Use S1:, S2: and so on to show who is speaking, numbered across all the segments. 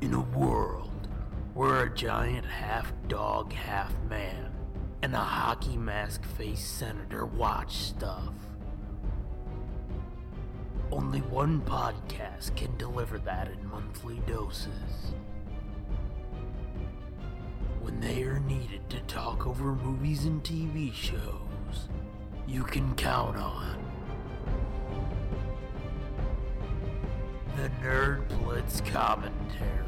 S1: in a world where a giant half dog, half man, and a hockey mask faced senator watch stuff. Only one podcast can deliver that in monthly doses. When they are needed to talk over movies and TV shows, you can count on the Nerd Blitz commentaries.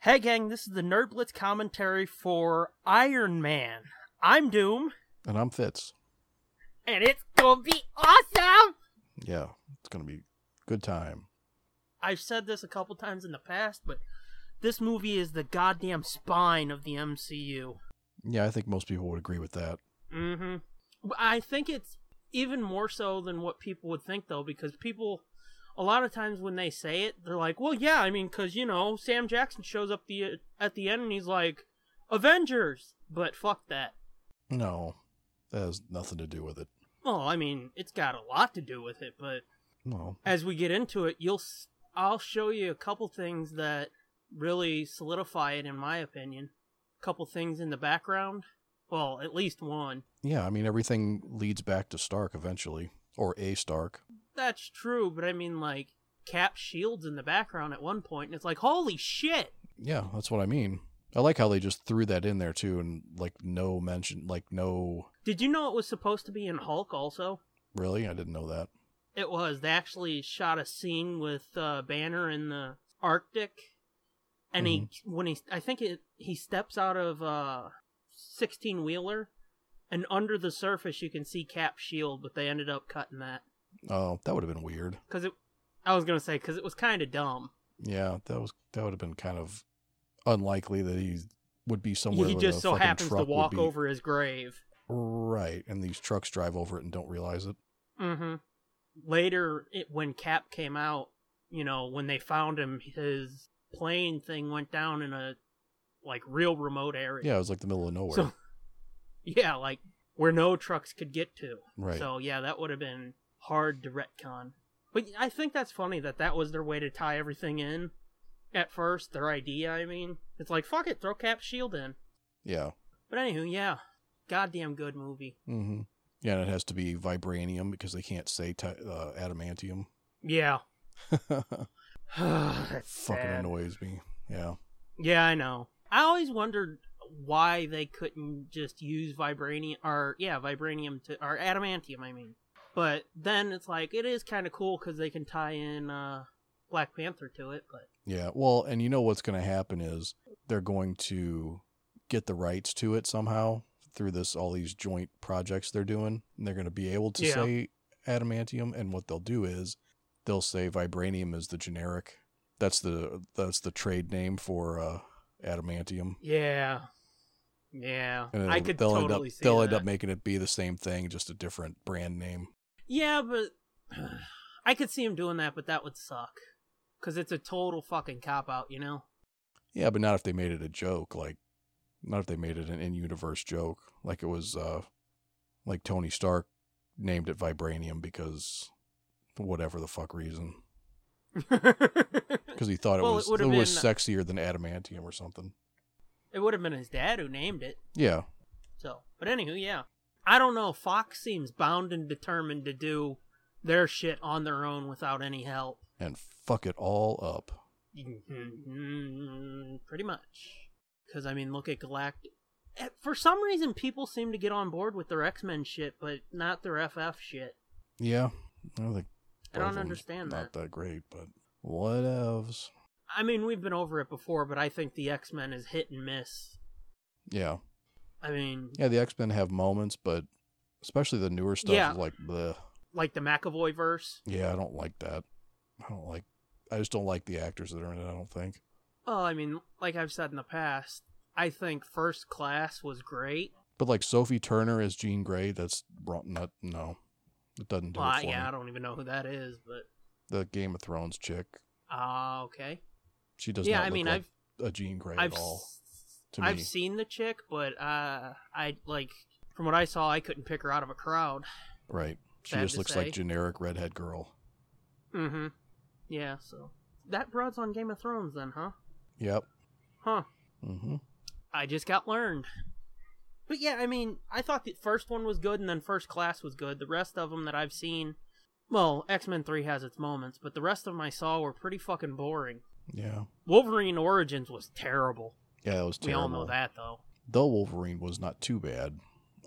S2: Hey gang, this is the Nerd Blitz commentary for Iron Man. I'm Doom,
S3: And I'm Fitz.
S2: and it's gonna be awesome!
S3: Yeah, it's gonna be good time.
S2: I've said this a couple times in the past, but this movie is the goddamn spine of the MCU.
S3: Yeah, I think most people would agree with that.
S2: Mm-hmm. I think it's even more so than what people would think, though, because people, a lot of times when they say it, they're like, "Well, yeah, I mean, because you know, Sam Jackson shows up the at the end and he's like, Avengers," but fuck that.
S3: No, that has nothing to do with it.
S2: Well, I mean, it's got a lot to do with it, but
S3: No,
S2: as we get into it, you'll s- I'll show you a couple things that really solidify it in my opinion. A couple things in the background. Well, at least one.
S3: yeah, I mean everything leads back to Stark eventually, or a Stark.
S2: That's true, but I mean like Cap shields in the background at one point and it's like, "Holy shit."
S3: Yeah, that's what I mean. I like how they just threw that in there too, and like no mention, like no,
S2: Did you know it was supposed to be in Hulk also?
S3: really, I didn't know that.
S2: It was. They actually shot a scene with uh, Banner in the Arctic, and he
S3: Mm-hmm.
S2: when he I think it he steps out of uh sixteen wheeler, and under the surface you can see Cap shield, but they ended up cutting that
S3: Oh, that would have been weird.
S2: because it. I was gonna say because it was kind of dumb.
S3: Yeah, that was that would have been kind of unlikely that he would be somewhere.
S2: he
S3: where
S2: just
S3: the
S2: so
S3: fucking
S2: happens
S3: truck
S2: to
S3: would
S2: walk
S3: be-
S2: over his grave.
S3: Right, and these trucks drive over it and don't realize it.
S2: Mm-hmm. Later, it, when Cap came out, you know, when they found him, his plane thing went down in a like real remote area.
S3: Yeah, it was like the middle of nowhere.
S2: So, yeah, like where no trucks could get to.
S3: Right.
S2: So yeah, that would have been hard to retcon. But I think that's funny that that was their way to tie everything in. At first, their idea. I mean, it's like fuck it, throw Cap Shield in.
S3: yeah.
S2: But anywho, yeah, goddamn good movie.
S3: Mm-hmm. Yeah, and it has to be vibranium because they can't say ti uh, adamantium.
S2: Yeah,
S3: Fucking
S2: that's sad.
S3: annoys me. Yeah.
S2: Yeah, I know. I always wondered why they couldn't just use vibranium or yeah, vibranium to or adamantium, I mean. But then it's like it is kind of cool cuz they can tie in uh Black Panther to it, but
S3: Yeah. Well, and you know what's going to happen is they're going to get the rights to it somehow through this all these joint projects they're doing. And they're going to be able to
S2: Yeah.
S3: say adamantium and what they'll do is they'll say vibranium is the generic. That's the that's the trade name for uh adamantium.
S2: yeah. Yeah.
S3: And
S2: I
S3: it'll-
S2: could
S3: Uh, they'll
S2: totally
S3: end up
S2: see
S3: they'll
S2: that.
S3: end up making it be the same thing just a different brand name.
S2: Yeah, but I could see him doing that, but that would suck cuz it's a total fucking cop out, you know.
S3: Yeah, but not if they made it a joke, like not if they made it an in-universe joke, like it was uh like Tony Stark named it vibranium because whatever the fuck reason, because he thought it
S2: Well, it
S3: was it,
S2: would've
S3: was
S2: been-
S3: sexier than adamantium or something.
S2: it would have been his dad who named it.
S3: Yeah,
S2: So, but anywho, yeah. I don't know. Fox seems bound and determined to do their shit on their own without any help.
S3: and fuck it all up. Mm-hmm.
S2: Pretty much. Because, I mean, look at Galactic. For some reason, people seem to get on board with their X Men shit, but not their FF shit.
S3: Yeah, I think
S2: I
S3: both
S2: don't
S3: of 'em's
S2: understand
S3: Not that great, but whatevs.
S2: I mean, we've been over it before, but I think the X Men is hit and miss.
S3: Yeah,
S2: I mean,
S3: yeah. The X Men have moments, but especially the newer stuff
S2: Yeah.
S3: is like the
S2: like the McAvoy verse.
S3: yeah. I don't like that. I don't like. I just don't like the actors that are in it. I don't think.
S2: Well, I mean, like I've said in the past, I think First Class was great.
S3: But like Sophie Turner as Jean Grey, that's wrong. Not no, it doesn't do
S2: Well,
S3: it
S2: I-
S3: for
S2: yeah, I
S3: me.
S2: don't even know who that is, but
S3: The Game of Thrones chick,
S2: ah, okay.
S3: she does
S2: yeah,
S3: not
S2: I
S3: look
S2: mean,
S3: like
S2: I've
S3: a Jean Grey
S2: I've
S3: at all.
S2: s-
S3: to
S2: I've
S3: me.
S2: seen the chick, but uh, I like from what I saw, I couldn't pick her out of a crowd.
S3: Right. She
S2: sad
S3: just
S2: to
S3: looks
S2: say.
S3: like generic redhead girl.
S2: Mm-hmm. Yeah, so that broad's on Game of Thrones, then, huh?
S3: Yep.
S2: Huh.
S3: Mm-hmm.
S2: I just got learned. But yeah, I mean, I thought the first one was good, and then First Class was good. The rest of them that I've seen, well, X Men Three has its moments, but the rest of them I saw were pretty fucking boring.
S3: Yeah.
S2: Wolverine Origins was terrible.
S3: Yeah, that was
S2: We all
S3: terrible.
S2: know that, though.
S3: The Wolverine was not too bad.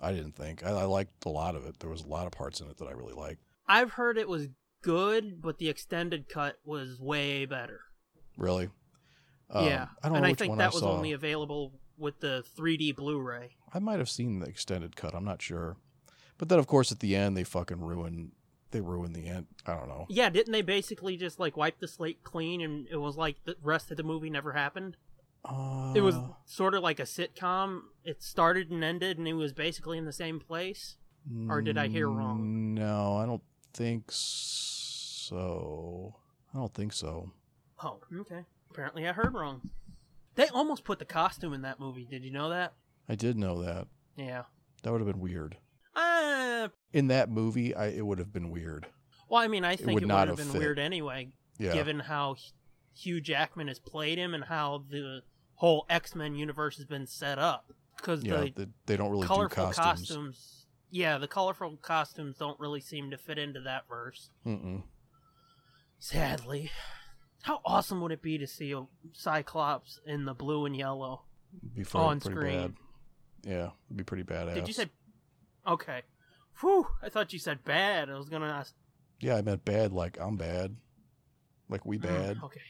S3: I didn't think. I, I liked a lot of it. There was a lot of parts in it that I really liked.
S2: I've heard it was good, but the extended cut was way better.
S3: Really. Um,
S2: yeah,
S3: I don't
S2: and
S3: know
S2: I
S3: which
S2: think
S3: one
S2: that
S3: I
S2: was
S3: saw.
S2: only available with the 3D Blu-ray.
S3: I might have seen the extended cut. I'm not sure. But then, of course, at the end, they fucking ruin. They ruin the end. I don't know.
S2: Yeah, didn't they basically just like wipe the slate clean, and it was like the rest of the movie never happened?
S3: Uh,
S2: it was sort of like a sitcom. It started and ended, and it was basically in the same place. or did I hear wrong?
S3: No, I don't think so. I don't think so.
S2: Oh, okay. Apparently, I heard wrong. They almost put the costume in that movie. Did you know that?
S3: I did know that.
S2: Yeah.
S3: That would have been weird.
S2: Uh,
S3: In that movie, I it would have been weird.
S2: well, I mean, I think
S3: would
S2: it would
S3: not
S2: have
S3: have
S2: been
S3: fit.
S2: weird anyway,
S3: Yeah.
S2: given how H- Hugh Jackman has played him and how the whole X Men universe has been set up. Because
S3: yeah,
S2: the
S3: they, they don't really do
S2: colorful
S3: costumes.
S2: costumes, yeah, the colorful costumes don't really seem to fit into that verse.
S3: Mm-mm.
S2: Sadly. How awesome would it be to see a Cyclops in the blue and yellow?
S3: Be fun,
S2: On
S3: pretty
S2: screen.
S3: bad. Yeah, it'd be pretty badass.
S2: Did you say. Okay. Whew, I thought you said bad. I was gonna ask. mm,
S3: Yeah, I meant bad. Like I'm bad. Like we
S2: Mm,
S3: bad.
S2: okay.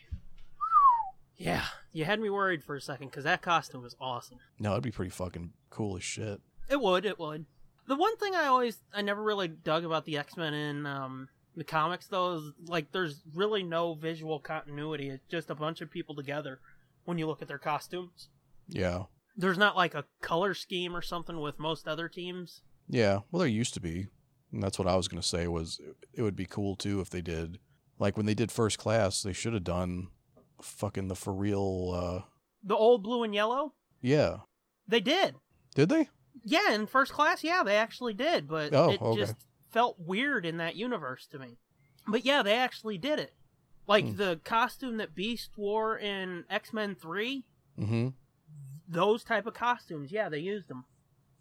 S2: Yeah, you had me worried for a second because that costume was awesome.
S3: No, it'd be pretty fucking cool as shit.
S2: It would, it would. The one thing I always, I never really dug about the X Men in um, the comics, though, is like there's really no visual continuity. It's just a bunch of people together when you look at their costumes.
S3: Yeah.
S2: There's not like a color scheme or something with most other teams.
S3: Yeah. Well, there used to be. And that's what I was going to say was it would be cool too if they did. Like when they did first class, they should have done fucking the for real uh
S2: The old blue and yellow?
S3: yeah.
S2: They did.
S3: Did they?
S2: Yeah, in first class, yeah, they actually did, but
S3: Oh,
S2: it
S3: okay.
S2: just felt weird in that universe to me. But yeah, they actually did it. Like
S3: Hmm.
S2: the costume that Beast wore in X-Men 3,
S3: Mhm.
S2: those type of costumes, yeah, they used them.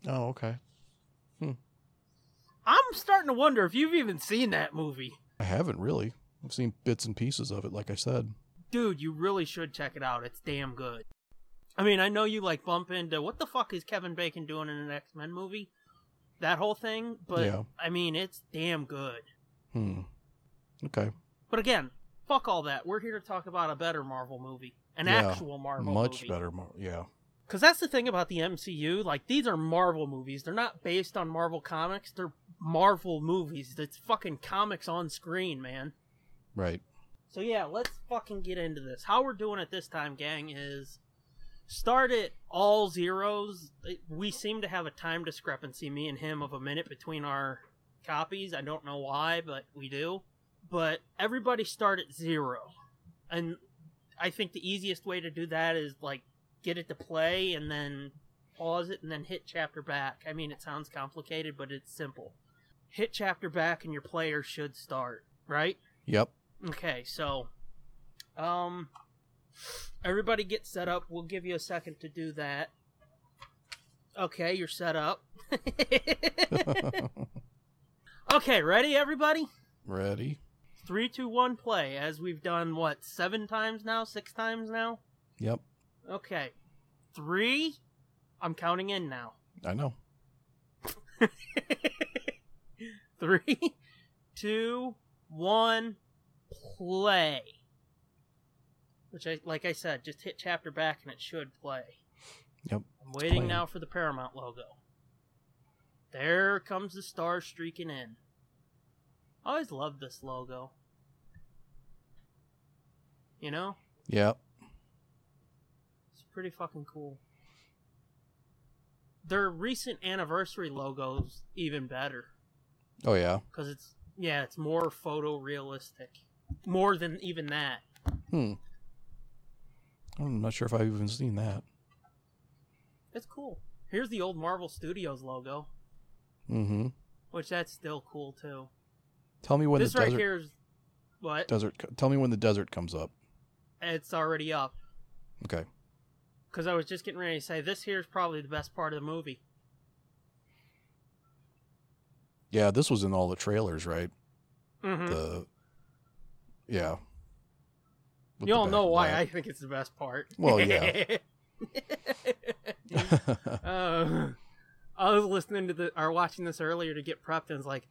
S3: Oh, okay.
S2: I'm starting to wonder if you've even seen that movie.
S3: I haven't really. I've seen bits and pieces of it like I said.
S2: Dude, you really should check it out. It's damn good. I mean, I know you like bump into what the fuck is Kevin Bacon doing in an X-Men movie? That whole thing, but
S3: Yeah.
S2: I mean, it's damn good.
S3: Hmm. Okay.
S2: But again, fuck all that. We're here to talk about a better Marvel movie, an
S3: Yeah,
S2: actual Marvel
S3: Much
S2: movie.
S3: better. Mar- yeah.
S2: Because that's the thing about the MCU. Like these are Marvel movies. They're not based on Marvel comics. They're Marvel movies. It's fucking comics on screen, man.
S3: Right.
S2: So yeah, let's fucking get into this. How we're doing it this time, gang, is start at all zeros. We seem to have a time discrepancy, me and him, of a minute between our copies. I don't know why, but we do. But everybody start at zero, and I think the easiest way to do that is like get it to play and then pause it and then hit chapter back. I mean, it sounds complicated, but it's simple. Hit chapter back and your player should start, right?
S3: Yep.
S2: Okay, so um everybody get set up. We'll give you a second to do that. Okay, you're set up. okay, ready everybody?
S3: Ready?
S2: Three, two, one, play, as we've done what, seven times now? Six times now?
S3: Yep.
S2: Okay. Three I'm counting in now.
S3: I know.
S2: Three, two, one play. Which I like I said, just hit chapter back and it should play.
S3: Yep,
S2: I'm waiting
S3: playing.
S2: now for the Paramount logo. There comes the star streaking in. I always loved this logo. You know?
S3: Yeah.
S2: It's pretty fucking cool. Their recent anniversary logo's even better.
S3: Oh yeah.
S2: because it's yeah, it's more photorealistic, more than even that.
S3: Hmm. I'm not sure if I've even seen that.
S2: It's cool. Here's the old Marvel Studios logo,
S3: Mm-hmm.
S2: which that's still cool too.
S3: Tell me when
S2: this
S3: the
S2: right
S3: desert
S2: here is what
S3: desert. co- Tell me when the desert comes up.
S2: it's already up
S3: Okay.
S2: because I was just getting ready to say this here's probably the best part of the movie.
S3: Yeah, this was in all the trailers, right?
S2: Mm-hmm.
S3: The yeah. With the
S2: you all
S3: back
S2: know
S3: and
S2: why I
S3: black.
S2: think it's the best part.
S3: Well, yeah.
S2: uh, I was listening to the or watching this earlier to get prepped, and it's like,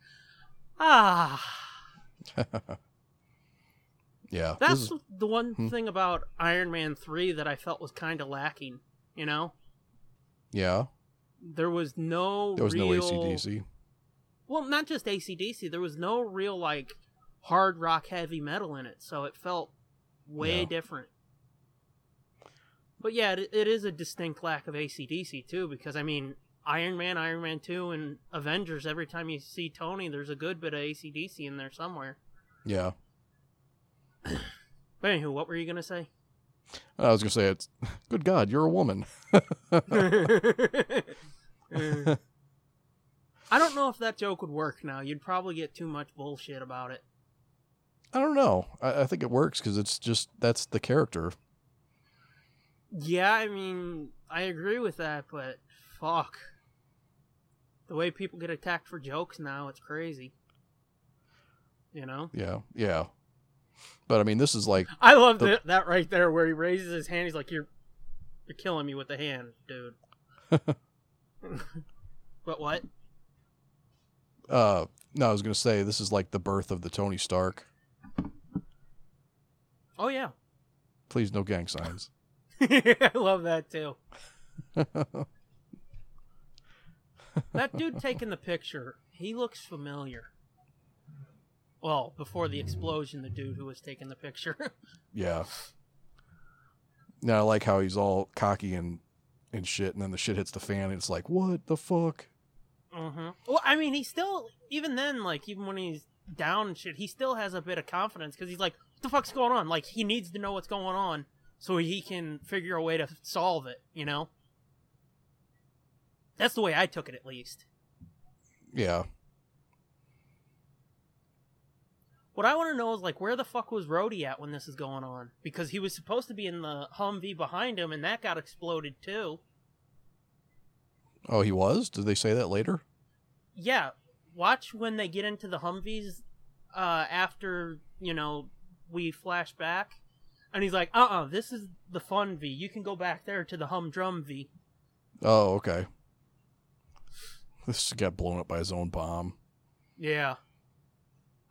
S2: ah.
S3: yeah.
S2: That's
S3: this is,
S2: the one
S3: Hmm.
S2: thing about Iron Man 3 that I felt was kind of lacking, you know?
S3: yeah.
S2: There was no
S3: There was
S2: real...
S3: no ACDC.
S2: Well, not just AC/DC. There was no real, like, hard rock heavy metal in it, so it felt way
S3: No.
S2: different. But yeah, it, it is a distinct lack of AC/DC too, because, I mean, Iron Man, Iron Man 2, and Avengers, every time you see Tony, there's a good bit of AC/DC in there somewhere.
S3: Yeah.
S2: But anywho, what were you going to say?
S3: I was gonna say it's. Good God, you're a woman.
S2: Uh, I don't know if that joke would work now. You'd probably get too much bullshit about it.
S3: I don't know. I, I think it works because it's just that's the character.
S2: Yeah, I mean, I agree with that, but fuck. The way people get attacked for jokes now, it's crazy. You know?
S3: Yeah. Yeah. But I mean, this is like
S2: I love
S3: The-
S2: that that right there where he raises his hand. He's like, "You're, you're killing me with the hand, dude." but what?
S3: uh no i was gonna say this is like the birth of the tony stark
S2: Oh yeah,
S3: please no gang signs
S2: I love that too. that dude taking the picture, he looks familiar. Well, before the explosion, the dude who was taking the picture.
S3: yeah now i like how he's all cocky and and shit and then the shit hits the fan and it's like what the fuck
S2: mm-hmm. Well, I mean, he still, even then, like, even when he's down and shit, he still has a bit of confidence because he's like, what the fuck's going on? Like, he needs to know what's going on so he can figure a way to solve it, you know? That's the way I took it, at least.
S3: yeah
S2: What I want to know is like where the fuck was Rhodey at when this is going on? Because he was supposed to be in the Humvee behind him, and that got exploded too.
S3: oh he was did they say that later
S2: Yeah, watch when they get into the Humvees uh, after you know we flash back, and he's like, "Uh, uh this is the fun V. You can go back there to the Humdrum V."
S3: oh okay this got blown up by his own bomb
S2: Yeah.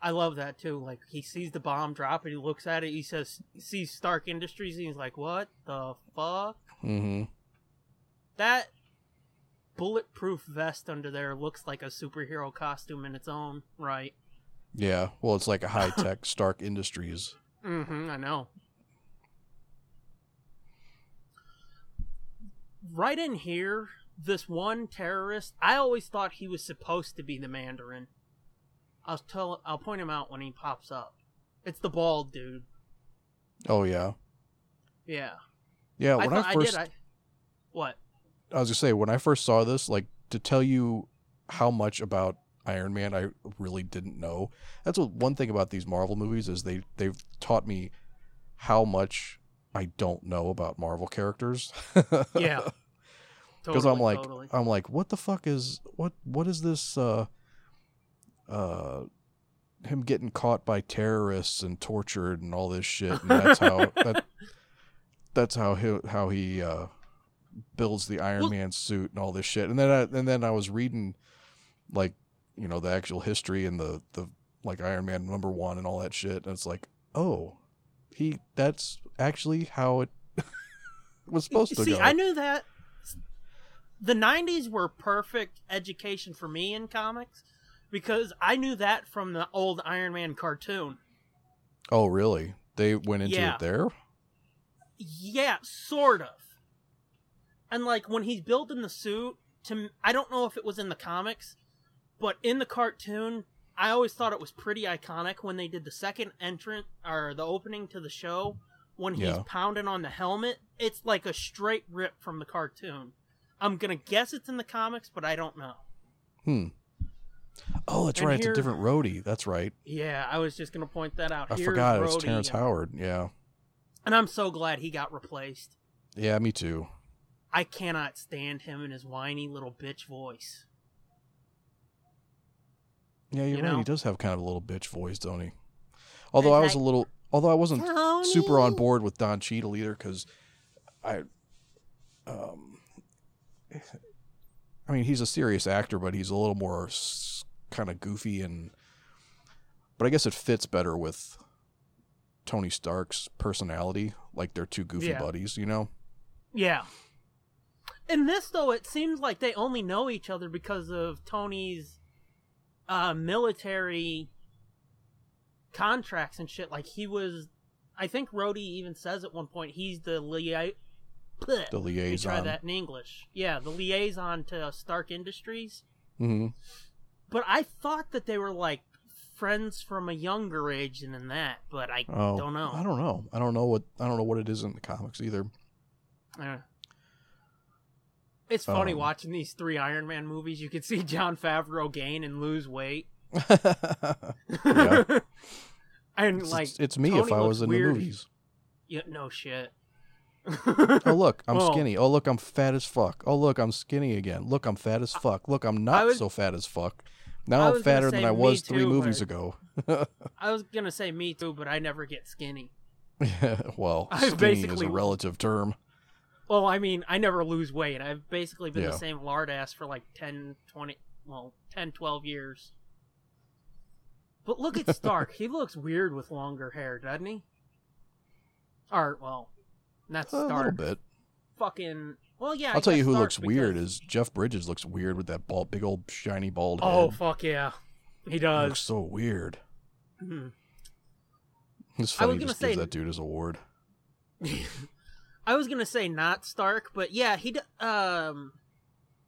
S2: I love that too. Like he sees the bomb drop and he looks at it. He says, "Sees Stark Industries," and he's like, "What the fuck?"
S3: mm-hmm
S2: that bulletproof vest under there looks like a superhero costume in its own right.
S3: yeah well it's like a high-tech stark industries
S2: Mm-hmm. I know. Right in here, this one terrorist. I always thought he was supposed to be the Mandarin. I'll tell. I'll point him out when he pops up. It's the bald dude.
S3: oh yeah
S2: Yeah.
S3: yeah
S2: I
S3: when i,
S2: thought I,
S3: first
S2: did. I, what?
S3: I was gonna say when I first saw this, like to tell you how much about Iron Man I really didn't know. That's what one thing about these Marvel movies is they they've taught me how much I don't know about Marvel characters.
S2: Yeah.
S3: because
S2: Totally,
S3: I'm like
S2: totally.
S3: I'm like what the fuck is what what is this uh uh him getting caught by terrorists and tortured and all this shit and that's how that that's how he how he uh builds the Iron
S2: Well-
S3: Man suit and all this shit and then I and then I was reading like you know the actual history and the the like Iron Man number one and all that shit. And it's like, oh, he that's actually how it was supposed to
S2: See,
S3: go.
S2: I knew that. The '90s were perfect education for me in comics because I knew that from the old Iron Man cartoon.
S3: oh, really? They went into
S2: Yeah.
S3: it there.
S2: Yeah, sort of. And like when he's building the suit, to m- I don't know if it was in the comics, but in the cartoon, I always thought it was pretty iconic when they did the second entrant or the opening to the show when he's
S3: Yeah.
S2: pounding on the helmet. It's like a straight rip from the cartoon. I'm gonna guess it's in the comics, but I don't know.
S3: Hmm. Oh, that's
S2: And
S3: right.
S2: here-
S3: it's a different roadie. That's right.
S2: Yeah, I was just gonna point that out.
S3: I
S2: Here's
S3: forgot it was
S2: Rhodey,
S3: Terrence
S2: and-
S3: Howard. Yeah.
S2: and I'm so glad he got replaced.
S3: Yeah, me too.
S2: I cannot stand him and his whiny little bitch voice.
S3: Yeah, you're
S2: You
S3: right.
S2: know?
S3: He does have kind of a little bitch voice, don't he? Although I was a
S2: like,
S3: little, although I wasn't
S2: Tony.
S3: super on board with Don Cheadle either because I, um, I mean he's a serious actor, but he's a little more kind of goofy and, but I guess it fits better with Tony Stark's personality. Like they're two goofy
S2: Yeah.
S3: buddies, you know?
S2: Yeah. In this though, it seems like they only know each other because of Tony's uh military contracts and shit. Like he was I think Rhodey even says at one point he's the lia- Bleh.
S3: The
S2: You try
S3: liaison.
S2: that in English. Yeah, the liaison to Stark Industries.
S3: hmm
S2: But I thought that they were like friends from a younger age than that, but I
S3: Oh,
S2: don't know.
S3: I don't know. I don't know what I don't know what it is in the comics either.
S2: Yeah. It's funny
S3: Um,
S2: watching these three Iron Man movies. You could see John Favreau gain and lose weight.
S3: Yeah.
S2: and
S3: it's,
S2: like,
S3: it's- it's me if
S2: Tony
S3: I
S2: looks
S3: was in
S2: weird.
S3: the movies.
S2: yeah, no shit.
S3: Oh look, I'm
S2: Well-
S3: skinny. Oh look, I'm fat as fuck. Oh look, I'm skinny again. Look, I'm fat as fuck. Look, I'm not
S2: I was-
S3: so fat as fuck.
S2: I
S3: Now I'm
S2: was gonna
S3: fatter
S2: say
S3: than I
S2: me
S3: was three
S2: too,
S3: movies
S2: but-
S3: ago.
S2: I was gonna say me too, but I never get skinny.
S3: well,
S2: I
S3: skinny is
S2: basically-
S3: a relative term.
S2: Well, I mean, I never lose weight. I've basically been
S3: Yeah.
S2: the same lard ass for like 10, 20, well, 10, 12 years. But look at Stark. he looks weird with longer hair, doesn't he? Or, well, not
S3: A little
S2: Stark.
S3: bit.
S2: fucking. Well, yeah. I
S3: I'll tell
S2: guess
S3: you who
S2: Stark
S3: looks weird
S2: because-
S3: is Jeff Bridges looks weird with that bald, big old shiny bald
S2: Oh
S3: head.
S2: fuck yeah, he
S3: He looks
S2: does.
S3: so weird.
S2: Mhm.
S3: It's
S2: I was
S3: funny he
S2: gonna
S3: just gives
S2: say-
S3: that dude his award.
S2: I was gonna say not Stark, but yeah, he. d- Um,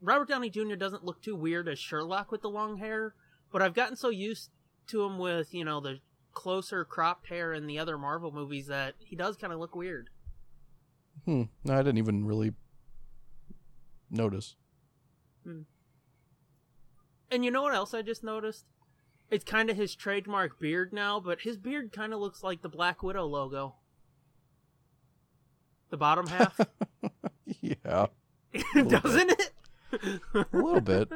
S2: Robert Downey Jr. doesn't look too weird as Sherlock with the long hair, but I've gotten so used to him with you know the closer cropped hair in the other Marvel movies that he does kind of look weird.
S3: Hmm. No, I didn't even really notice.
S2: And you know what else I just noticed? It's kind of his trademark beard now, but his beard kind of looks like the Black Widow logo. The bottom half.
S3: Yeah, little
S2: Doesn't it?
S3: a little bit.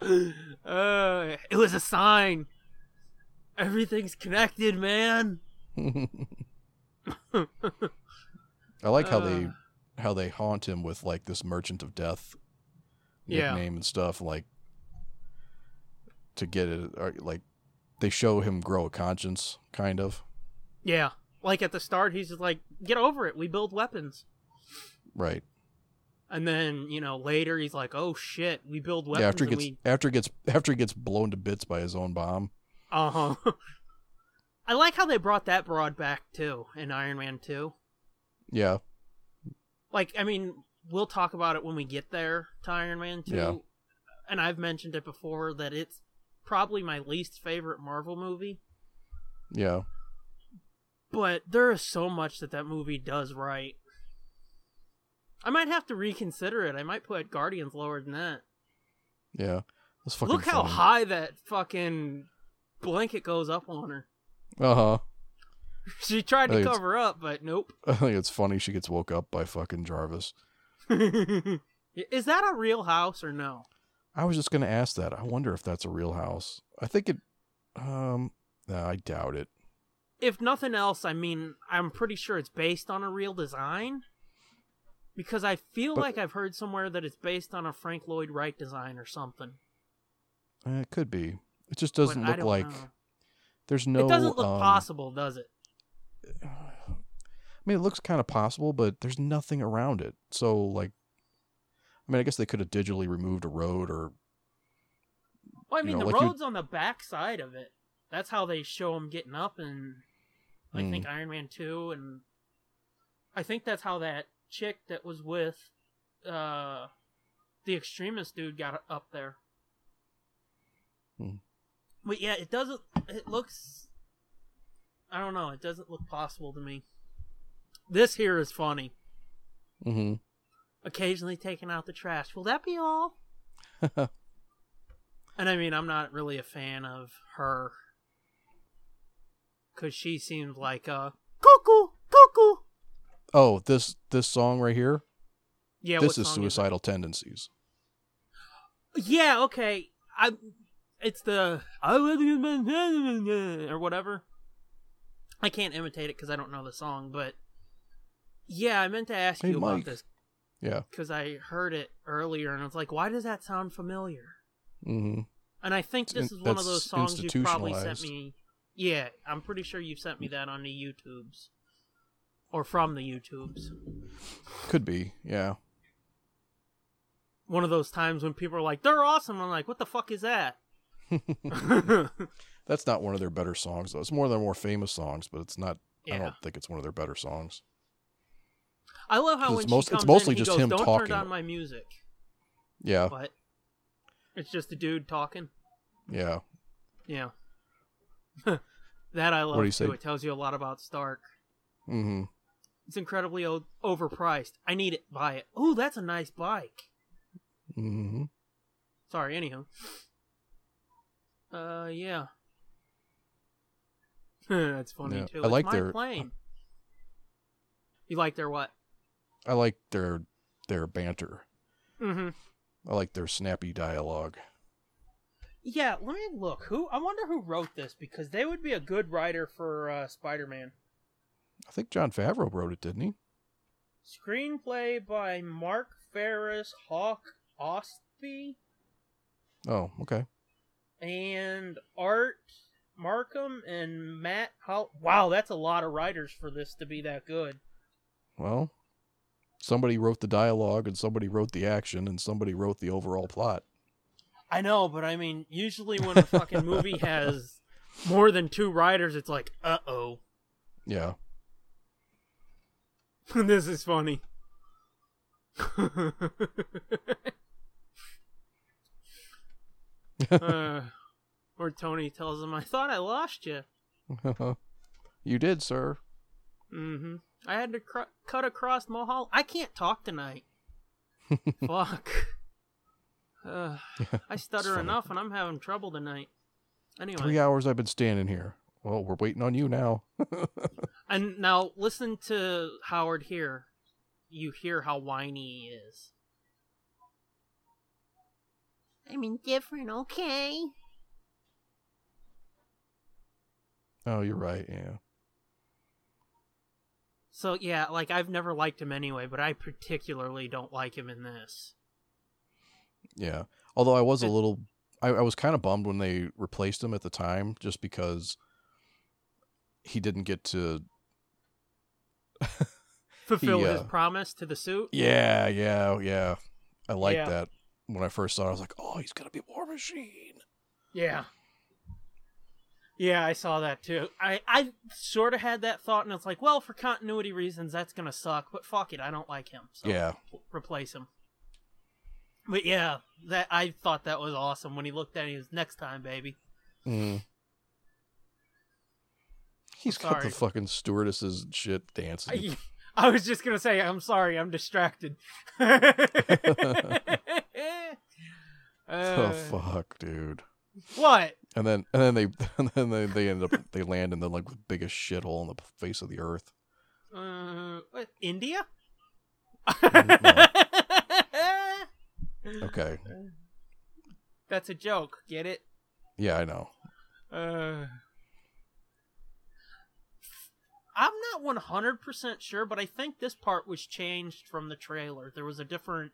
S2: Uh, it was a sign. Everything's connected, man.
S3: I like how they
S2: Uh.
S3: how they haunt him with like this merchant of death
S2: Yeah.
S3: nickname and stuff like to get it or, like they show him grow a conscience kind of
S2: Yeah. Like at the start, he's just like, get over it. We build weapons.
S3: right
S2: And then, you know, later he's like, oh shit, we build weapons.
S3: yeah after he
S2: and
S3: gets
S2: we...
S3: after he gets after he gets blown to bits by his own bomb
S2: Uh huh. I like how they brought that broad back too in Iron Man 2.
S3: yeah
S2: like I mean, we'll talk about it when we get there to Iron Man 2.
S3: Yeah.
S2: And I've mentioned it before that it's probably my least favorite Marvel movie,
S3: yeah
S2: but there is so much that that movie does right. I might have to reconsider it. I might put Guardians lower than that.
S3: yeah that's fucking
S2: Look how
S3: funny.
S2: high that fucking blanket goes up on her.
S3: uh-huh
S2: She tried
S3: I
S2: to
S3: think it's-
S2: cover up, but nope.
S3: i think it's funny she gets woke up by fucking jarvis
S2: is that a real house or no?
S3: I was just going to ask that. I wonder if that's a real house. I think it. Um, no, I doubt it.
S2: if nothing else, I mean, I'm pretty sure it's based on a real design. Because I feel
S3: But-
S2: like I've heard somewhere that it's based on a Frank Lloyd Wright design or something.
S3: Uh, It could be. It just
S2: but
S3: doesn't
S2: I
S3: look
S2: don't
S3: like
S2: know.
S3: there's no.
S2: it doesn't look
S3: um,
S2: possible, does it?
S3: I mean, it looks kind of possible, but there's nothing around it. So, like, I mean, I guess they could have digitally removed a road or
S2: Well, I
S3: you
S2: mean,
S3: know,
S2: the
S3: like you-
S2: road's on the back side of it. That's how they show him getting up, and I
S3: Mm.
S2: think Iron Man two, and I think that's how that chick that was with uh, the extremist dude got up there.
S3: Hmm.
S2: But yeah, it doesn't. It looks. I don't know. It doesn't look possible to me. This here is funny.
S3: Mm-hmm.
S2: Occasionally taking out the trash. Will that be all? And I mean, I'm not really a fan of her because she seemed like a cuckoo, cuckoo.
S3: oh, this this song right here.
S2: Yeah,
S3: this
S2: what
S3: is
S2: song it?
S3: suicidal tendencies.
S2: yeah, okay. I, it's the I would be my- or whatever. I can't imitate it because I don't know the song, but yeah, I meant to ask
S3: Hey,
S2: you
S3: Mike.
S2: about this
S3: Yeah.
S2: because I heard it earlier and I was like, why does that sound familiar?
S3: Mm-hmm.
S2: And I think
S3: It's
S2: this
S3: in-
S2: is one of
S3: that's
S2: those songs you probably sent
S3: institutionalized.
S2: me. Yeah, I'm pretty sure you sent me that on the YouTubes. Or from the YouTubes.
S3: Could be. Yeah.
S2: One of those times when people are like, they're awesome. I'm like, what the fuck is that? yeah.
S3: That's not one of their better songs though. It's one of their more famous songs, but it's not. I don't think it's one of their better songs.
S2: I love how
S3: 'Cause
S2: when
S3: it's
S2: she
S3: most- it's
S2: comes
S3: mostly
S2: in, he
S3: just
S2: goes,
S3: him
S2: don't turn
S3: talking.
S2: down my music.
S3: Yeah.
S2: But it's just a dude talking.
S3: Yeah.
S2: Yeah. that I love
S3: do you
S2: too.
S3: say?
S2: It tells you a lot about Stark.
S3: Mm-hmm.
S2: It's incredibly o- overpriced. I need it. Buy it. Oh, that's a nice bike.
S3: Mm-hmm.
S2: Sorry, anywho. Uh, yeah. That's funny
S3: Yeah,
S2: too.
S3: I
S2: It's
S3: like
S2: my
S3: their- uh,
S2: plane. You like their what?
S3: I like their their banter.
S2: Mm-hmm.
S3: I like their snappy dialogue.
S2: Yeah, let me look. Who? I wonder who wrote this because they would be a good writer for uh, Spider-Man.
S3: I think John Favreau wrote it, didn't he?
S2: Screenplay by Mark Ferris, Hawk Ostby,
S3: Oh, okay.
S2: and Art Markham and Matt. Hol- wow, that's a lot of writers for this to be that good.
S3: Well, somebody wrote the dialogue and somebody wrote the action and somebody wrote the overall plot.
S2: I know, but I mean, usually when a fucking movie has more than two writers, it's like, uh oh,
S3: Yeah.
S2: this is funny. uh, or Tony tells him, "I thought I lost you."
S3: you did, sir.
S2: Mm-hmm. I had to cr- cut across Mulholland. I can't talk tonight. Fuck. Uh, I stutter
S3: funny.
S2: enough, and I'm having trouble tonight. Anyway,
S3: Three hours I've been standing here. Well, we're waiting on you now.
S2: And now listen to Howard here. You hear how whiny he is. I'm indifferent, okay?
S3: Oh, you're right. Yeah.
S2: So yeah, like I've never liked him anyway, but I particularly don't like him in this.
S3: Yeah. Although I was a
S2: It-
S3: little, I, I was kind of bummed when they replaced him at the time just because he didn't get to.
S2: Fulfill
S3: He,
S2: his
S3: uh,
S2: promise to the suit.
S3: Yeah, yeah, yeah. I like
S2: Yeah.
S3: that. When I first saw it, I was like, oh, he's going to be War Machine.
S2: Yeah. Yeah, I saw that too. I I sort of had that thought, and it's like, well, for continuity reasons, that's gonna suck. But fuck it, I don't like him. So.
S3: Yeah.
S2: replace him. But yeah, that I thought that was awesome when he looked at it, he was next time, baby.
S3: Mm. He's got
S2: sorry.
S3: the fucking stewardesses and shit dancing.
S2: I, I was just gonna say, I'm sorry, I'm distracted.
S3: oh
S2: Uh,
S3: fuck, dude!
S2: What?
S3: And then and then they and then they, they end up they land in the like biggest shithole on the face of the earth.
S2: Uh, what? India?
S3: Okay,
S2: That's a joke. Get it?
S3: yeah, I know.
S2: Uh, I'm not 100% sure, but I think this part was changed from the trailer. There was a different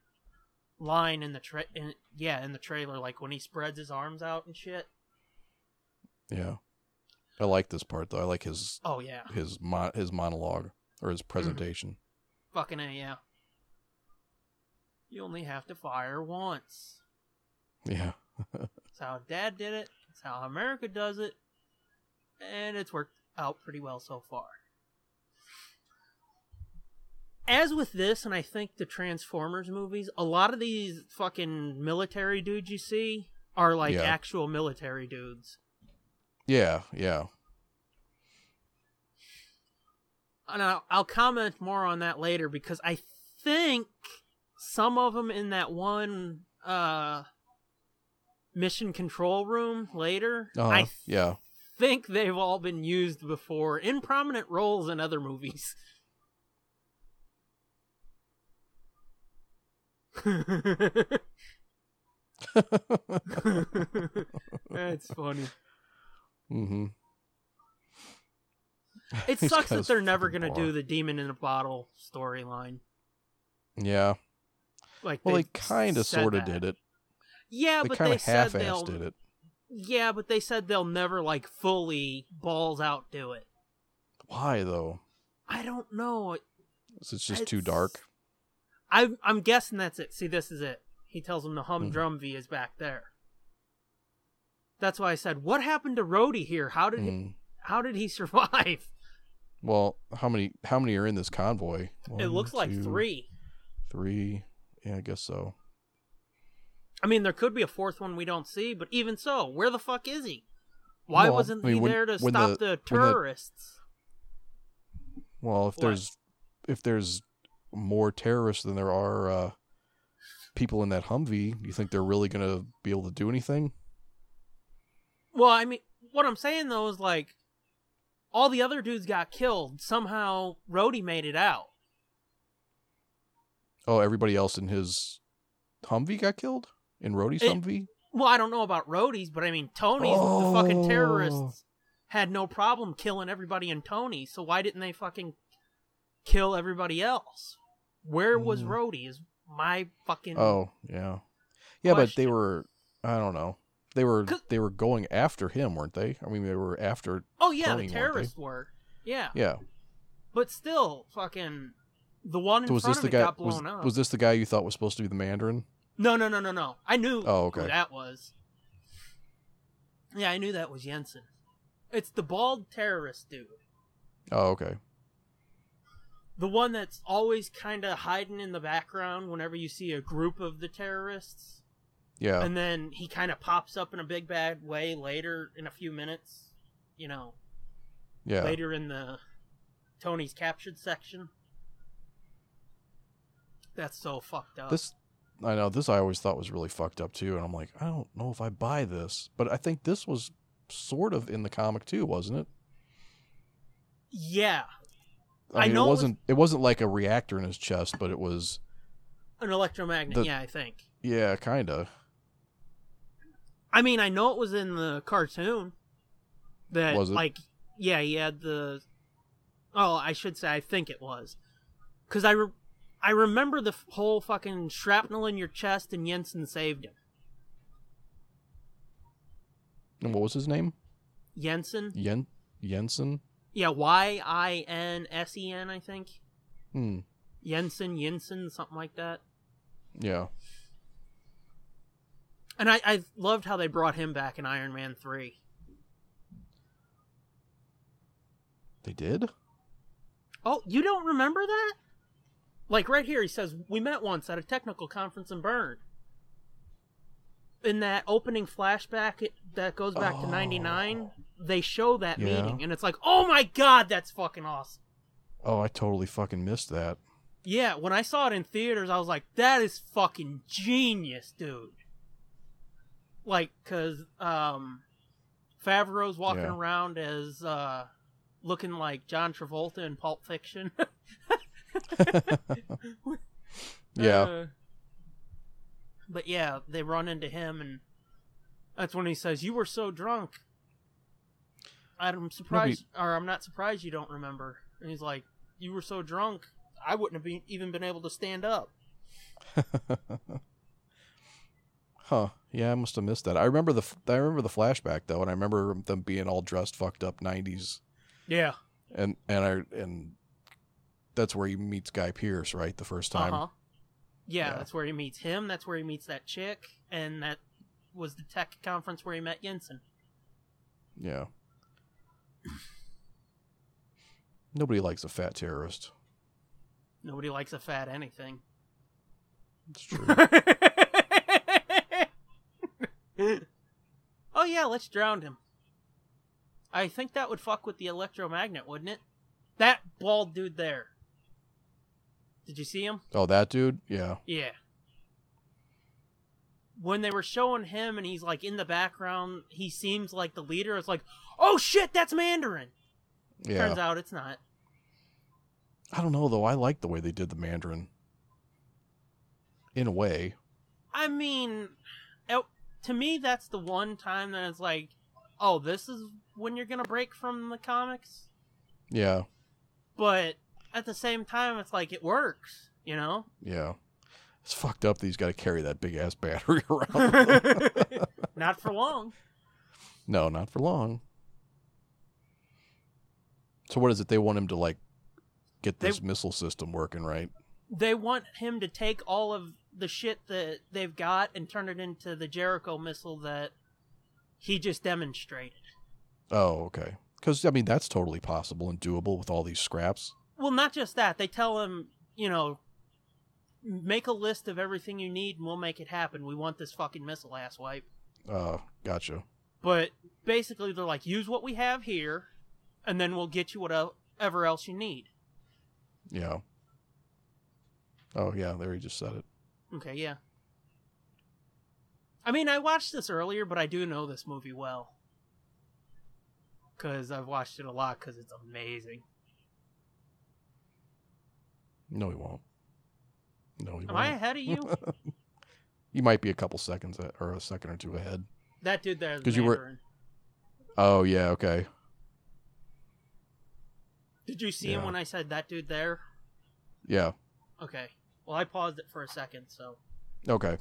S2: line in the tra- in, yeah, in the trailer like when he spreads his arms out and shit.
S3: Yeah, I like this part though. I like his
S2: Oh yeah,
S3: his mo- his monologue or
S2: Hmm.
S3: his presentation.
S2: fucking a yeah. You only have to fire once.
S3: Yeah,
S2: That's how Dad did it. That's how America does it, and it's worked out pretty well so far. As with this, and I think the Transformers movies, a lot of these fucking military dudes you see are like
S3: Yeah.
S2: actual military dudes.
S3: yeah, yeah.
S2: and I'll, I'll comment more on that later because I think some of them in that one uh mission control room later
S3: Uh-huh.
S2: I
S3: yeah,
S2: think they've all been used before in prominent roles in other movies. That's funny.
S3: mm-hmm.
S2: It
S3: He's
S2: sucks
S3: got
S2: that
S3: his
S2: they're never
S3: fucking
S2: going to
S3: bar.
S2: do the demon in a bottle storyline.
S3: Yeah.
S2: Like
S3: Well, they
S2: they
S3: kind of
S2: said
S3: sort of
S2: that.
S3: did it.
S2: Yeah,
S3: they
S2: but
S3: kind
S2: they
S3: of
S2: said
S3: half-assed
S2: they'll.
S3: did it.
S2: Yeah, but they said they'll never like fully balls out do it.
S3: Why though?
S2: I don't know.
S3: Is It's just too
S2: It's-
S3: dark.
S2: I I'm guessing that's it. See, this is it. He tells him the
S3: Mm-hmm.
S2: humdrum V is back there. That's why I said, what happened to Rhodey here? How did he,
S3: Mm.
S2: how did he survive?
S3: Well, how many how many are in this convoy?
S2: it
S3: One,
S2: looks like
S3: two,
S2: three.
S3: Three. Yeah, I guess so.
S2: I mean, there could be a fourth one we don't see, but even so, where the fuck is he? Why
S3: Well,
S2: wasn't
S3: I mean,
S2: he
S3: when-
S2: there to
S3: when
S2: stop
S3: the-
S2: the,
S3: when the-
S2: terrorists?
S3: Well, if
S2: What?
S3: there's if there's more terrorists than there are uh, people in that Humvee, you think they're really gonna be able to do anything?
S2: Well, I mean, what I'm saying though is like, all the other dudes got killed. Somehow, Rhodey made it out.
S3: Oh, everybody else in his Humvee got killed in Rhodey's
S2: It-
S3: Humvee.
S2: Well, I don't know about Rhodey's, but I mean, Tony's the fucking
S3: Oh.
S2: terrorists had no problem killing everybody in Tony. So why didn't they fucking kill everybody else? Where was
S3: Hmm.
S2: Rhodey? Is my fucking
S3: Oh, yeah, yeah, but they
S2: Question.
S3: were. I don't know. They were
S2: Could-
S3: they were going after him, weren't they? I mean, they were after.
S2: oh yeah,
S3: Tony,
S2: the
S3: weren't they?
S2: terrorists were yeah.
S3: Yeah,
S2: but still fucking the one in
S3: was
S2: front
S3: this
S2: of
S3: the
S2: it
S3: guy?
S2: got
S3: Was,
S2: blown up.
S3: was this the guy you thought was supposed to be the Mandarin?
S2: No, no, no, no, no. I knew
S3: Oh, okay.
S2: who that was. Yeah, I knew that was Jensen. It's the bald terrorist dude.
S3: Oh, okay.
S2: The one that's always kind of hiding in the background whenever you see a group of the terrorists.
S3: Yeah.
S2: And then he kind of pops up in a big bad way later in a few minutes. You know,
S3: yeah.
S2: later in the Tony's captured section. That's so fucked up.
S3: This I know this I always thought was really fucked up too, and I'm like, I don't know if I buy this, but I think this was sort of in the comic too, wasn't it?
S2: yeah, I
S3: I, mean,
S2: know it
S3: it
S2: was-
S3: wasn't. It wasn't like a reactor in his chest, but it was.
S2: an electromagnet.
S3: The-
S2: yeah, I think.
S3: Yeah, kind of.
S2: I mean, I know it was in the cartoon. That
S3: Was it?
S2: like yeah, he had the Oh, I should say I think it was. Cuz I re- I remember the f- whole fucking shrapnel in your chest and Jensen saved him.
S3: And what was his name?
S2: Jensen?
S3: Yen Jensen.
S2: Yeah, Y I N S E N I think.
S3: Hmm.
S2: Jensen, Jensen, something like that.
S3: Yeah.
S2: And I I loved how they brought him back in Iron Man 3.
S3: They did.
S2: Oh, you don't remember that? Like right here, he says, We met once at a technical conference in Bern. In that opening flashback it, that goes back to 99, they show that
S3: Oh. Yeah.
S2: meeting, and it's like, Oh my god, that's fucking awesome.
S3: Oh, I totally fucking missed that.
S2: Yeah, when I saw it in theaters, I was like, That is fucking genius, dude. Like, because um, Favreau's walking
S3: Yeah.
S2: around as uh, looking like John Travolta in Pulp Fiction.
S3: yeah.
S2: Uh, but yeah, they run into him, and that's when he says, "You were so drunk." I'm surprised, or I'm not surprised you don't remember. And he's like, "You were so drunk, I wouldn't have Uh. been, even been able to stand up."
S3: huh. Yeah, I must have missed that. I remember the f- I remember the flashback though, and I remember them being all dressed, fucked up '90s,
S2: Yeah.
S3: and and I and that's where he meets Guy Pierce, right, the first time.
S2: Uh-huh. Yeah,
S3: Yeah.
S2: that's where he meets him. That's where he meets that chick, and that was the tech conference where he met Jensen.
S3: Yeah. Nobody likes a fat terrorist.
S2: Nobody likes a fat anything.
S3: It's true.
S2: oh yeah, let's drown him. I think that would fuck with the electromagnet, wouldn't it? That bald dude there. Did you see him?
S3: oh, that dude. Yeah.
S2: Yeah. When they were showing him and he's like in the background, he seems like the leader. It's like, oh shit, that's Mandarin.
S3: Yeah.
S2: Turns out it's not.
S3: I don't know though. I like the way they did the Mandarin. In a way,
S2: I mean, it- to me, that's the one time that it's like, oh, this is when you're gonna break from the comics.
S3: yeah,
S2: But at the same time, it's like it works, you know.
S3: yeah. It's fucked up that he's got to carry that big ass battery around. with him.
S2: not for long.
S3: no, not for long. So what is it? They want him to like get
S2: They-
S3: this missile system working, right?
S2: They want him to take all of the shit that they've got and turn it into the Jericho missile that he just demonstrated.
S3: Oh, okay. Because I mean that's totally possible and doable with all these scraps.
S2: Well, not just that. They tell him, you know, make a list of everything you need and we'll make it happen. We want this fucking missile, asswipe.
S3: Uh, gotcha.
S2: But basically, they're like, use what we have here, and then we'll get you whatever else you need.
S3: Yeah. Oh yeah, there he just said it.
S2: Okay, yeah. I mean, I watched this earlier, but I do know this movie well. Because I've watched it a lot because it's amazing.
S3: No, he won't. No, he
S2: Am
S3: won't.
S2: I ahead of you?
S3: You might be a couple seconds a- or a second or two ahead.
S2: that dude there.
S3: 'Cause
S2: Because
S3: you were- Oh yeah, okay.
S2: Did you see him
S3: Yeah.
S2: when I said that dude there?
S3: Yeah,
S2: Okay. Well, I paused it for a second, so.
S3: okay.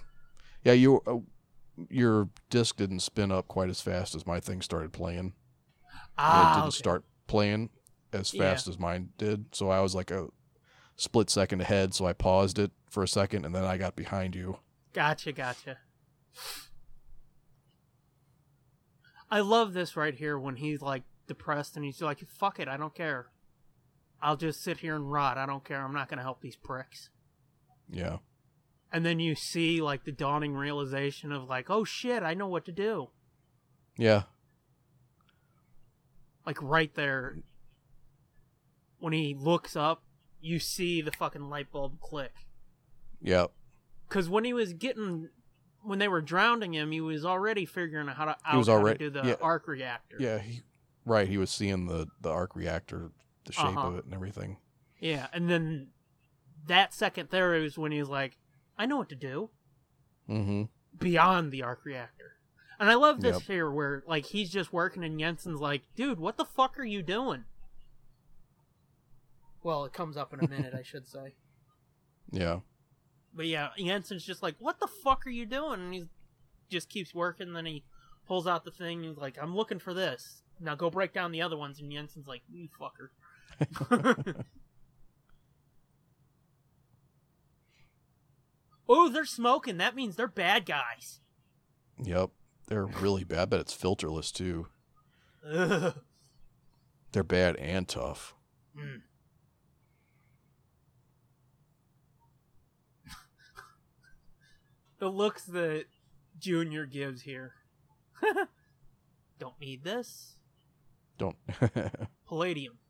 S3: Yeah, you uh, your disc didn't spin up quite as fast as my thing started playing. it didn't
S2: Ah, okay.
S3: start playing as
S2: Yeah.
S3: fast as mine did, so I was like a split second ahead. So I paused it for a second, and then I got behind you.
S2: Gotcha, gotcha. I love this right here when he's like depressed and he's like, fuck it, I don't care. I'll just sit here and rot. I don't care. I'm not going to help these pricks.
S3: Yeah,
S2: And then you see like the dawning realization of like, oh shit, I know what to do.
S3: yeah,
S2: Like right there. When he looks up, you see the fucking light bulb click.
S3: yeah.
S2: Because when he was getting. When they were drowning him, he was already figuring out how to, out
S3: was
S2: how to
S3: already-
S2: do the
S3: yeah.
S2: arc reactor.
S3: Yeah, he, right. He was seeing the the arc reactor, the shape
S2: Uh-huh.
S3: of it, and everything.
S2: Yeah, and then that second there is when he's like, I know what to do
S3: Mm-hmm.
S2: beyond the arc reactor. And I love this
S3: Yep.
S2: here where like he's just working and Jensen's like, dude, what the fuck are you doing? Well, it comes up in a minute, I should say.
S3: Yeah,
S2: But yeah, Jensen's just like, What the fuck are you doing? And he just keeps working, then he pulls out the thing and he's like, I'm looking for this. Now go break down the other ones and Jensen's like, You fucker. oh, they're smoking. That means they're bad guys.
S3: yep. They're really bad, but it's filterless too.
S2: Ugh.
S3: They're bad and tough.
S2: Mm. the looks that Junior gives here. Don't need this.
S3: Don't.
S2: Palladium.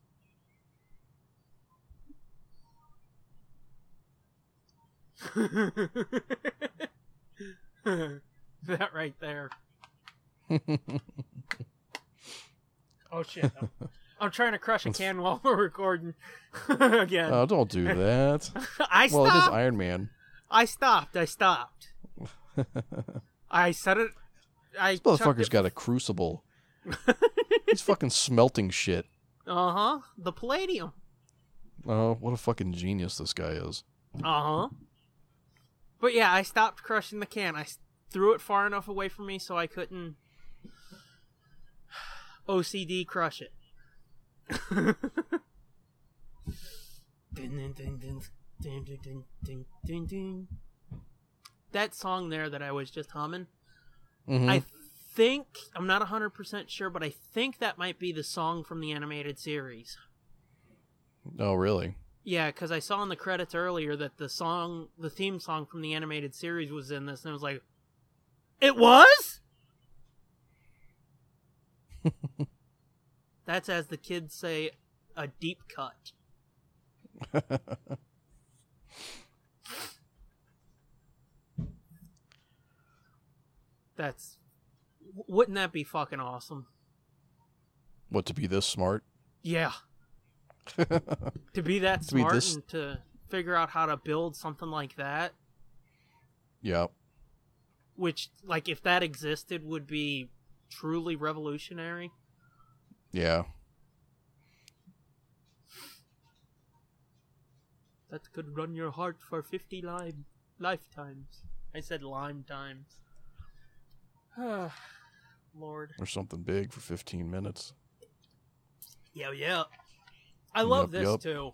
S2: that right there. Oh shit. I'm, I'm trying to crush a can while we're recording again.
S3: oh, don't do that.
S2: I
S3: well, it is
S2: stopped.
S3: Iron Man.
S2: I stopped. I stopped. I said it. I
S3: This motherfucker's got a crucible. He's fucking smelting shit.
S2: Uh huh. The palladium.
S3: Oh, what a fucking genius this guy is.
S2: Uh-huh. Uh huh. But yeah, I stopped crushing the can. I s- threw it far enough away from me so I couldn't OCD crush it. Dun, dun, dun, dun, dun, dun, dun, dun, dun, dun. That song there that I was just humming,
S3: Mhm.
S2: I think, I'm not 100% sure, but I think that might be the song from the animated series.
S3: oh, really?
S2: Yeah, because I saw in the credits earlier that the song, the theme song from the animated series was in this, and I was like, it was? That's as the kids say, a deep cut. That's. w- Wouldn't that be fucking awesome?
S3: What to be this smart?
S2: Yeah. to be that
S3: To be
S2: smart
S3: this-
S2: and to figure out how to build something like that,
S3: Yeah.
S2: which, like, if that existed, would be truly revolutionary.
S3: Yeah.
S2: That could run your heart for 50 lime lifetimes. I said lime times. Lord.
S3: Or something big for 15 minutes.
S2: Yeah, yeah. I love
S3: Yup,
S2: this
S3: yup.
S2: too.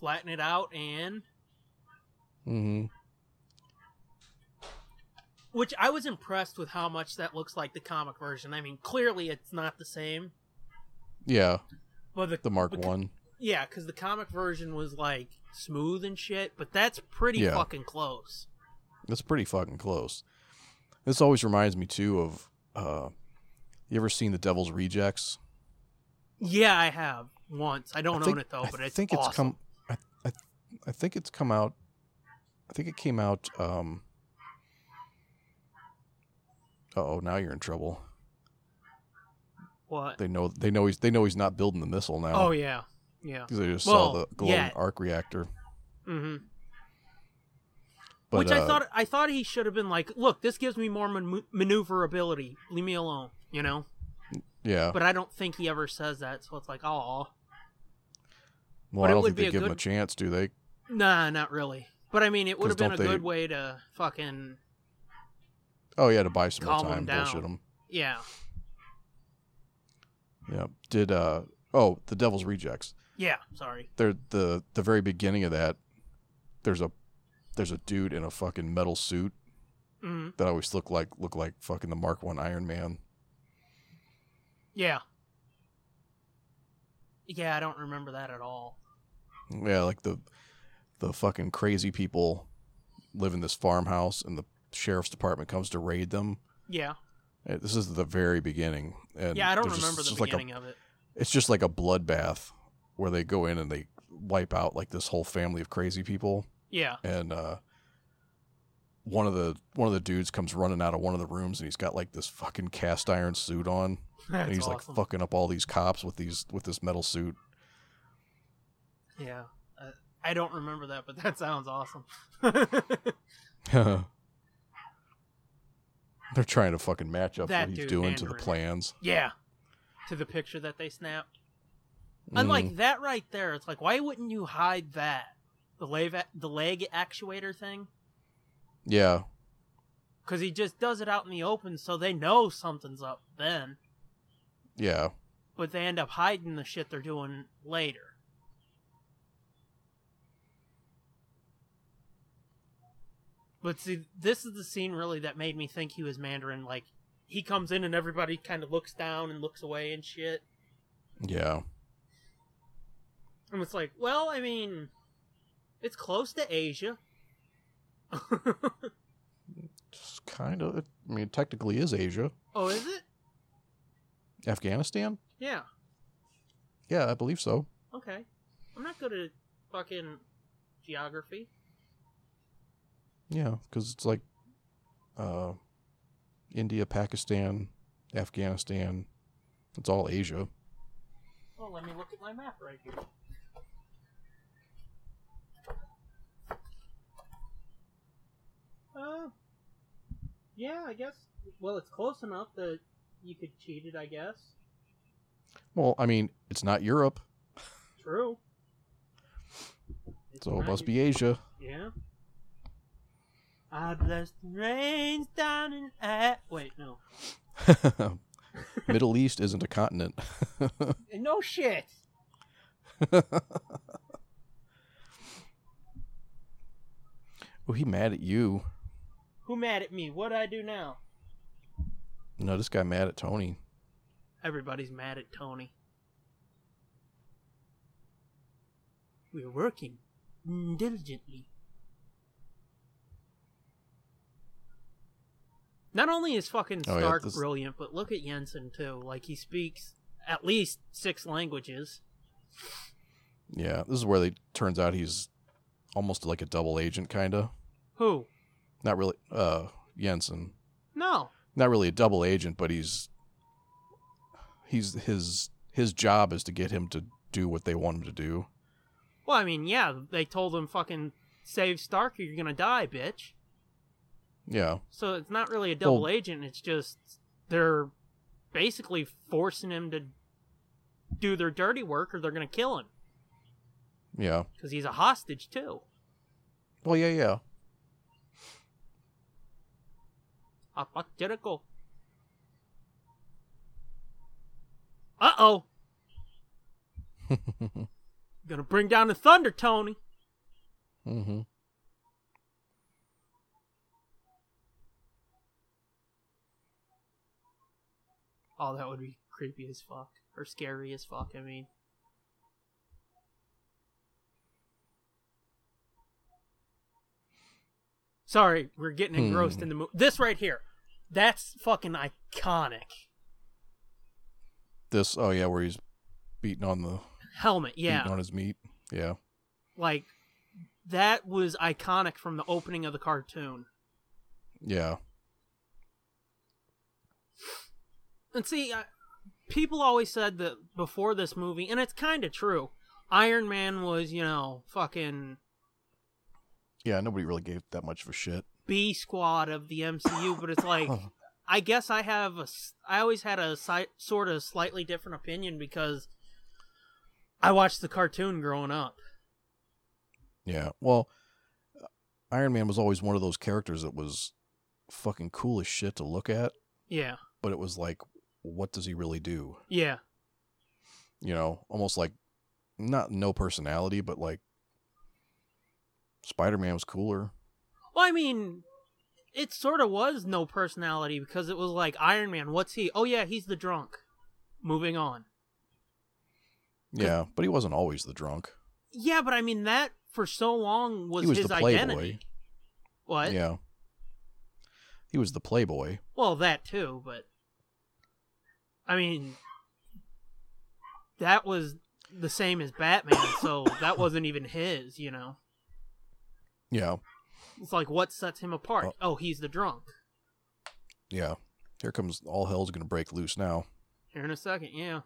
S2: Flatten it out and
S3: Mm-hmm.
S2: which I was impressed with how much that looks like the comic version. I mean, clearly it's not the same,
S3: Yeah.
S2: but the
S3: The Mark
S2: Bec-
S3: One.
S2: yeah, because the comic version was like smooth and shit, but that's pretty
S3: Yeah.
S2: fucking close.
S3: That's pretty fucking close. This always reminds me too of uh you ever seen The Devil's Rejects?
S2: Yeah, I have once. I don't
S3: I think-
S2: own it though,
S3: I
S2: but it's
S3: think
S2: awesome.
S3: it's come. I, I, I think it's come out. I think it came out. Um, oh, now you're in trouble.
S2: what?
S3: They know. They know he's. They know he's not building the missile now.
S2: Oh yeah, yeah.
S3: 'cause they just saw
S2: Well,
S3: the glowing
S2: yeah.
S3: arc reactor.
S2: hmm
S3: But,
S2: Which I
S3: uh,
S2: thought I thought he should have been like, look, this gives me more man- maneuverability. Leave me alone, you know.
S3: Yeah.
S2: But I don't think he ever says that, so it's like, oh,
S3: well,
S2: but
S3: I
S2: it
S3: don't
S2: would
S3: think
S2: be
S3: they
S2: a
S3: give him a
S2: good-
S3: chance, do they?
S2: nah, not really. But I mean, it would
S3: 'Cause
S2: have been a
S3: don't they-
S2: good way to fucking
S3: Oh, yeah, to buy some more
S2: Calm him
S3: time, bullshit
S2: down.
S3: him.
S2: yeah,
S3: Yeah. Did uh oh, The Devil's Rejects.
S2: yeah. Sorry.
S3: there the the very beginning of that there's a there's a dude in a fucking metal suit
S2: hmm
S3: that always look like look like fucking the Mark One Iron Man.
S2: Yeah. Yeah, I don't remember that at all.
S3: Yeah, like the the fucking crazy people live in this farmhouse, and the sheriff's department comes to raid them.
S2: Yeah,
S3: Uh, This is the very beginning. And
S2: yeah, I don't
S3: there's just-
S2: remember
S3: it's
S2: the
S3: just
S2: beginning
S3: Like
S2: of it.
S3: a, it's just like a bloodbath where they go in and they wipe out like this whole family of crazy people.
S2: Yeah,
S3: and uh one of the one of the dudes comes running out of one of the rooms and he's got like this fucking cast iron suit on
S2: that's
S3: and he's
S2: awesome.
S3: like fucking up all these cops with these with this metal suit
S2: Yeah, uh, I don't remember that, but that sounds awesome.
S3: they're trying to fucking match up
S2: That
S3: what he's
S2: dude,
S3: doing to the
S2: Mandarin.
S3: plans
S2: yeah, to the picture that they snapped.
S3: Mm,
S2: Unlike that right there, it's like why wouldn't you hide that the leg the leg actuator thing?
S3: yeah
S2: Because he just does it out in the open, so they know something's up then,
S3: yeah
S2: but they end up hiding the shit they're doing later. But see, this is the scene really that made me think he was Mandarin. Like, he comes in and everybody kind of looks down and looks away and shit.
S3: yeah
S2: And it's like, well, I mean, it's close to Asia.
S3: just kind of i mean it technically is asia
S2: oh, is it?
S3: afghanistan
S2: Yeah.
S3: yeah i believe so
S2: Okay. I'm not good at fucking geography.
S3: yeah because it's like uh india pakistan afghanistan it's all asia
S2: Well, Oh, let me look at my map right here. Uh, yeah, I guess. Well, it's close enough that you could cheat it, I guess.
S3: Well, I mean, it's not Europe,
S2: True.
S3: so it must be Asia.
S2: Yeah. I bless the rains down in at wait no
S3: Middle East isn't a continent.
S2: no shit.
S3: oh, he mad at you.
S2: Who mad at me? What I do now?
S3: No, this guy mad at Tony.
S2: Everybody's mad at Tony. We're working diligently. Not only is fucking
S3: Oh, yeah,
S2: Stark
S3: this-
S2: brilliant, but look at Jensen too. Like he speaks at least six languages.
S3: Yeah, this is where they turns out he's almost like a double agent kinda.
S2: Who?
S3: Not really uh Jensen.
S2: No.
S3: Not really a double agent, but he's he's his his job is to get him to do what they want him to do.
S2: Well, I mean, yeah, they told him fucking save Stark or you're gonna die, bitch.
S3: Yeah.
S2: So it's not really a double
S3: Well-
S2: agent. It's just they're basically forcing him to do their dirty work, or they're gonna kill him
S3: Yeah.
S2: because he's a hostage too.
S3: Well yeah, yeah.
S2: Hypothetical. Uh oh, gonna bring down the thunder, Tony.
S3: mm-hmm.
S2: Oh, that would be creepy as fuck, or scary as fuck. I mean, sorry, we're getting
S3: Hmm.
S2: engrossed in the movie. This right here, that's fucking iconic.
S3: This oh yeah, where he's beating on the
S2: Helmet, yeah,
S3: beating on his meat. Yeah.
S2: like that was iconic from the opening of the cartoon.
S3: Yeah.
S2: And see, I, people always said that before this movie, and it's kind of true. Iron Man was, you know, fucking
S3: Yeah, nobody really gave that much of a shit.
S2: B squad of the MCU, but it's like I guess I have a s- I always had a si- sort of slightly different opinion because I watched the cartoon growing up.
S3: Yeah. Well, uh, Iron Man was always one of those characters that was fucking cool as shit to look at,
S2: Yeah,
S3: but it was like, what does he really do?
S2: yeah,
S3: You know, almost like not no personality, but like Spider Man was cooler.
S2: Well, I mean, it sort of was no personality because it was like Iron Man. What's he? Oh yeah, he's the drunk. Moving on.
S3: Yeah, but he wasn't always the drunk.
S2: Yeah, but I mean that for so long was,
S3: He was
S2: his
S3: the playboy.
S2: identity. What?
S3: Yeah. He was the playboy.
S2: Well, that too, but I mean that was the same as Batman, so that wasn't even his, you know.
S3: Yeah.
S2: It's like what sets him apart?
S3: Well-
S2: oh, he's the drunk.
S3: Yeah. Here comes all hell's gonna break loose now.
S2: Here in a second, yeah.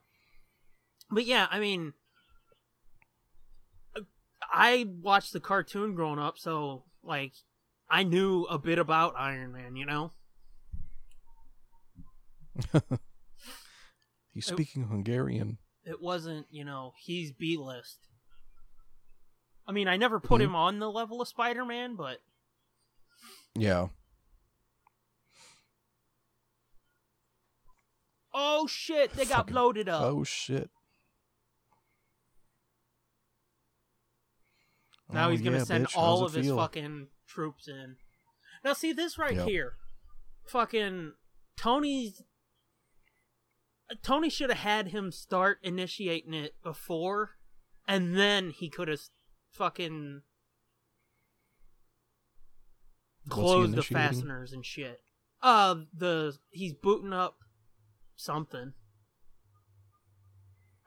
S2: But yeah, I mean, I watched the cartoon growing up, so like I knew a bit about Iron Man, you know.
S3: He's
S2: Oh.
S3: speaking Hungarian.
S2: It wasn't, you know, he's B list. I mean, I never put
S3: Mhm.
S2: him on the level of Spider Man, but
S3: Yeah.
S2: oh shit, they got
S3: Fucking-
S2: bloated up.
S3: Oh shit.
S2: Now
S3: Oh,
S2: he's gonna
S3: yeah,
S2: send
S3: bitch,
S2: all
S3: how's
S2: of
S3: it
S2: his
S3: feel?
S2: fucking troops in. Now see this right
S3: Yep.
S2: here, fucking Tony's. Tony should have had him start initiating it before, and then he could have fucking
S3: What's he
S2: closed the
S3: initiating?
S2: fasteners and shit. Uh, the he's booting up something.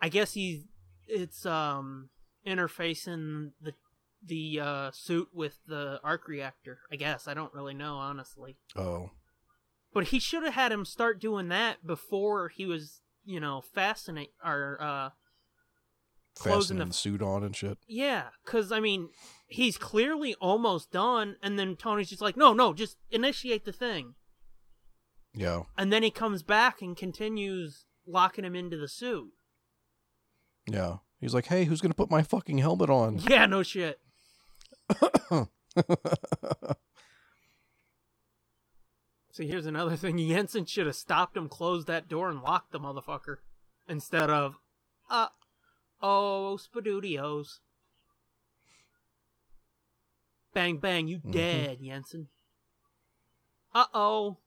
S2: I guess he's it's um interfacing the the uh, suit with the arc reactor. I guess I don't really know honestly,
S3: Oh,
S2: but he should have had him start doing that before he was, you know, fascinate or uh, Closing
S3: fastening
S2: the-
S3: the suit on and shit.
S2: yeah, because I mean, he's clearly almost done, and then Tony's just like, no, no, just initiate the thing,
S3: Yeah,
S2: and then he comes back and continues locking him into the suit.
S3: yeah. He's like, "Hey, who's gonna put my fucking helmet on?"
S2: Yeah, no shit. See, here's another thing. Jensen should have stopped him, closed that door, and locked the motherfucker. Instead of, uh, oh, Spadudios. Bang, bang, you
S3: Mhm.
S2: dead, Jensen. Uh oh.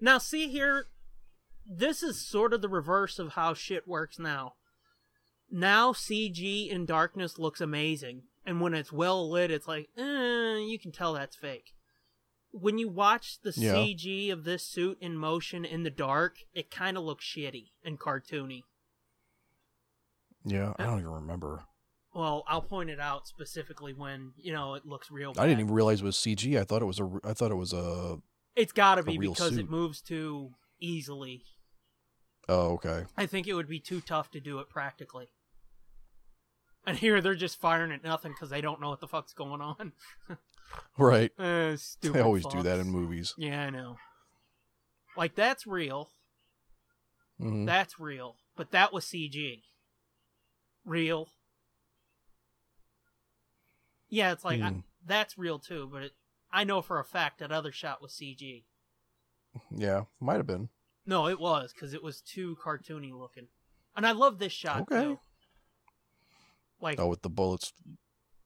S2: Now, see here, this is sort of the reverse of how shit works now. Now, CG in darkness looks amazing. And when it's well lit, it's like, eh, you can tell that's fake. When you watch the
S3: Yeah.
S2: CG of this suit in motion in the dark, it kind of looks shitty and cartoony.
S3: Yeah, I don't even remember.
S2: Well, I'll point it out specifically when, you know, it looks real.
S3: I didn't
S2: bad.
S3: even realize it was CG. I thought it was a. r- I thought it was a.
S2: It's got to
S3: a
S2: be
S3: real
S2: because it
S3: suit.
S2: moves too easily.
S3: Oh, okay.
S2: I think it would be too tough to do it practically. And here they're just firing at nothing because they don't know what the fuck's going on.
S3: Right.
S2: Uh, stupid.
S3: They always do
S2: fucks.
S3: that in movies.
S2: Yeah, I know. Like that's real.
S3: Mhm.
S2: That's real. But that was CG. Real. Yeah, it's like I,
S3: Hmm.
S2: that's real too. But it, I know for a fact that other shot was CG.
S3: Yeah, might have been.
S2: No, it was because it was too cartoony looking. And I love this shot
S3: Okay.
S2: too. Like
S3: Oh, with the bullets.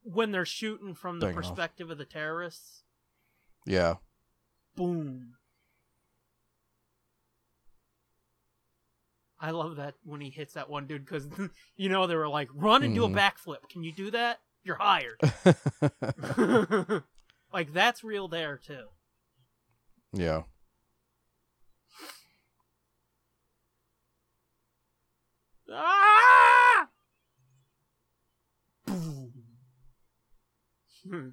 S2: when they're shooting from the
S3: Dang enough.
S2: perspective of the terrorists.
S3: Yeah.
S2: Boom. I love that when he hits that one dude because you know they were like, "Run and do a
S3: Mhm.
S2: backflip." Can you do that? You're hired. like that's real there too.
S3: yeah.
S2: Ah! Boom. Hmm.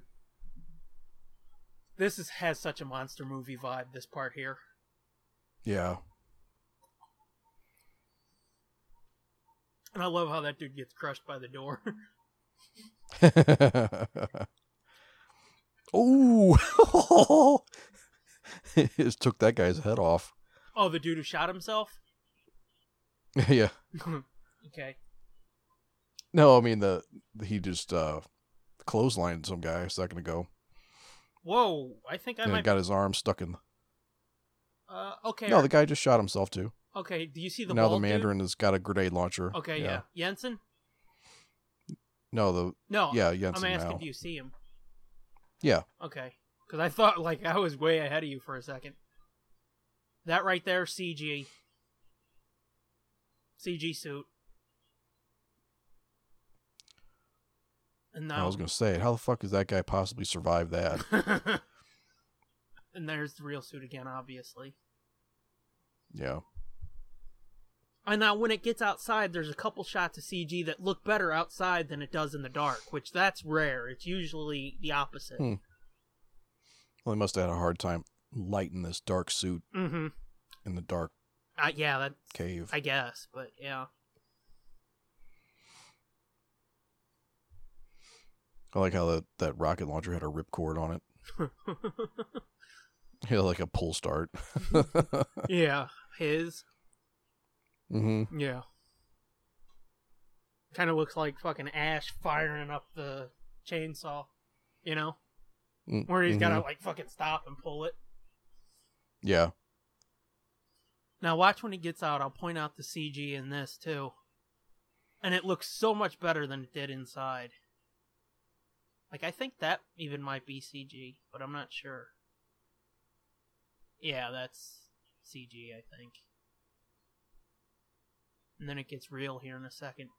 S2: This is, has such a monster movie vibe. This part here.
S3: Yeah.
S2: And I love how that dude gets crushed by the door.
S3: oh. it just took that guy's head off.
S2: oh, the dude who shot himself?
S3: yeah.
S2: okay.
S3: No, I mean the he just uh clotheslined some guy a second ago
S2: Whoa, I think I
S3: and
S2: might.
S3: got his arm stuck in.
S2: uh, okay. uh,
S3: No, the guy just shot himself too.
S2: okay, do you see the
S3: now the
S2: bald dude?
S3: Mandarin has got a grenade launcher.
S2: Okay, yeah. Jensen?
S3: No, the
S2: No.
S3: yeah, Jensen
S2: Oh, I'm asking,
S3: now.
S2: do you see him?
S3: Yeah.
S2: Okay. Because I thought, like, I was way ahead of you for a second. That right there, CG. CG suit. And now.
S3: I was gonna say, how the fuck does that guy possibly survive that?
S2: and there's the real suit again, obviously.
S3: Yeah.
S2: And now when it gets outside, there's a couple shots of CG that look better outside than it does in the dark, which that's rare. It's usually the opposite.
S3: Hmm. Well, they must have had a hard time lighting this dark suit
S2: Mm-hmm.
S3: in the dark
S2: Uh, yeah, that
S3: cave.
S2: I guess, but yeah.
S3: I like how that, that rocket launcher had a ripcord on it. Yeah, like a pull start. mm-hmm.
S2: yeah, his. Yeah. Kind of looks like fucking Ash firing up the chainsaw, you know,
S3: Mm-hmm.
S2: where he's got to like fucking stop and pull it.
S3: Mm-hmm. Yeah.
S2: Now watch when he gets out. I'll point out the CG in this too, and it looks so much better than it did inside. Like I think that even might be CG, but I'm not sure. Yeah, that's CG, I think. And then it gets real here in a second,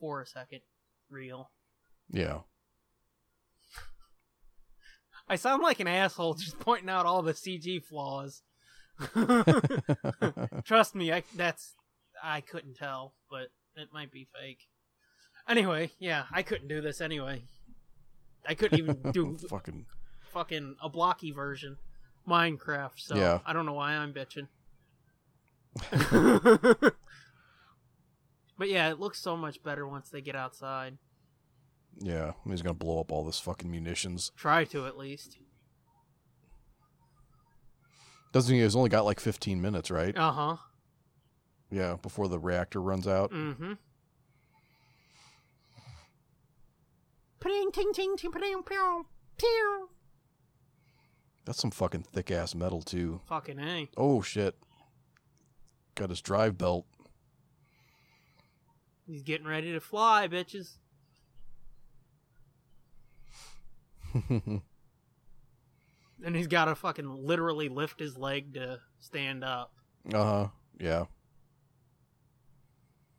S2: for a second, real.
S3: Yeah.
S2: I sound like an asshole just pointing out all the CG flaws. Trust me, I that's I couldn't tell, but it might be fake. Anyway, yeah, I couldn't do this anyway. I couldn't even do
S3: fucking
S2: fucking a blocky version Minecraft, so
S3: Yeah.
S2: I don't know why I'm bitching. but yeah, it looks so much better once they get outside.
S3: yeah. He's gonna blow up all this fucking munitions.
S2: Try to at least.
S3: Doesn't he? He's only got like 15 minutes, right?
S2: Uh huh.
S3: Yeah, before the reactor runs out.
S2: Mm-hmm. Ping ting ting ting ping pew pew.
S3: That's some fucking thick ass metal too.
S2: Fucking A.
S3: Oh shit. Got his drive belt.
S2: He's getting ready to fly, bitches. And he's got to fucking literally lift his leg to stand up.
S3: Uh huh. Yeah.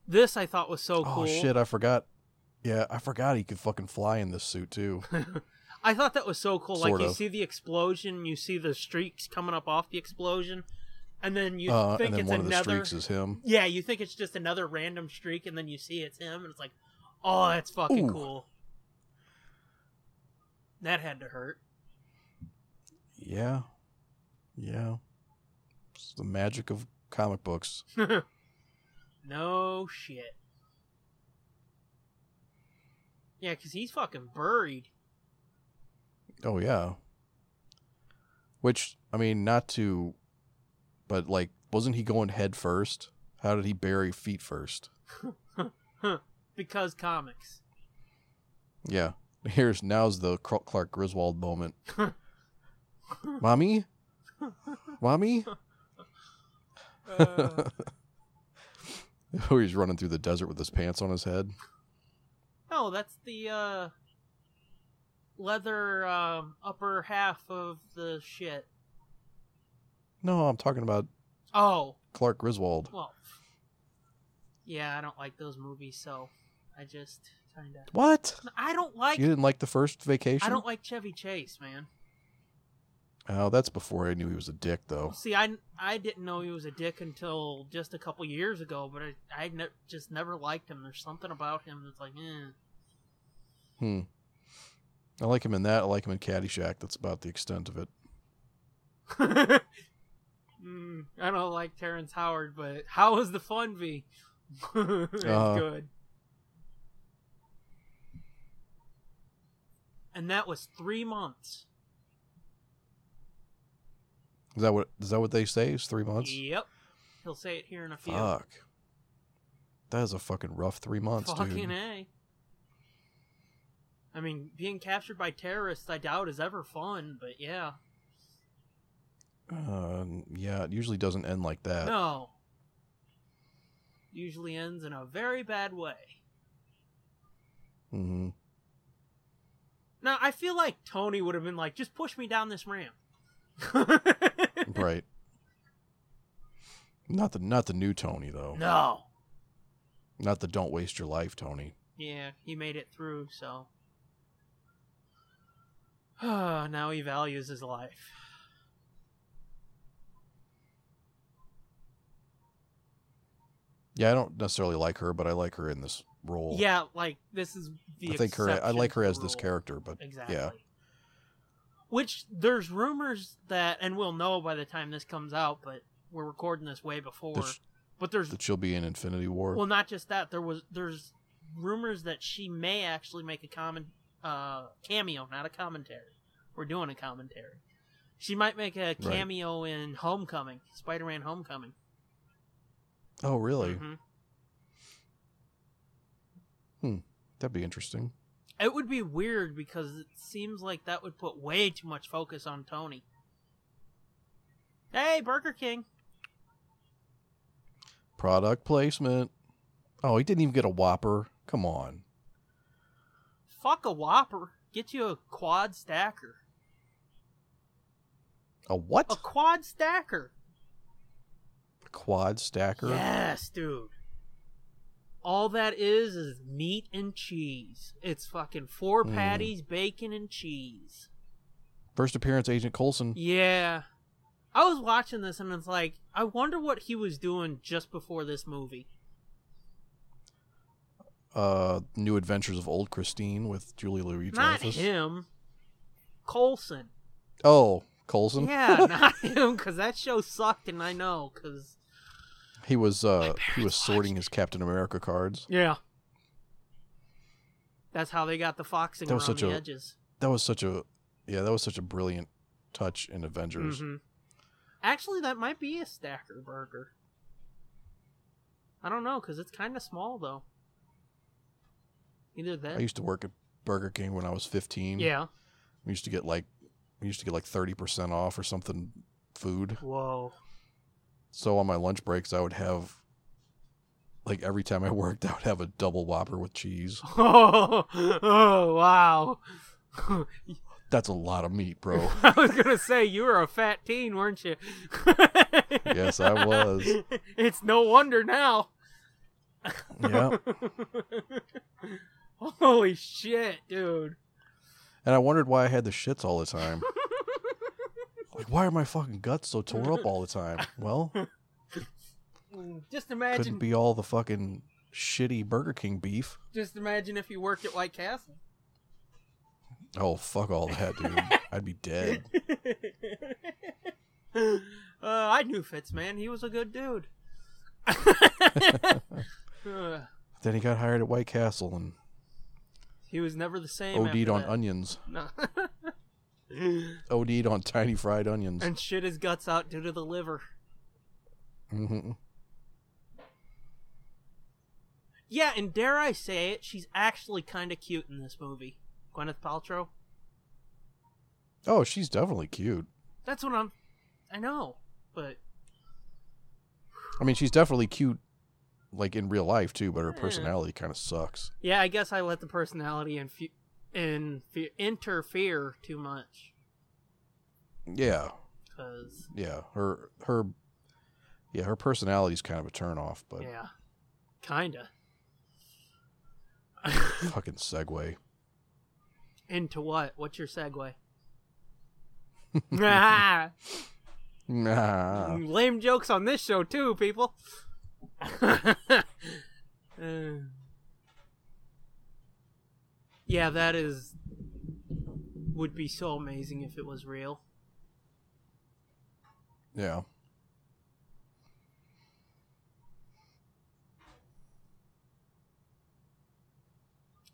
S2: This I thought was so
S3: oh
S2: cool.
S3: shit, I forgot. Yeah, I forgot he could fucking fly in this suit too.
S2: I thought that was so cool.
S3: Sort
S2: like you
S3: of.
S2: see the explosion, you see the streaks coming up off the explosion, and then you
S3: Uh,
S2: think
S3: and then
S2: it's
S3: one of the
S2: another.
S3: streaks is him.
S2: Yeah, you think it's just another random streak, and then you see it's him, and it's like, oh, that's fucking
S3: Ooh.
S2: cool. That had to hurt.
S3: Yeah. Yeah. It's the magic of comic books.
S2: no shit. Yeah, because he's fucking buried.
S3: Oh yeah. Which I mean, not to, but like, wasn't he going head first? How did he bury feet first?
S2: Because comics.
S3: Yeah. Here's now's the Cro- Clark Griswold moment. Mommy, mommy.
S2: Uh,
S3: Oh, he's running through the desert with his pants on his head.
S2: no, Oh, that's the uh, leather um, upper half of the shit.
S3: No, I'm talking about
S2: Oh,
S3: Clark Griswold.
S2: well. Yeah, I don't like those movies, so I just kind of.
S3: What?
S2: I don't like.
S3: You didn't like the first vacation?
S2: I don't like Chevy Chase, man.
S3: Oh, that's before I knew he was a dick, though.
S2: See, I, I didn't know he was a dick until just a couple years ago, but I, I ne- just never liked him. There's something about him that's like, eh.
S3: Hmm. I like him in that. I like him in Caddyshack. That's about the extent of it.
S2: mm, eh. I don't like Terrence Howard, but how was the fun be? it's
S3: Uh.
S2: good. And that was three months.
S3: Is that what? Is that what they say? Is three months?
S2: Yep. He'll say it here in a few.
S3: Fuck. That is a fucking rough three months,
S2: Fucking
S3: dude.
S2: A. I mean, being captured by terrorists, I doubt is ever fun, but yeah.
S3: Uh, yeah, it usually doesn't end like that.
S2: No. Usually ends in a very bad way.
S3: Mm-hmm.
S2: Now, I feel like Tony would have been like, just push me down this ramp.
S3: Right. Not the not the new Tony though.
S2: no.
S3: Not the don't waste your life Tony.
S2: Yeah, he made it through, so. now he values his life.
S3: Yeah, I don't necessarily like her, but I like her in this role.
S2: Yeah, like, this is the
S3: I think her. I like her as this
S2: character.
S3: character, but
S2: Exactly.
S3: yeah,
S2: Which there's rumors that, and we'll know by the time this comes out, but we're recording this way before.
S3: that, sh-
S2: but there's
S3: that she'll be in Infinity War.
S2: well, not just that. There was there's rumors that she may actually make a common uh, cameo, not a commentary. We're doing a commentary. She might make a cameo in Homecoming, Spider-Man: Homecoming.
S3: oh, really?
S2: Mhm.
S3: That'd be interesting.
S2: It would be weird because it seems like that would put way too much focus on Tony. Hey, Burger King.
S3: Product placement. Oh, he didn't even get a Whopper. Come on.
S2: Fuck a Whopper. Get you a quad stacker.
S3: A what?
S2: A quad stacker.
S3: Quad stacker.
S2: Yes, dude. All that is is meat and cheese. It's fucking four
S3: Mm.
S2: patties, bacon, and cheese.
S3: First appearance, Agent Coulson.
S2: Yeah. I was watching this and it's like, I wonder what he was doing just before this movie.
S3: Uh, New Adventures of Old Christine with Julie Louis
S2: Not
S3: Dreyfus.
S2: him. Colson.
S3: Oh, Coulson.
S2: Yeah, not him, because that show sucked and I know, because.
S3: He was uh he was
S2: parents
S3: sorting his Captain America cards.
S2: Yeah. That's how they got the foxing
S3: That
S2: around
S3: was such
S2: the
S3: a-
S2: edges.
S3: That was such a yeah, that was such a brilliant touch in Avengers.
S2: Mhm. Actually, that might be a stacker burger. I don't know because it's kind of small though. Either
S3: I
S2: that.
S3: used to work at Burger King when I was 15.
S2: Yeah.
S3: We used to get like we used to get like 30% off or something food.
S2: Whoa.
S3: So on my lunch breaks, I would have, like every time I worked, I would have a double whopper with cheese.
S2: Oh, wow.
S3: That's a lot of meat, bro.
S2: I was gonna say you were a fat teen, weren't you?
S3: Yes, I was.
S2: It's no wonder now.
S3: yeah.
S2: Holy shit, dude.
S3: And I wondered why I had the shits all the time. Like, why are my fucking guts so tore up all the time? Well,
S2: Just
S3: couldn't
S2: imagine
S3: be all the fucking shitty Burger King beef.
S2: just imagine if you worked at White Castle.
S3: Oh, fuck all that, dude. I'd be dead.
S2: uh, I knew Fitz, man. He was a good dude. Uh,
S3: Then he got hired at White Castle and
S2: he was never the same.
S3: OD'd
S2: after
S3: on
S2: that.
S3: onions.
S2: No.
S3: OD'd on tiny fried onions.
S2: and shit his guts out due to the liver.
S3: hmm
S2: Yeah, and dare I say it, she's actually kind of cute in this movie. Gwyneth Paltrow.
S3: Oh, she's definitely cute.
S2: That's what I'm. I know, but
S3: I mean, she's definitely cute, like in real life too. But her
S2: Yeah.
S3: personality kind of sucks.
S2: yeah, I guess I let the personality infu- infu- interfere too much
S3: Yeah,
S2: because
S3: yeah. Her her yeah her personality's kind of a turnoff. But
S2: yeah, kinda
S3: fucking segue.
S2: into what? What's your segue? ah, Mm-hmm.
S3: Nah.
S2: lame jokes on this show too, people. Uh, yeah, that is would be so amazing if it was real.
S3: Yeah.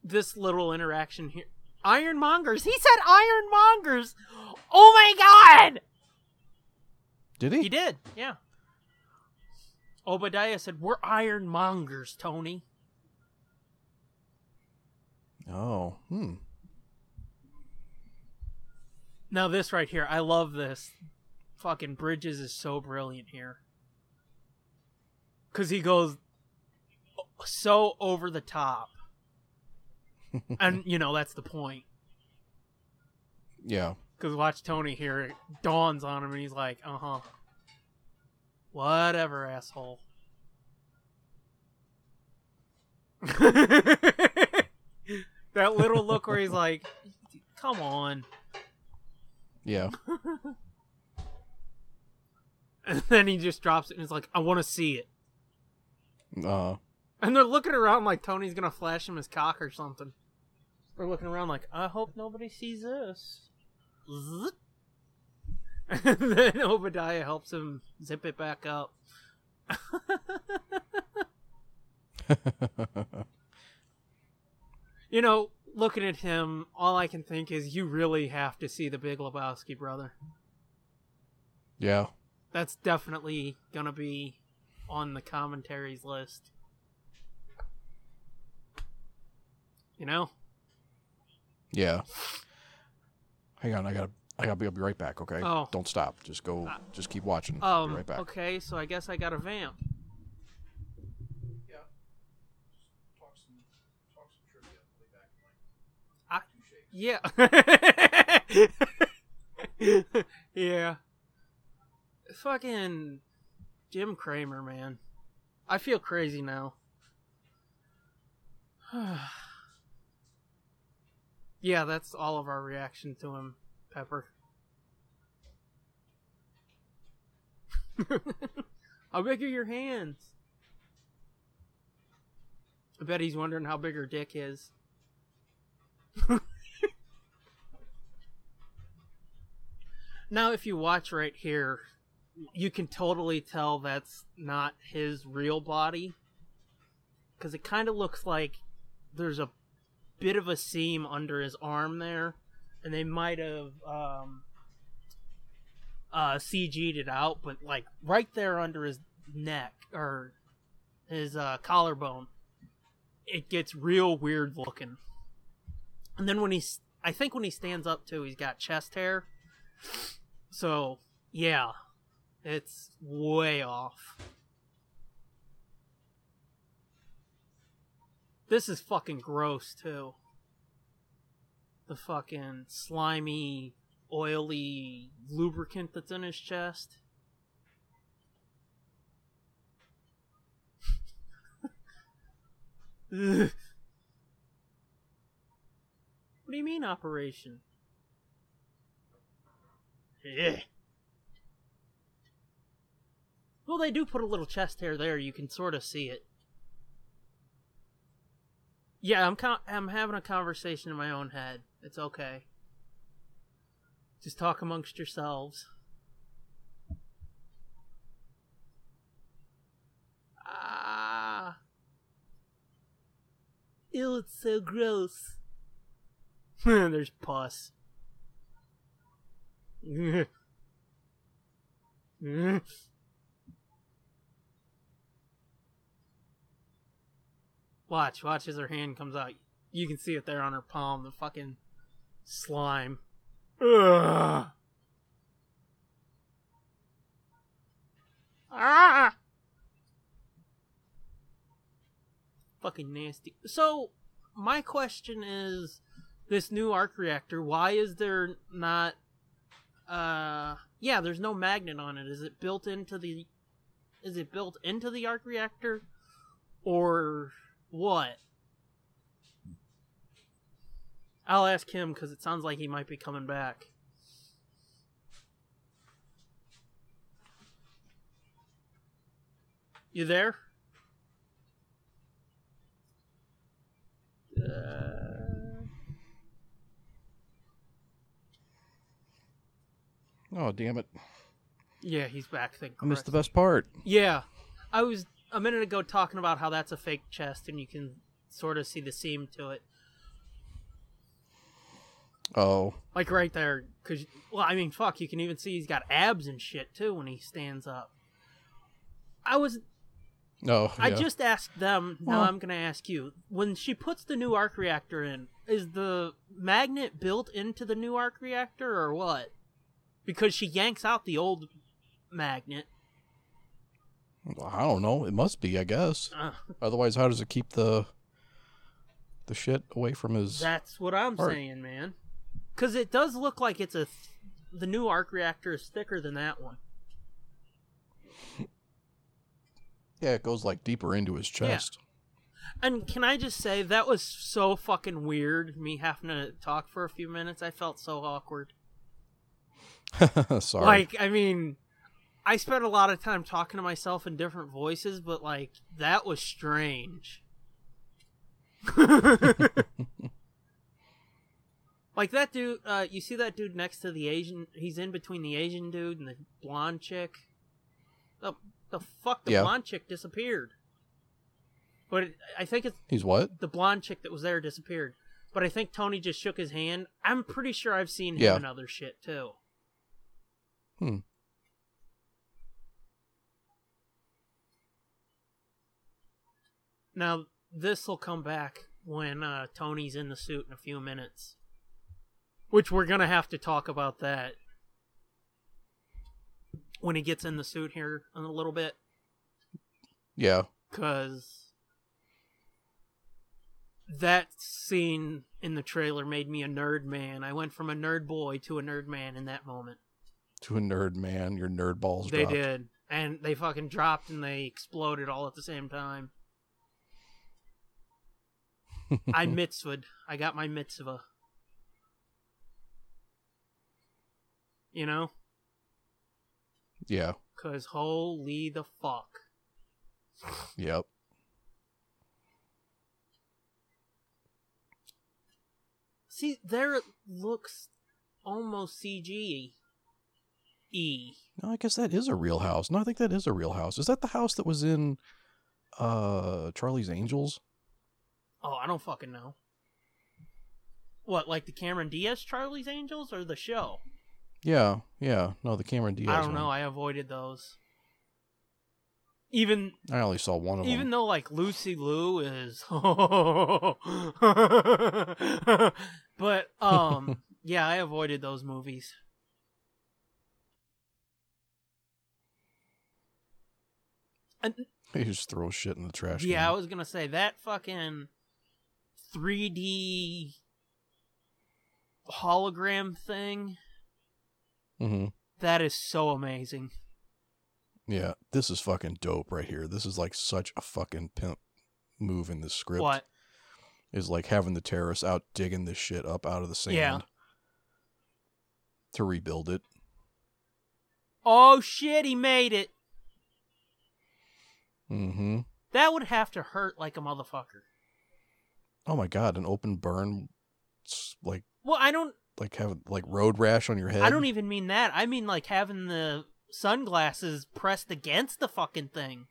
S2: This little interaction here. Ironmongers. He said ironmongers. Oh my god.
S3: Did
S2: He did. Yeah. Obadiah said, "We're ironmongers, Tony."
S3: Oh. Hmm.
S2: Now this right here, I love this. Fucking Bridges is so brilliant here. Cause he goes so over the top. and you know, that's the point.
S3: Yeah.
S2: Cause watch Tony here, it dawns on him and he's like, uh huh. Whatever, asshole. that little look where he's like, come on.
S3: Yeah.
S2: And then he just drops it and he's like, I want to see it.
S3: Uh.
S2: And they're looking around like Tony's gonna flash him his cock or something. They're looking around like, I hope nobody sees this. Zip. And then Obadiah helps him zip it back up. You know, looking at him, all I can think is, you really have to see the Big Lebowski, brother.
S3: yeah.
S2: That's definitely gonna be on the commentaries list. You know?
S3: Yeah. Hang on. I gotta. I gotta be. I'll be right back. Okay.
S2: Oh. Ah.
S3: Don't stop. Just go. Just keep watching. I'll
S2: Um,
S3: be right back.
S2: okay, so I guess I got a vamp. I- Yeah. yeah. Fucking Jim Kramer, man. I feel crazy now. yeah, that's all of our reaction to him, Pepper. how big are your hands? I bet he's wondering how big her dick is. now, if you watch right here, you can totally tell that's not his real body. Because it kind of looks like there's a bit of a seam under his arm there. And they might have um, uh, CG'd it out, but like right there under his neck or his uh, collarbone, it gets real weird looking. And then when he's, I think when he stands up too, he's got chest hair, So, yeah, it's way off. This is fucking gross, too. The fucking slimy, oily lubricant that's in his chest. Ugh. What do you mean, operation? Yeah. Well, they do put a little chest hair there. You can sort of see it. Yeah, I'm con- I'm having a conversation in my own head. It's okay. Just talk amongst yourselves. Ah. Ew, it's so gross. There's pus. Watch, watch as her hand comes out. You can see it there on her palm, the fucking slime. Ugh. Ah! Fucking nasty. So, my question is this new arc reactor, why is there not uh yeah, there's no magnet on it. Is it built into the is it built into the arc reactor or what? I'll ask him cuz it sounds like he might be coming back. You there? Uh...
S3: Oh, damn it.
S2: Yeah, he's back. Thank
S3: I missed the
S2: Christ.
S3: best part.
S2: Yeah, I was a minute ago talking about how that's a fake chest, and you can sort of see the seam to it,
S3: Oh,
S2: like right there. Cause well, I mean, fuck, you can even see he's got abs and shit too when he stands up. I was
S3: no.
S2: I
S3: Oh, yeah.
S2: just asked them. Now
S3: Well-
S2: I'm going to ask you. When she puts the new arc reactor in, is the magnet built into the new arc reactor or what? Because she yanks out the old magnet.
S3: I don't know. It must be, I guess.
S2: Uh,
S3: Otherwise, how does it keep the the shit away from his?
S2: That's what I'm
S3: Arc.
S2: saying, man. Because it does look like it's a th- the new arc reactor is thicker than that one.
S3: Yeah, it goes like deeper into his chest.
S2: And can I just say that was so fucking weird? Me having to talk for a few minutes, I felt so awkward.
S3: Sorry.
S2: Like, I mean, I spent a lot of time talking to myself in different voices, but like that was strange. like that dude, uh, you see that dude next to the Asian? He's in between the Asian dude and the blonde chick. The the fuck the
S3: Yeah.
S2: blonde chick disappeared. But it, I think it's
S3: He's what?
S2: the blonde chick that was there disappeared. But I think Tony just shook his hand. I'm pretty sure I've seen him
S3: Yeah.
S2: in other shit too.
S3: Hmm.
S2: Now this will come back when uh, Tony's in the suit in a few minutes, which we're gonna have to talk about that when he gets in the suit here in a little bit
S3: Yeah.
S2: because that scene in the trailer made me a nerd man. I went from a nerd boy to a nerd man in that moment.
S3: To a nerd man, your nerd balls.
S2: they
S3: dropped.
S2: did, and they fucking dropped and they exploded all at the same time. I mitzvahed. I got my mitzvah. You know,
S3: Yeah.
S2: cause holy the fuck.
S3: Yep.
S2: See, there it looks almost CG. E.
S3: No, I guess that is a real house. No, I think that is a real house. Is that the house that was in uh Charlie's Angels?
S2: Oh, I don't fucking know. What, like the Cameron Diaz Charlie's Angels or the show?
S3: Yeah. Yeah. No, the Cameron Diaz.
S2: I don't
S3: one.
S2: know. I avoided those. Even
S3: I only saw one of them.
S2: even though like Lucy Lou is, but um, yeah, I avoided those movies.
S3: He just throws shit in the trash.
S2: Yeah, I
S3: can.
S2: was gonna say that fucking 3D hologram thing.
S3: Mhm.
S2: That is so amazing.
S3: Yeah, this is fucking dope right here. This is like such a fucking pimp move in this script.
S2: What?
S3: is like having the terrorists out digging this shit up out of the sand
S2: Yeah.
S3: to rebuild it.
S2: Oh shit, he made it.
S3: Mm-hmm.
S2: That would have to hurt like a motherfucker.
S3: Oh my god, an open burn, s- like
S2: Well, I don't.
S3: like having like road rash on your head.
S2: I don't e- even mean that. I mean like having the sunglasses pressed against the fucking thing.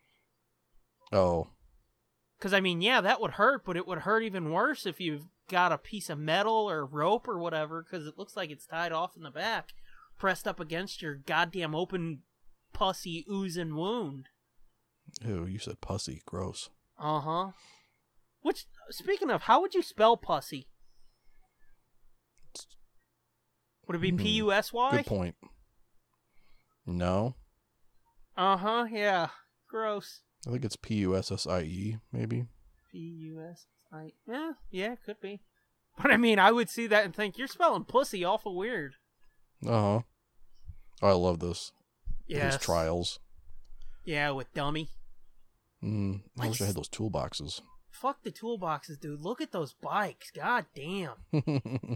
S3: Oh,
S2: Because I mean, yeah, that would hurt, but it would hurt even worse if you've got a piece of metal or rope or whatever, because it looks like it's tied off in the back, pressed up against your goddamn open, pussy oozing wound.
S3: ew! You said pussy. Gross.
S2: Uh
S3: Uh-huh.
S2: huh. Which, speaking of, how would you spell pussy? Would it be
S3: Hmm,
S2: P U S Y?
S3: Good point. No,
S2: Uh huh. Yeah. Gross.
S3: I think it's P U S S I E. Maybe.
S2: P U S I. Yeah. Yeah. Could be. But I mean, I would see that and think you're spelling pussy awful weird.
S3: Uh huh. I love this.
S2: Yes.
S3: Those trials.
S2: Yeah, with dummy.
S3: Mm, I wish I
S2: Nice.
S3: had those toolboxes.
S2: Fuck the toolboxes, dude. Look at those bikes. God damn.
S3: mm-hmm.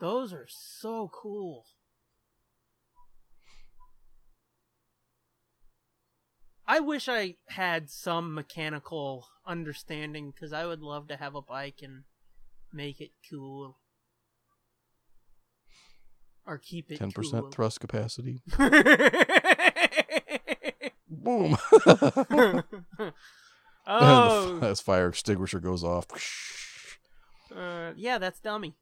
S2: Those are so cool. I wish I had some mechanical understanding because I would love to have a bike and make it cool. Or keep it
S3: Ten
S2: cool.
S3: percent thrust capacity. Boom.
S2: oh,
S3: as fire extinguisher goes off.
S2: Uh, yeah, that's dummy.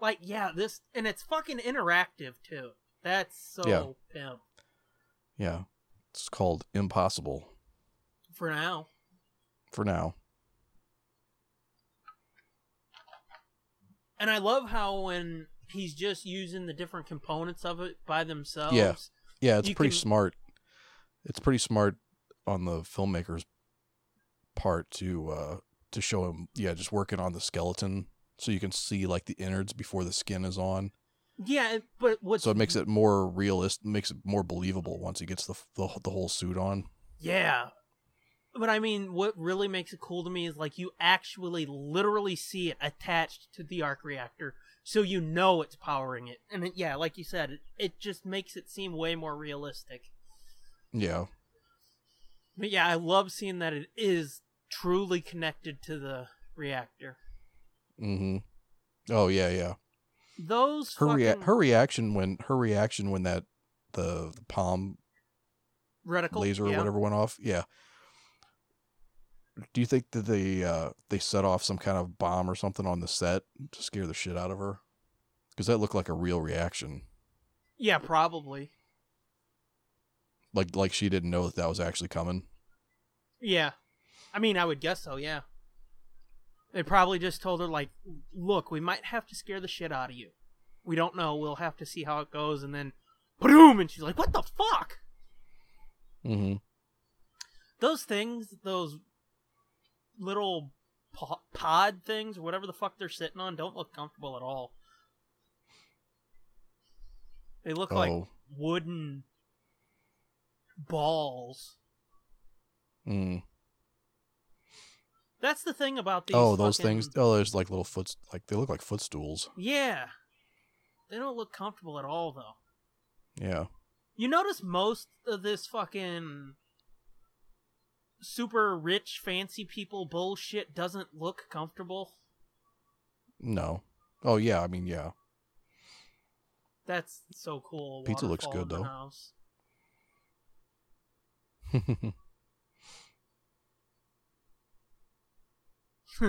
S2: Like, yeah, this and it's fucking interactive too. That's so
S3: Yeah.
S2: pimp
S3: Yeah. It's called Impossible
S2: for now.
S3: for now.
S2: And I love how when he's just using the different components of it by themselves.
S3: Yeah, it's
S2: You
S3: pretty
S2: can-
S3: smart. It's pretty smart on the filmmaker's part to uh to show him yeah, just working on the skeleton so you can see like the innards before the skin is on.
S2: Yeah, but what's
S3: So it makes it more realist, makes it more believable once he gets the the, the whole suit on.
S2: Yeah. But I mean, what really makes it cool to me is like you actually literally see it attached to the arc reactor, so you know it's powering it. And it, yeah, like you said, it, it just makes it seem way more realistic.
S3: Yeah.
S2: But yeah, I love seeing that it is truly connected to the reactor.
S3: Mhm. Oh yeah, yeah.
S2: Those
S3: Her rea-
S2: fucking
S3: her reaction when her reaction when that the, the palm
S2: reticle,
S3: laser
S2: yeah.
S3: or whatever went off. Yeah. Do you think that they uh, they set off some kind of bomb or something on the set to scare the shit out of her? Because that looked like a real reaction.
S2: Yeah, probably.
S3: Like like she didn't know that that was actually coming.
S2: Yeah. I mean, I would guess so, yeah. They probably just told her, like, look, we might have to scare the shit out of you. We don't know. We'll have to see how it goes. And then, boom! And she's like, what the fuck?
S3: Mm-hmm.
S2: Those things, those little po- pod things, whatever the fuck they're sitting on, don't look comfortable at all. They look
S3: Oh,
S2: like wooden balls.
S3: mm.
S2: That's the thing about these.
S3: oh, those
S2: fucking-
S3: things. Oh, there's like little foot. Like they look like footstools.
S2: Yeah. They don't look comfortable at all, though.
S3: Yeah.
S2: You notice most of this fucking super rich, fancy people bullshit doesn't look comfortable?
S3: No. Oh yeah. I mean yeah.
S2: That's so cool. a
S3: Pizza looks
S2: waterfall
S3: good,
S2: in the
S3: though.
S2: house. you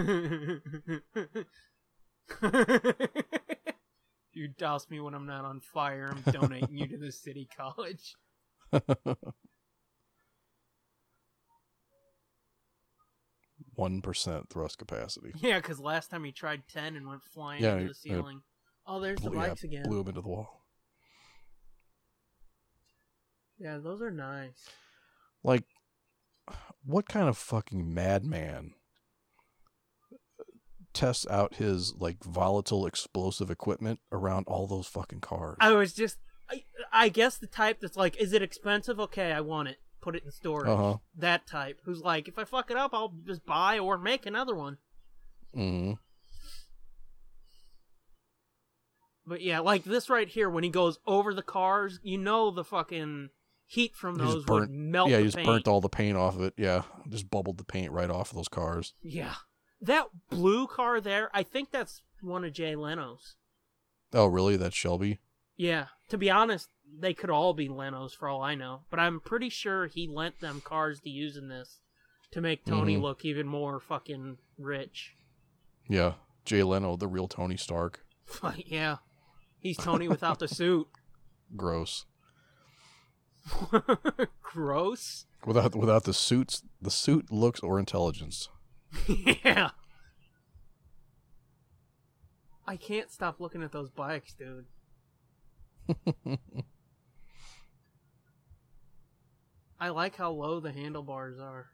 S2: douse me when I'm not on fire. I'm donating you to the city college.
S3: One percent thrust capacity.
S2: Yeah, because last time he tried ten and went flying
S3: Yeah,
S2: into
S3: he- yeah.
S2: the ceiling. oh, there's the
S3: Blew- yeah,
S2: bikes again.
S3: Blew him into the wall.
S2: Yeah, those are nice.
S3: Like, what kind of fucking madman tests out his like volatile explosive equipment around all those fucking cars?
S2: I was just, I, I guess the type that's like, is it expensive? Okay, I want it. Put it in storage.
S3: Uh-huh.
S2: That type who's like, if I fuck it up, I'll just buy or make another one.
S3: hmm
S2: But yeah, like this right here, when he goes over the cars, you know the fucking heat from
S3: He just
S2: those would
S3: burnt-
S2: melt.
S3: yeah,
S2: the
S3: he just
S2: paint.
S3: burnt all the paint off of it. Yeah, just bubbled the paint right off of those cars.
S2: Yeah, that blue car there, I think that's one of Jay Leno's.
S3: Oh, really? That's Shelby.
S2: Yeah, to be honest, they could all be Leno's for all I know. But I'm pretty sure he lent them cars to use in this to make Tony
S3: Mhm.
S2: look even more fucking rich.
S3: Yeah, Jay Leno, the real Tony Stark.
S2: But yeah, he's Tony without the suit.
S3: Gross.
S2: Gross.
S3: Without without the suits, the suit looks or intelligence.
S2: yeah. I can't stop looking at those bikes, dude. I like how low the handlebars are.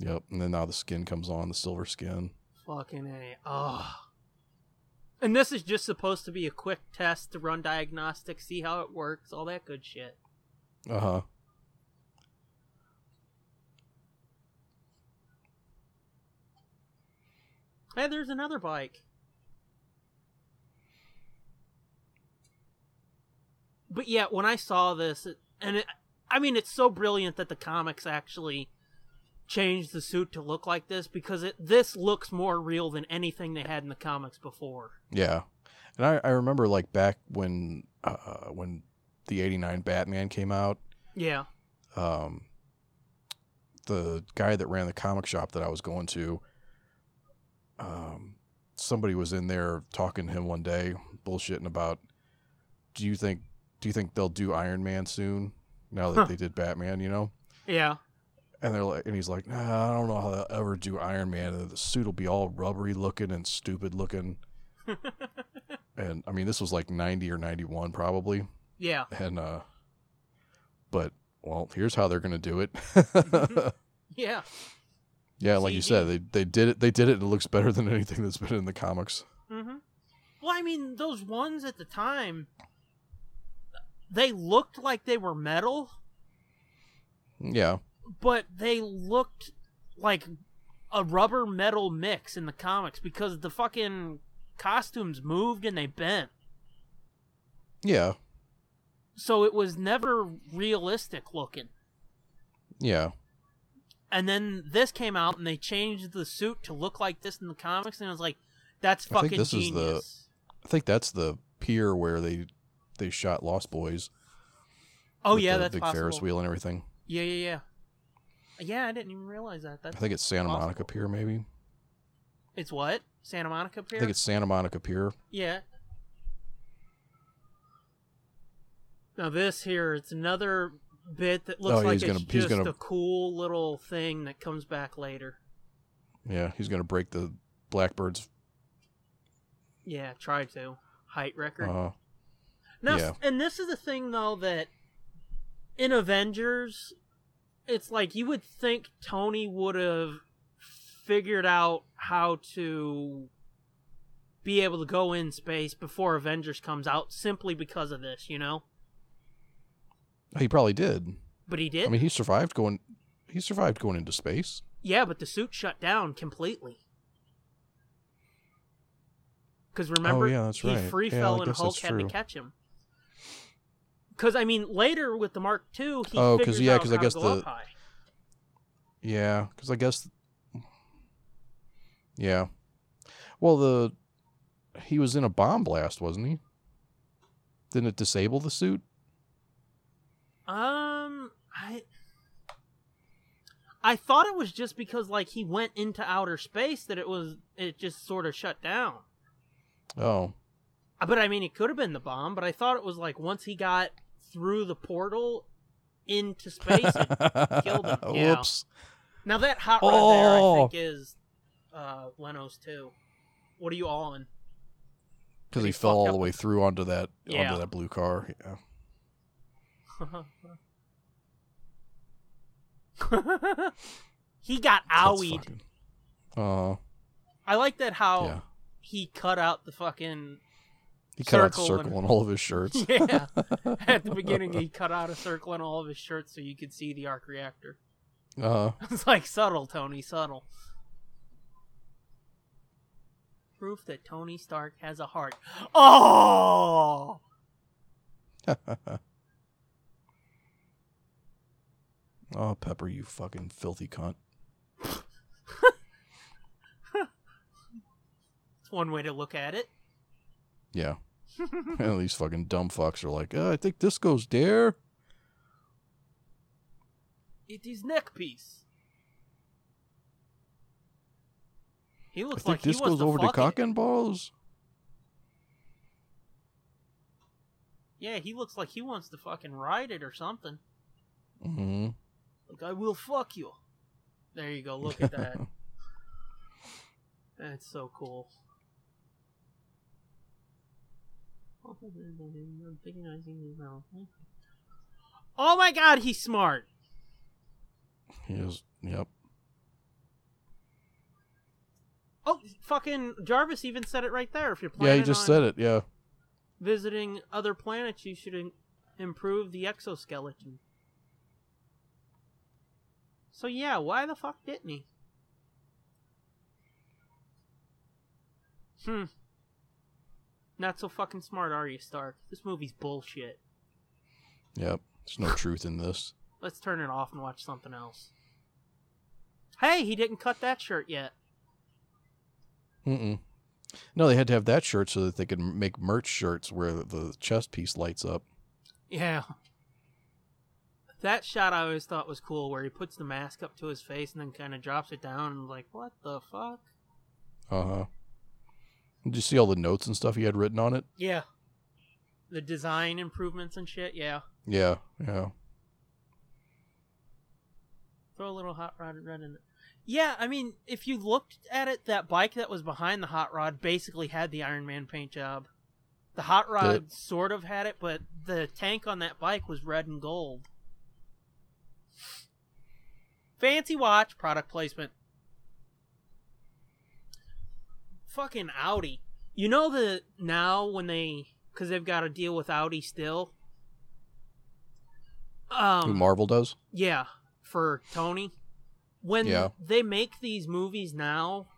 S3: Yep. And then now the skin comes on, the silver skin.
S2: Fucking A. Ugh. And this is just supposed to be a quick test to run diagnostics, see how it works, all that good shit.
S3: Uh huh.
S2: Hey, there's another bike. But yeah, when I saw this, it- and it, I mean, it's so brilliant that the comics actually changed the suit to look like this because it this looks more real than anything they had in the comics before.
S3: Yeah. And I, I remember like back when uh when the eighty nine Batman came out,
S2: Yeah.
S3: um the guy that ran the comic shop that I was going to, um somebody was in there talking to him one day, bullshitting about do you think do you think they'll do Iron Man soon? Now that
S2: Huh.
S3: they did Batman, you know?
S2: Yeah.
S3: And they're like, and he's like, nah, I don't know how they'll ever do Iron Man. The suit will be all rubbery looking and stupid looking. And I mean, this was like 90 or 91 probably.
S2: yeah.
S3: And, uh, but, well, here's how they're going to do it.
S2: Yeah.
S3: yeah. Like you
S2: CG.
S3: said, they, they did it. They did it. And it looks better than anything that's been in the comics.
S2: hmm Well, I mean, those ones at the time, they looked like they were metal,
S3: Yeah.
S2: but they looked like a rubber metal mix in the comics because the fucking costumes moved and they bent.
S3: Yeah.
S2: So it was never realistic looking.
S3: Yeah.
S2: And then this came out and they changed the suit to look like this in the comics, and I was like, that's
S3: I think
S2: fucking
S3: this is the-
S2: genius.
S3: I think that's the pier where they, they shot Lost Boys.
S2: oh,
S3: with
S2: yeah,
S3: the
S2: that's
S3: big
S2: possible.
S3: Ferris wheel and everything.
S2: Yeah, yeah, yeah. Yeah, I didn't even realize that. That's
S3: I think it's Santa
S2: Possible.
S3: Monica Pier, maybe.
S2: It's what? Santa Monica Pier?
S3: I think it's Santa Monica Pier.
S2: Yeah. Now this here, it's another bit that
S3: Oh,
S2: looks like
S3: he's
S2: it's
S3: gonna- he's
S2: just
S3: gonna-
S2: a cool little thing that comes back later.
S3: Yeah, he's gonna break the Blackbirds.
S2: Yeah, try to. Height record.
S3: Uh,
S2: Now,
S3: yeah.
S2: and this is the thing though that in Avengers, it's like you would think Tony would have figured out how to be able to go in space before Avengers comes out simply because of this, you know?
S3: he probably did.
S2: But he did.
S3: I mean, he survived going. He survived going into space.
S2: yeah, but the suit shut down completely. Because remember,
S3: Oh, yeah, that's
S2: he
S3: right.
S2: free
S3: Yeah, I
S2: fell and
S3: guess
S2: Hulk
S3: that's
S2: had to
S3: true.
S2: catch him. Because I mean, later with the Mark II, he
S3: Oh, 'cause,
S2: figures
S3: yeah,
S2: out
S3: 'cause I
S2: how
S3: guess
S2: to go
S3: the-
S2: up high.
S3: Yeah, because I guess. Yeah, well, the he was in a bomb blast, wasn't he? Didn't it disable the suit?
S2: Um, I I thought it was just because like he went into outer space that it was it just sort of shut down.
S3: Oh,
S2: Uh, But I mean, it could have been the bomb. But I thought it was like once he got through the portal into space. it- killed him. Yeah.
S3: Whoops.
S2: now that hot rod there, I
S3: Oh.
S2: think is uh Leno's too. What are you all in?
S3: because
S2: Pretty
S3: he fell
S2: fucked
S3: all
S2: up.
S3: the way through onto that
S2: Yeah.
S3: onto that blue car. Yeah.
S2: he got
S3: That's
S2: owied.
S3: fucking- Uh,
S2: I like that how
S3: yeah.
S2: he cut out the fucking
S3: He cut out the
S2: Circle and-
S3: circle on all of his shirts.
S2: yeah. At the beginning, he cut out a circle on all of his shirts so you could see the arc reactor.
S3: Uh,
S2: It's like subtle, Tony, subtle. Proof that Tony Stark has a heart. Oh,
S3: oh, Pepper, you fucking filthy cunt.
S2: it's one way to look at it.
S3: Yeah. and these fucking dumb fucks are like, uh, I think this goes there.
S2: It is neck piece. He
S3: I
S2: looks
S3: think
S2: like
S3: this
S2: he wants
S3: goes over to
S2: fuck
S3: cock
S2: it.
S3: and balls.
S2: Yeah, he looks like he wants to fucking ride it or something.
S3: hmm
S2: Like I will fuck you. There you go. Look at that. That's so cool. Oh my god, he's smart.
S3: He is. Yep.
S2: Oh, fucking Jarvis even said it right there. If you're
S3: Yeah,
S2: planning
S3: he just
S2: on
S3: said it. Yeah.
S2: visiting other planets, you should in- improve the exoskeleton. So yeah, why the fuck didn't he? Hmm. Not so fucking smart, are you, Stark? This movie's bullshit.
S3: Yep. There's no truth in this.
S2: Let's turn it off and watch something else. Hey, he didn't cut that shirt yet.
S3: Mm-mm. No, they had to have that shirt so that they could m- make merch shirts where the chest piece lights up.
S2: Yeah. That shot I always thought was cool where he puts the mask up to his face and then kind of drops it down and like, what the fuck?
S3: Uh huh. Did you see all the notes and stuff he had written on it?
S2: Yeah. The design improvements and shit, yeah.
S3: Yeah. Yeah.
S2: Throw a little hot rod red in it. Yeah, I mean, if you looked at it, that bike that was behind the hot rod basically had the Iron Man paint job. The hot rod sort of had it, but the tank on that bike was red and gold. Fancy watch, product placement. Fucking Audi. You know that now when they, because they've got to deal with Audi still. Um,
S3: Who Marvel does?
S2: yeah, for Tony. When
S3: Yeah.
S2: they make these movies now,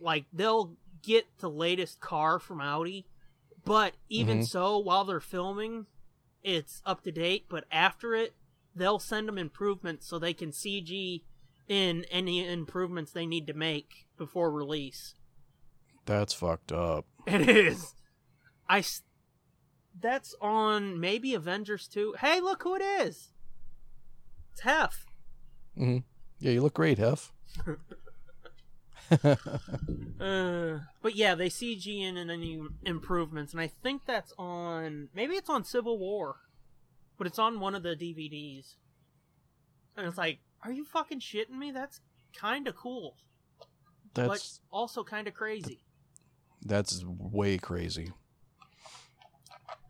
S2: like they'll get the latest car from Audi, but even
S3: Mhm.
S2: so, while they're filming, it's up to date. But after it, they'll send them improvements so they can CG in any improvements they need to make before release.
S3: That's fucked up.
S2: It is. I. s- That's on maybe Avengers 2. Hey, look who it is! It's Hef.
S3: Mm-hmm. Yeah, you look great, Hef.
S2: Uh, but yeah, they CG in and any improvements, and I think that's on maybe it's on Civil War, but it's on one of the DVDs. And it's like, are you fucking shitting me? That's kind of cool,
S3: That's
S2: but also kind of crazy.
S3: that's way crazy.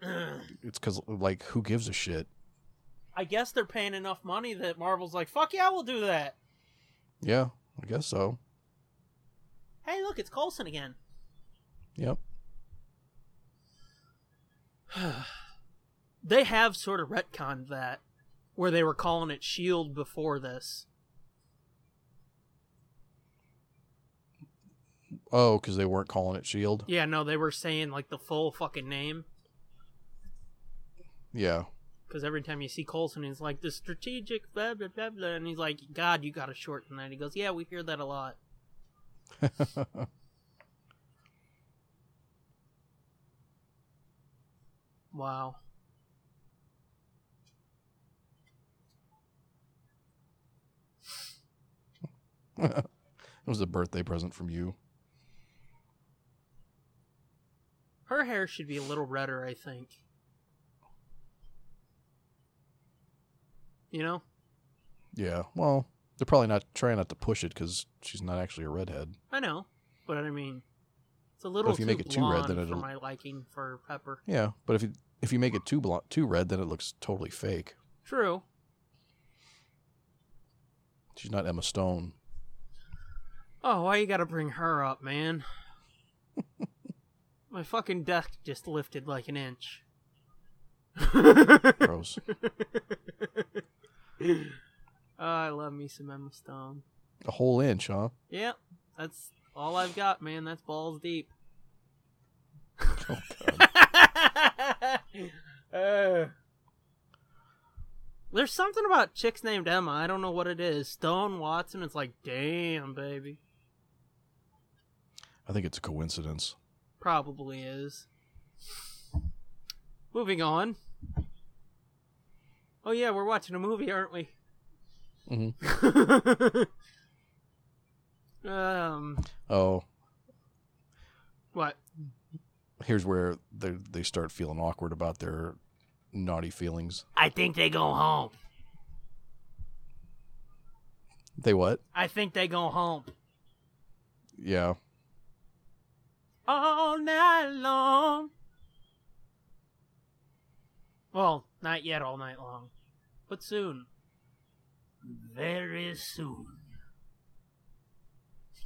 S2: Ugh.
S3: It's because like who gives a shit?
S2: I guess they're paying enough money that Marvel's like, fuck yeah, we'll do that.
S3: Yeah, I guess so.
S2: Hey, look, it's Coulson again.
S3: Yep.
S2: they have sort of retconned that, where they were calling it Shield E before this.
S3: Oh, because they weren't calling it Shield.
S2: Yeah, no, they were saying like the full fucking name.
S3: Yeah.
S2: Because every time you see Colson, he's like the strategic blah blah blah blah, and he's like, "God, you got to shorten that." He goes, "Yeah, we hear that a lot." Wow.
S3: it was a birthday present from you.
S2: Her hair should be a little redder, I think. You know?
S3: Yeah. Well, they're probably not trying not to push it because she's not actually a redhead.
S2: I know, but I mean, It's a little
S3: if you
S2: too
S3: make it too red,
S2: blonde
S3: then
S2: for
S3: it'll-
S2: my liking for Pepper.
S3: Yeah, but if you if you make it too blo- too red, then it looks totally fake.
S2: True.
S3: She's not Emma Stone.
S2: Oh, why you gotta bring her up, man? my fucking desk just lifted like an inch.
S3: Gross.
S2: Oh, I love me some Emma Stone.
S3: a whole inch, huh?
S2: Yep, that's all I've got, man. That's balls deep.
S3: Oh god.
S2: Uh, there's something about chicks named Emma. I don't know what it is. Stone Watson. It's like, damn, baby.
S3: I think it's a coincidence.
S2: Probably is. Moving on. Oh yeah, we're watching a movie, aren't we?
S3: hmm
S2: um,
S3: Oh,
S2: what?
S3: here's where they they start feeling awkward about their naughty feelings.
S2: I think they go home.
S3: They what?
S2: I think they go home
S3: Yeah.
S2: all night long. Well, not yet all night long, but soon. Very soon.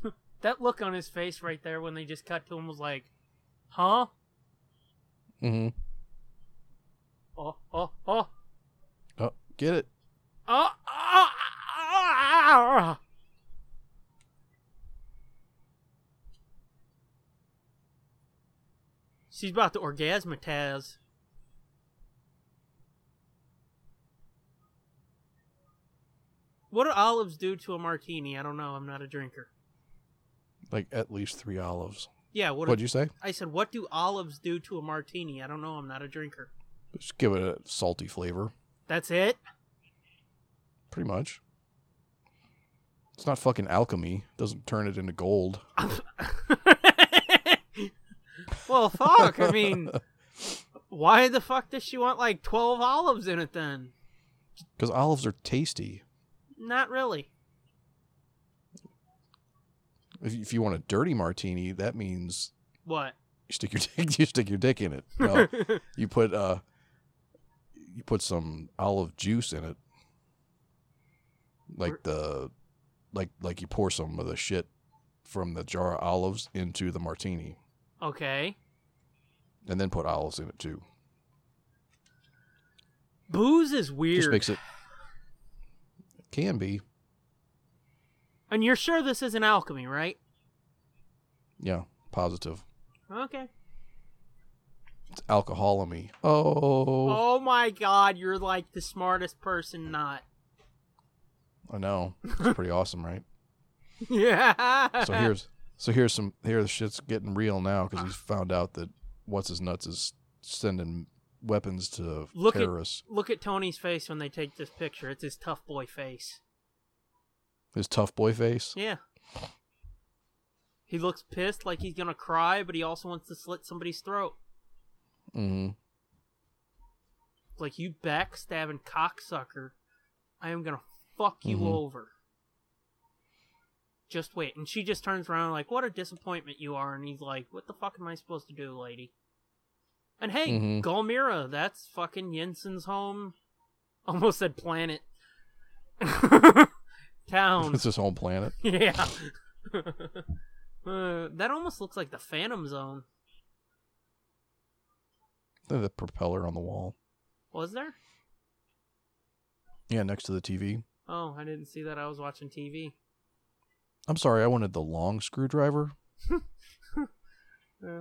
S2: that look on his face right there when they just cut to him was like, huh?
S3: Mm-hmm.
S2: Oh, oh, oh,
S3: Oh, get it.
S2: oh, oh, oh, oh. She's about to orgasmataz. What do olives do to a martini? I don't know. I'm not a drinker.
S3: Like at least three olives.
S2: Yeah, what?
S3: What would you say?
S2: I said, what do olives do to a martini? I don't know. I'm not a drinker.
S3: Just give it a salty flavor,
S2: That's it.
S3: pretty much. It's not fucking alchemy. Doesn't turn it into gold.
S2: well, fuck. I mean, why the fuck does she want like 12 olives in it then?
S3: Because olives are tasty.
S2: Not really.
S3: If, if you want a dirty martini, that means
S2: What?
S3: you stick your dick, you stick your dick in it. No, you put uh, you put some olive juice in it, like the, like like you pour some of the shit from the jar of olives into the martini,
S2: okay.
S3: and then put olives in it too.
S2: Booze is weird.
S3: Just makes it can be
S2: And you're sure this isn't alchemy, right?
S3: yeah positive.
S2: Okay.
S3: It's alcoholomy. Oh,
S2: Oh my god, you're like the smartest person not.
S3: I know. It's pretty awesome, right?
S2: Yeah.
S3: So here's so here's some here the shit's getting real now because he's found out that what's his nuts is sending weapons to
S2: Look at-
S3: terrorists.
S2: Look at Tony's face when they take this picture. It's his tough boy face.
S3: His tough boy face.
S2: Yeah. He looks pissed like he's gonna cry, but he also wants to slit somebody's throat.
S3: hmm
S2: Like you backstabbing cocksucker, I am gonna fuck you
S3: Mhm.
S2: over. Just wait. And she just turns around like, What a disappointment you are and he's like, What the fuck am I supposed to do, lady? And hey,
S3: Mhm.
S2: Golmira, that's fucking Jensen's home. Almost said planet. Town.
S3: It's his home planet.
S2: Yeah. Uh, that almost looks like the Phantom Zone.
S3: Look at The propeller on the wall.
S2: Was there?
S3: Yeah, next to the TV.
S2: Oh, I didn't see that. I was watching TV.
S3: I'm sorry, I wanted the long screwdriver.
S2: Uh,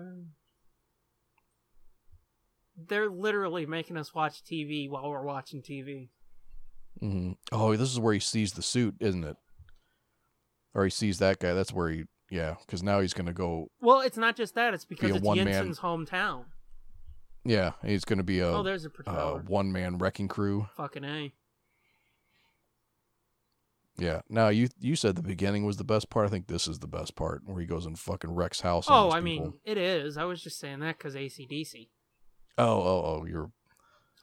S2: they're literally making us watch TV while we're watching TV.
S3: hmm Oh, this is where he sees the suit, isn't it? Or he sees that guy. That's where he. Yeah, because now he's gonna go.
S2: Well, it's not just that. It's because
S3: Be a
S2: it's
S3: one-man-
S2: Jensen's hometown.
S3: Yeah, he's gonna be a
S2: Oh, there's a
S3: uh,
S2: propeller.
S3: one man wrecking crew.
S2: Fucking A.
S3: Yeah. Now you you said the beginning was the best part. I think this is the best part where he goes and fucking wrecks house. on
S2: Oh,
S3: these
S2: I
S3: people.
S2: mean, it is. I was just saying that because ACDC.
S3: Oh, oh, oh! You're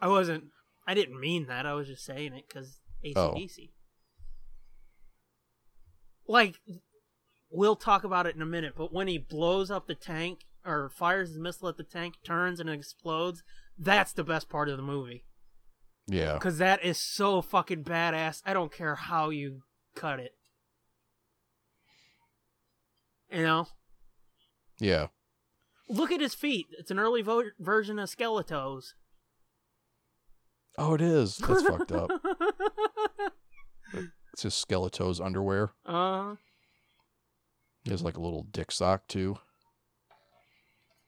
S2: I wasn't. I didn't mean that. I was just saying it because ACDC. Like, we'll talk about it in a minute, but when he blows up the tank or fires his missile at the tank, turns and it explodes, that's the best part of the movie.
S3: Yeah.
S2: Because that is so fucking badass. I don't care how you cut it. You know?
S3: Yeah.
S2: Look at his feet. It's an early vo- version of Skeletos.
S3: Oh, it is. That's fucked up. It's just Skeleto's underwear.
S2: uh,
S3: He has like a little dick sock too.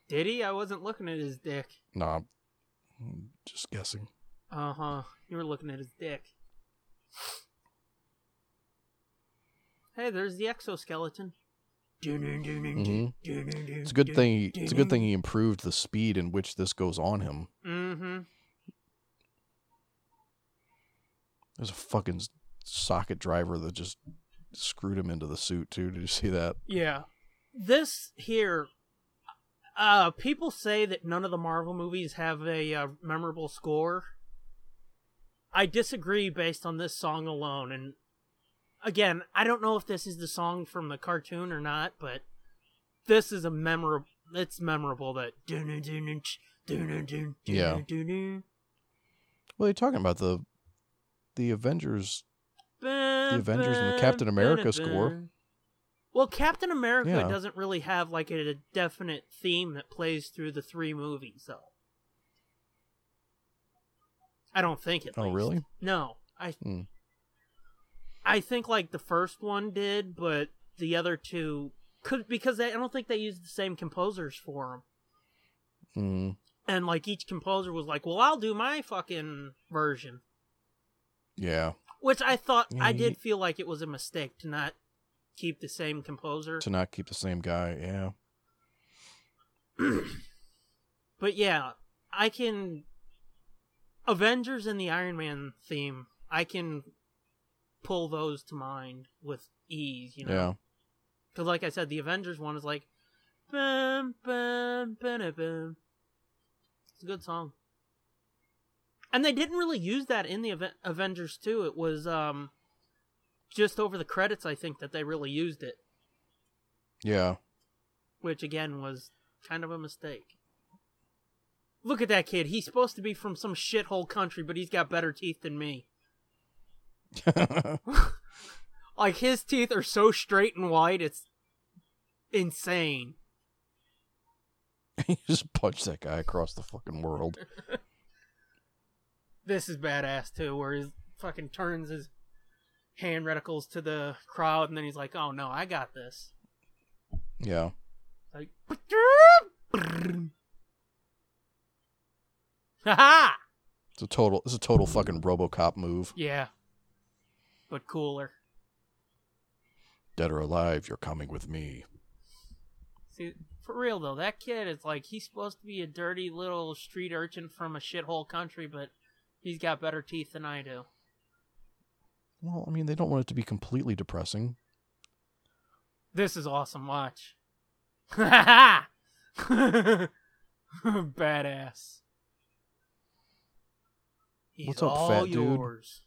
S2: did he? I wasn't looking at his dick.
S3: Nah, I'm just guessing.
S2: Uh huh. You were looking at his dick. Hey, there's the exoskeleton.
S3: Mhm. It's
S2: It's
S3: a good thing. He, it's a good thing he improved the speed in which this goes on him.
S2: Mm-hmm.
S3: There's a fucking s- socket driver that just screwed him into the suit too. Did you see that?
S2: Yeah. This here, uh, people say that none of the Marvel movies have a uh, memorable score. I disagree based on this song alone. And again, I don't know if this is the song from the cartoon or not, but this is a memorable. It's memorable that.
S3: Yeah. Well, they're talking about the the Avengers.
S2: The
S3: Avengers and the Captain America score.
S2: Well, Captain America
S3: Yeah.
S2: doesn't really have like a definite theme that plays through the three movies, though. I don't think it.
S3: Oh, really?
S2: No, I
S3: Hmm.
S2: I think like the first one did, but the other two could because they, I don't think they used the same composers for them.
S3: Mm,
S2: And like each composer was like, "Well, I'll do my fucking version."
S3: yeah,
S2: Which I thought
S3: Yeah,
S2: I
S3: you-
S2: did feel like it was a mistake to not keep the same composer.
S3: to not keep the same guy. Yeah,
S2: but yeah, I can Avengers and the Iron Man theme, I can pull those to mind with ease, you know.
S3: yeah.
S2: Cuz like I said the Avengers one is like bum, bum, bada, bum. It's a good song. And they didn't really use that in the Aven- Avengers 2. It was um just over the credits I think that they really used it,
S3: Yeah.
S2: which again was kind of a mistake. Look at that kid. He's supposed to be from some shithole country, but he's got better teeth than me. Like his teeth are so straight and white, it's insane.
S3: you just punch that guy across the fucking world.
S2: this is badass too, where he fucking turns his hand reticles to the crowd, and then he's like, "Oh no, I got this."
S3: Yeah.
S2: Like, ha ha,
S3: It's a total it's a total fucking RoboCop move.
S2: yeah, but cooler.
S3: Dead or alive, you're coming with me.
S2: See, for real though, that kid is like he's supposed to be a dirty little street urchin from a shithole country, but he's got better teeth than I do.
S3: Well, I mean, they don't want it to be completely depressing.
S2: This is awesome. Watch. Ha ha! Badass. He's
S3: What's up,
S2: all
S3: fat dude?
S2: yours.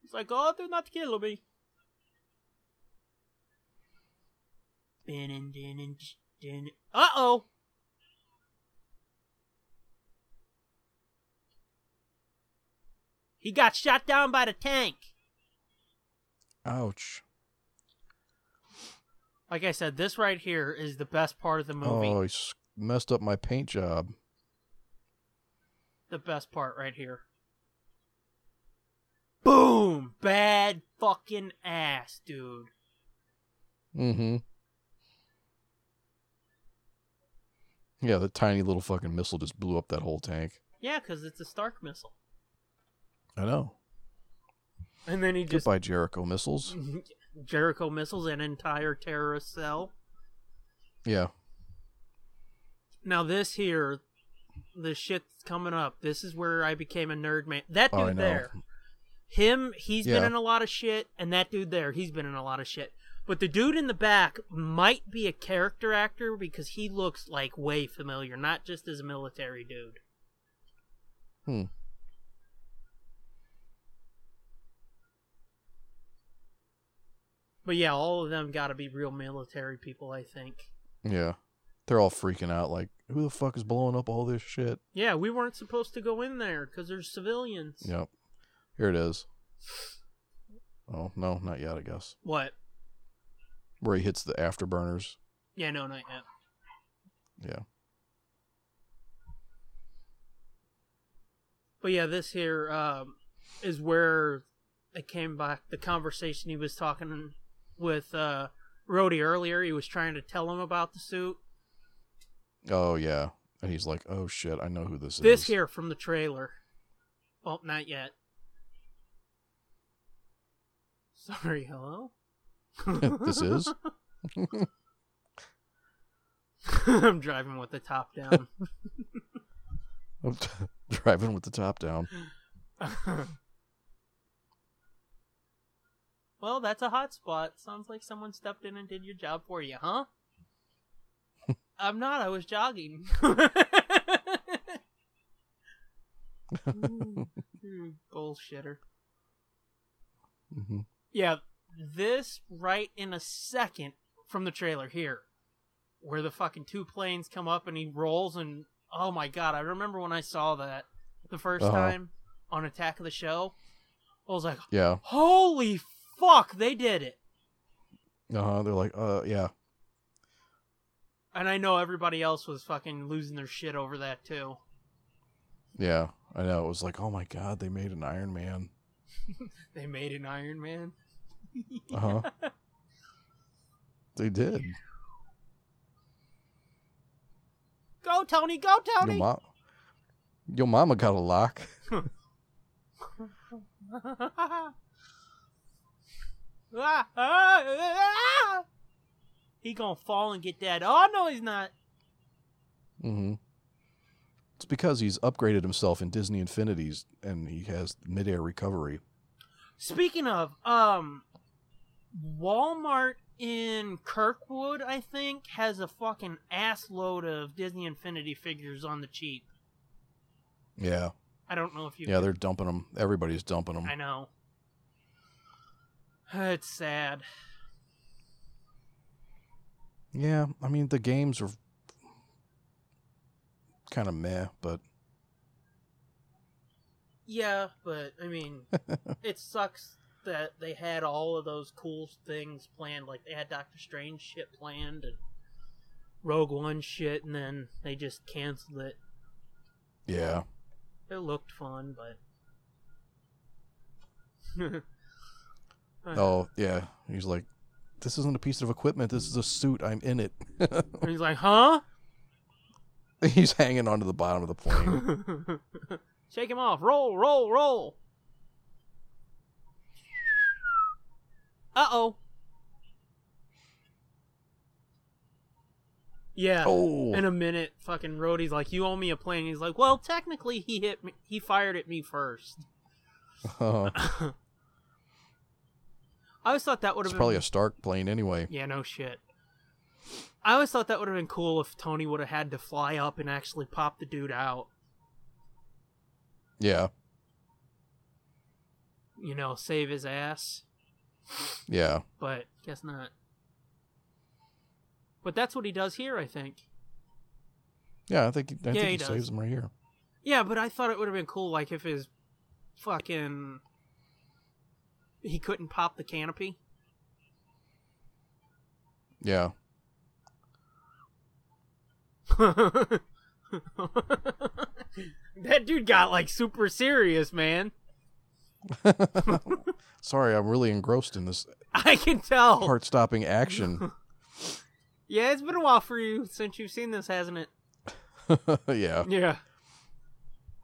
S2: He's like, oh, do not kill me. Uh oh. He got shot down by the tank.
S3: Ouch.
S2: Like I said, this right here is the best part of the movie.
S3: Oh, he s- messed up my paint job.
S2: The best part right here. Boom! Bad fucking ass, dude.
S3: Mm-hmm. Yeah, the tiny little fucking missile just blew up that whole tank.
S2: Yeah, because it's a Stark missile.
S3: I know.
S2: And then he just
S3: Goodbye, Jericho missiles.
S2: Jericho missiles an entire terrorist cell.
S3: Yeah.
S2: Now this here, the shit that's coming up. This is where I became a nerd man. That dude
S3: Oh, I know.
S2: there, him, he's been
S3: Yeah.
S2: in a lot of shit, and that dude there, he's been in a lot of shit. But the dude in the back might be a character actor because he looks like way familiar, not just as a military dude.
S3: Hmm.
S2: But yeah, all of them got to be real military people, I think.
S3: Yeah. They're all freaking out like, who the fuck is blowing up all this shit?
S2: Yeah, we weren't supposed to go in there because there's civilians.
S3: Yep. Here it is. Oh, no, not yet, I guess.
S2: What?
S3: Where he hits the afterburners.
S2: Yeah, no, not yet.
S3: Yeah.
S2: But yeah, this here um, is where it came back. The conversation he was talking with uh, Rhodey earlier, he was trying to tell him about the suit.
S3: Oh, yeah. And he's like, oh shit, I know who this,
S2: This
S3: is.
S2: here from the trailer. Well, not yet. Sorry, hello?
S3: this is?
S2: I'm driving with the top down.
S3: I'm driving with the top down.
S2: well, that's a hot spot. Sounds like someone stepped in and did your job for you, huh? I'm not. I was jogging. Mm. You Bullshitter.
S3: hmm
S2: Yeah, this right in a second from the trailer here, where the fucking two planes come up and he rolls and oh my god, I remember when I saw that the 1st
S3: Uh-huh.
S2: time on Attack of the Show, I was like,
S3: Yeah.
S2: holy fuck, they did it,
S3: Uh-huh. They're like, uh, yeah.
S2: and I know everybody else was fucking losing their shit over that too.
S3: Yeah. I know. It was like, oh my God, they made an Iron Man.
S2: They made an Iron Man.
S3: Uh huh. they did.
S2: Go Tony, go
S3: Your,
S2: Tony.
S3: mom, your mama got a lock.
S2: Ah, he gonna fall and get that. Oh no, he's not.
S3: Mm-hmm. It's because he's upgraded himself in Disney Infinities and he has midair recovery.
S2: Speaking of, um, Walmart in Kirkwood, I think, has a fucking ass load of Disney Infinity figures on the cheap.
S3: Yeah.
S2: I don't know if you.
S3: Yeah, they're dumping them. Everybody's dumping them.
S2: I know. It's sad.
S3: Yeah, I mean, the games are kind of meh, but
S2: Yeah, but I mean, it sucks that they had all of those cool things planned. Like they had Doctor Strange shit planned and Rogue One shit, and then they just canceled it.
S3: yeah.
S2: It looked fun, but
S3: Oh, yeah. He's like, this isn't a piece of equipment. This is a suit. I'm in it.
S2: And he's like, huh?
S3: he's hanging onto the bottom of the plane.
S2: Shake him off. Roll, roll, roll. Uh oh. Yeah.
S3: oh,
S2: in a minute, fucking Rhodey's like, "You owe me a plane." He's like, "Well, technically, he hit me. He fired at me first.
S3: Uh,
S2: I always thought that would
S3: it's
S2: have
S3: probably
S2: been
S3: a Stark plane anyway.
S2: yeah, no shit. I always thought that would have been cool if Tony would have had to fly up and actually pop the dude out.
S3: Yeah,
S2: You know, save his ass.
S3: yeah.
S2: But guess not. But that's what he does here, I think.
S3: Yeah, I think, I
S2: Yeah,
S3: think
S2: he
S3: he,
S2: does.
S3: saves him right here.
S2: Yeah, but I thought it would have been cool, like if his fucking he couldn't pop the canopy.
S3: Yeah.
S2: that dude got like super serious, man.
S3: Sorry, I'm really engrossed in this
S2: I can tell.
S3: heart stopping action.
S2: Yeah, it's been a while for you since you've seen this, hasn't it?
S3: yeah.
S2: Yeah.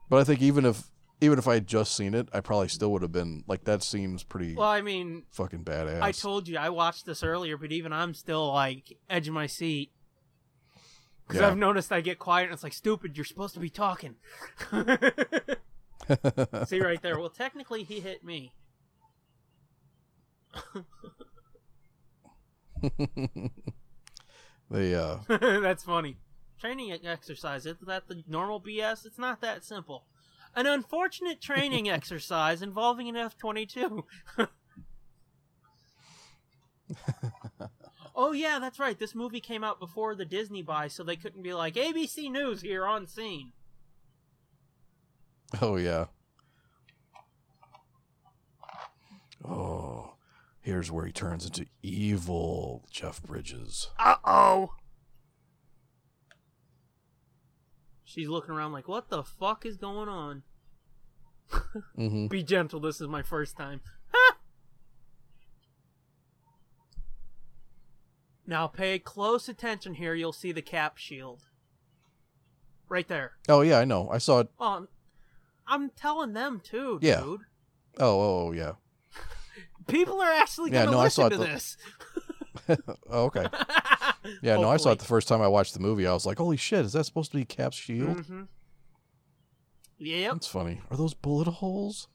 S3: But I think even if even if I had just seen it, I probably still would have been like that seems pretty
S2: Well, I mean,
S3: fucking badass.
S2: I told you I watched this earlier, but even I'm still like edge of my seat because
S3: Yeah.
S2: I've noticed I get quiet and it's like stupid. You're supposed to be talking. See right there. Well, technically, he hit me.
S3: they uh
S2: That's funny. Training e- exercise, isn't that the normal BS? It's not that simple. An unfortunate training exercise involving an F 22. Oh yeah, that's right. This movie came out before the Disney buy, so they couldn't be like ABC News here on scene.
S3: oh yeah. Oh, here's where he turns into evil Jeff Bridges.
S1: Uh oh.
S2: She's looking around like, "What the fuck is going on?"
S3: Mm-hmm.
S2: Be gentle. This is my first time. now pay close attention here. You'll see the cap shield. Right there.
S3: Oh yeah, I know. I saw it.
S2: Oh, I'm- I'm telling them too,
S3: Yeah.
S2: dude.
S3: Oh, oh, oh, yeah.
S2: People are actually
S3: Yeah,
S2: gonna
S3: no, I
S2: listen
S3: saw
S2: to
S3: it the-
S2: this.
S3: Oh, okay. Yeah, no, I saw
S2: Hopefully.
S3: it the first time I watched the movie. I was like, "Holy shit, is that supposed to be Cap's shield?"
S2: Mhm. Yep.
S3: That's funny. Are those bullet holes?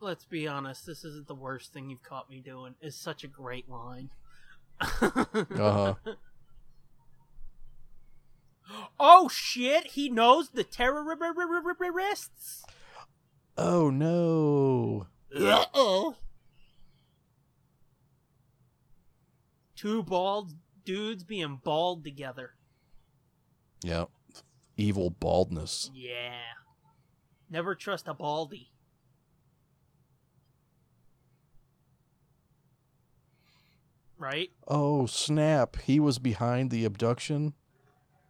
S2: Let's be honest. This isn't the worst thing you've caught me doing. It's such a great line.
S3: Uh huh.
S2: Oh shit! He knows the terrorists.
S3: oh no.
S2: Uh oh. Two bald dudes being bald together.
S3: Yeah. Evil baldness.
S2: Yeah. Never trust a baldy. Right?
S3: Oh snap! He was behind the abduction.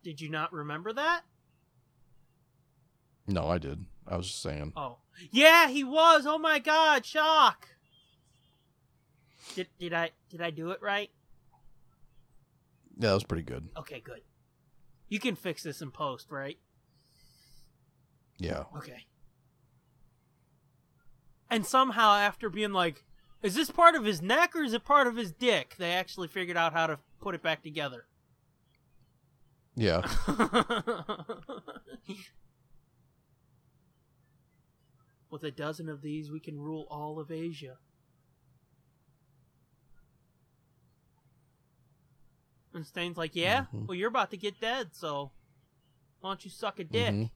S2: Did you not remember that?
S3: No, I did. I was just saying.
S2: Oh. Yeah, he was. Oh my god, shock. Did did I did I do it right?
S3: Yeah, that was pretty good.
S2: Okay, good. You can fix this in post, right?
S3: Yeah.
S2: Okay. And somehow after being like, is this part of his neck or is it part of his dick? They actually figured out how to put it back together.
S3: Yeah.
S2: With a dozen of these, we can rule all of Asia. And Stain's like, Yeah,
S3: Mhm.
S2: well, you're about to get dead, so why don't you suck a dick?
S3: Mhm.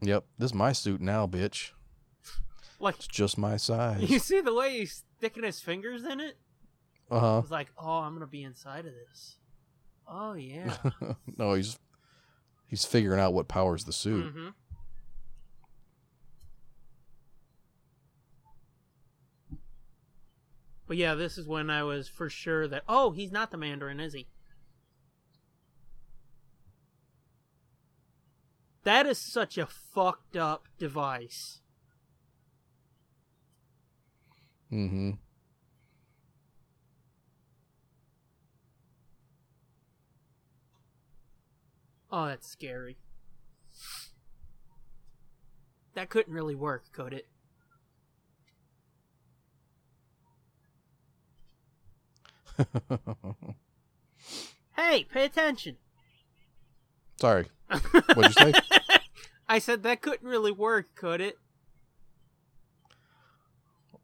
S3: Yep. This is my suit now, bitch.
S2: Like,
S3: It's just my
S2: you
S3: size.
S2: see the way he's sticking his fingers in it?
S3: Uh
S2: I
S3: huh.
S2: was like, Oh, I'm going to be inside of this. Oh, yeah.
S3: no, he's he's figuring out what powers the suit.
S2: Mm-hmm. But yeah, this is when I was for sure that oh, he's not the Mandarin, is he? That is such a fucked up device.
S3: Mm-hmm.
S2: Mm. Oh, that's scary. That couldn't really work, could it?
S3: Mm-hmm.
S2: Hey, pay attention.
S3: Sorry. What'd you say?
S2: I said that couldn't really work, could it?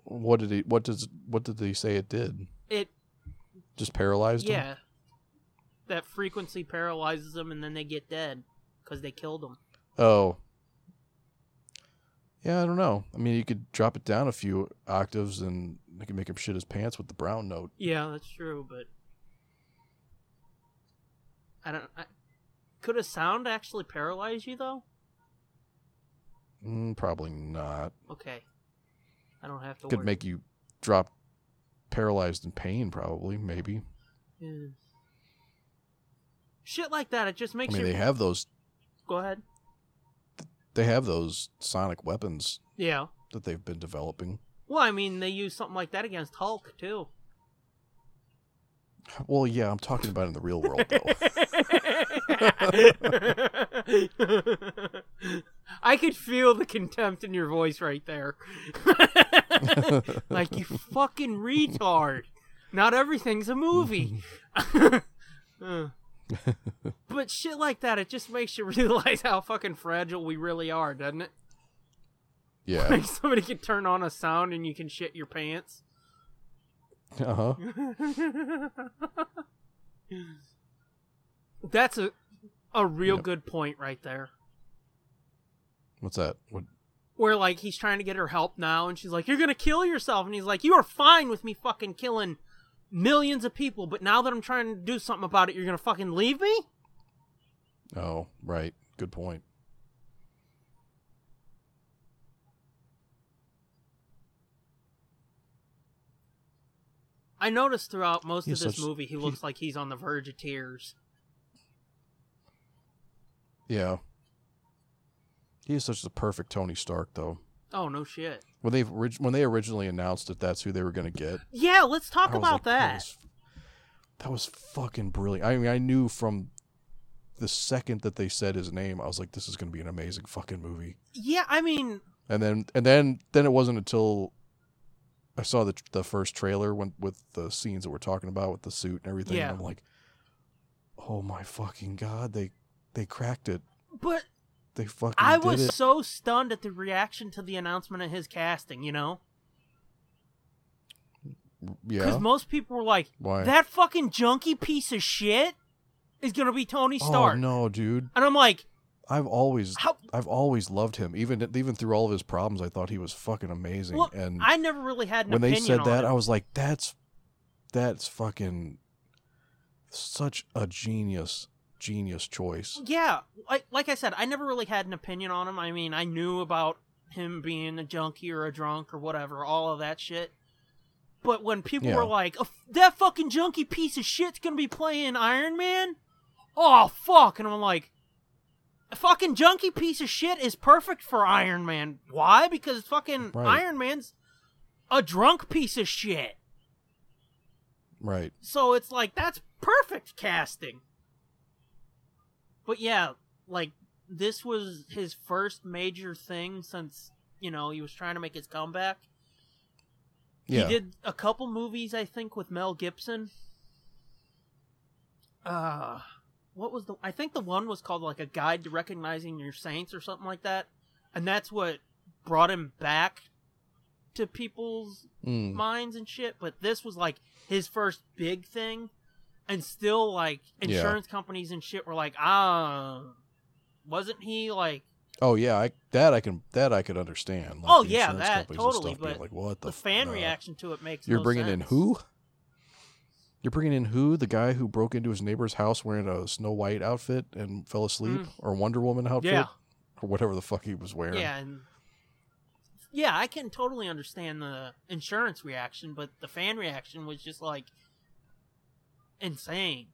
S3: what did he? What does? What did they say it did?
S2: It
S3: Just paralyzed him.
S2: Yeah. That frequency paralyzes them and then they get dead because they killed them.
S3: Oh. Yeah, I don't know. I mean, you could drop it down a few octaves and they could make him shit his pants with the brown note.
S2: Yeah, that's true, but I don't I... could a sound actually paralyze you though?
S3: Mm, probably not.
S2: Okay. I don't have to
S3: could
S2: worry.
S3: make you drop paralyzed in pain, probably, maybe.
S2: Yeah. Shit like that, it just
S3: I
S2: makes
S3: mean,
S2: you
S3: they have those.
S2: go ahead.
S3: They have those sonic weapons
S2: Yeah.
S3: that they've been developing.
S2: Well, I mean, they use something like that against Hulk too.
S3: Well, yeah, I'm talking about in the real world, though.
S2: I could feel the contempt in your voice right there. like you fucking retard. Not everything's a movie. Uh. but shit like that, it just makes you realize how fucking fragile we really are, doesn't it?
S3: yeah.
S2: Like somebody can turn on a sound and you can shit your pants.
S3: Uh huh.
S2: That's a a real
S3: Yep.
S2: good point right there.
S3: What's that? What?
S2: where like he's trying to get her help now and she's like you're gonna kill yourself and he's like you are fine with me fucking killing millions of people but now that i'm trying to do something about it you're gonna fucking leave me
S3: Oh, right. Good point.
S2: i noticed throughout most
S3: He's
S2: of this
S3: such-
S2: movie he
S3: he's-
S2: looks like he's on the verge of tears
S3: Yeah. He is such the perfect Tony Stark, though.
S2: oh no shit
S3: When they orig- when they originally announced that that's who they were going to get,
S2: yeah let's talk
S3: I was
S2: about
S3: like,
S2: that
S3: was- that was fucking brilliant. I mean, I knew from the second that they said his name, I was like, this is going to be an amazing fucking movie.
S2: yeah i mean
S3: And then and then then it wasn't until I saw the the first trailer when with the scenes that we're talking about with the suit and everything.
S2: Yeah.
S3: And I'm like, oh my fucking god, they they cracked it.
S2: but
S3: They fucking
S2: i
S3: did
S2: was
S3: it.
S2: so stunned at the reaction to the announcement of his casting you know because
S3: Yeah.
S2: most people were like
S3: Why?
S2: that fucking junky piece of shit is gonna be tony stark
S3: Oh no, dude.
S2: and i'm like
S3: I've always
S2: how
S3: I've always loved him. Even even through all of his problems, I thought he was fucking amazing.
S2: Well,
S3: and
S2: I never really had an
S3: when they
S2: opinion
S3: said
S2: on
S3: that,
S2: it.
S3: I was like, "That's that's fucking such a genius genius choice."
S2: yeah, like, like I said, I never really had an opinion on him. I mean, I knew about him being a junkie or a drunk or whatever, all of that shit. But when people
S3: Yeah.
S2: were like, "Oh, "That fucking junkie piece of shit's gonna be playing Iron Man," oh fuck, and I'm like, "A fucking junkie piece of shit is perfect for Iron Man. Why? Because fucking
S3: Right.
S2: Iron Man's a drunk piece of shit.
S3: Right.
S2: So it's like that's perfect casting. But yeah, like this was his first major thing since, you know, he was trying to make his comeback.
S3: Yeah.
S2: He did a couple movies I think with Mel Gibson. Uh what was the I think the one was called like a guide to recognizing your saints or something like that. And that's what brought him back to people's
S3: Mm.
S2: mines and shit, but this was like his first big thing, and still like
S3: Yeah.
S2: insurance companies and shit were like, ah, wasn't he like
S3: Oh yeah, I, that I can that I could understand.
S2: Oh,
S3: the
S2: yeah,
S3: insurance
S2: that,
S3: companies and
S2: totally,
S3: being
S2: but
S3: like what
S2: the,
S3: the,
S2: fan
S3: uh,
S2: reaction to it makes
S3: You're
S2: no
S3: bringing in
S2: sense.
S3: who? You're bringing in who? The guy who broke into his neighbor's house wearing a Snow White outfit and fell asleep, or Wonder Woman outfit,
S2: Mm. Yeah,
S3: or whatever the fuck he was wearing.
S2: yeah, and yeah, I can totally understand the insurance reaction, but the fan reaction was just like insane.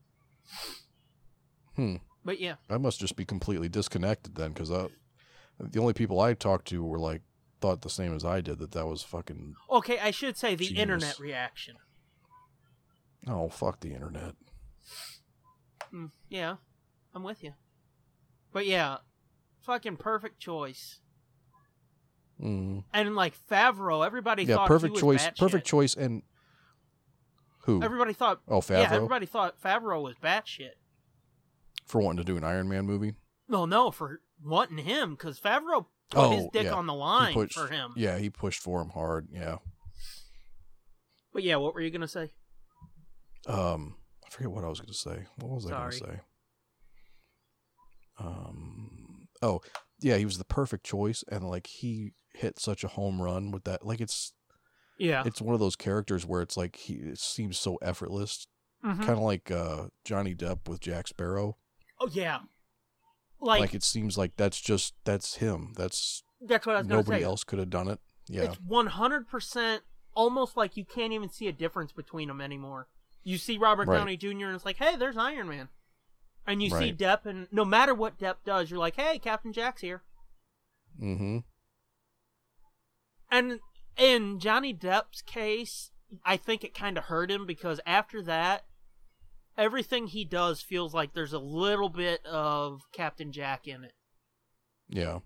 S3: Hmm.
S2: But yeah,
S3: I must just be completely disconnected then, because the only people I talked to were like thought the same as I did that that was fucking
S2: okay, I should say the
S3: Genius.
S2: internet reaction.
S3: oh fuck the internet.
S2: Mm, yeah, I'm with you. But yeah, fucking perfect choice.
S3: Mm.
S2: And like Favreau, everybody
S3: Yeah,
S2: thought
S3: perfect
S2: he was
S3: choice.
S2: batshit.
S3: Perfect choice. And who?
S2: Everybody thought
S3: oh, Favreau
S2: yeah, everybody thought Favreau was batshit.
S3: for wanting to do an Iron Man movie.
S2: Well, no, for wanting him because Favreau put his
S3: Oh,
S2: dick
S3: yeah.
S2: on the
S3: He
S2: line
S3: pushed-
S2: for him.
S3: Yeah, he pushed for him hard. Yeah.
S2: But yeah, what were you gonna say?
S3: Um, I forget what I was going to say. What was I going to
S2: Sorry.
S3: say? Um, oh yeah, he was the perfect choice, and like he hit such a home run with that. Like it's
S2: Yeah,
S3: it's one of those characters where it's like he it seems so effortless,
S2: Mhm.
S3: kind of like uh, Johnny Depp with Jack Sparrow.
S2: oh yeah,
S3: Like,
S2: like,
S3: it seems like that's just that's him. That's
S2: that's what I was gonna
S3: nobody
S2: say.
S3: else could have done it. Yeah,
S2: It's one hundred percent, almost like you can't even see a difference between them anymore. You see Robert
S3: Right.
S2: Downey Jr. and it's like, hey, there's Iron Man, and you see
S3: Right.
S2: Depp, and no matter what Depp does, you're like, hey, Captain Jack's here.
S3: mm-hmm.
S2: And in Johnny Depp's case, I think it kind of hurt him because after that, everything he does feels like there's a little bit of Captain Jack in it.
S3: Yeah,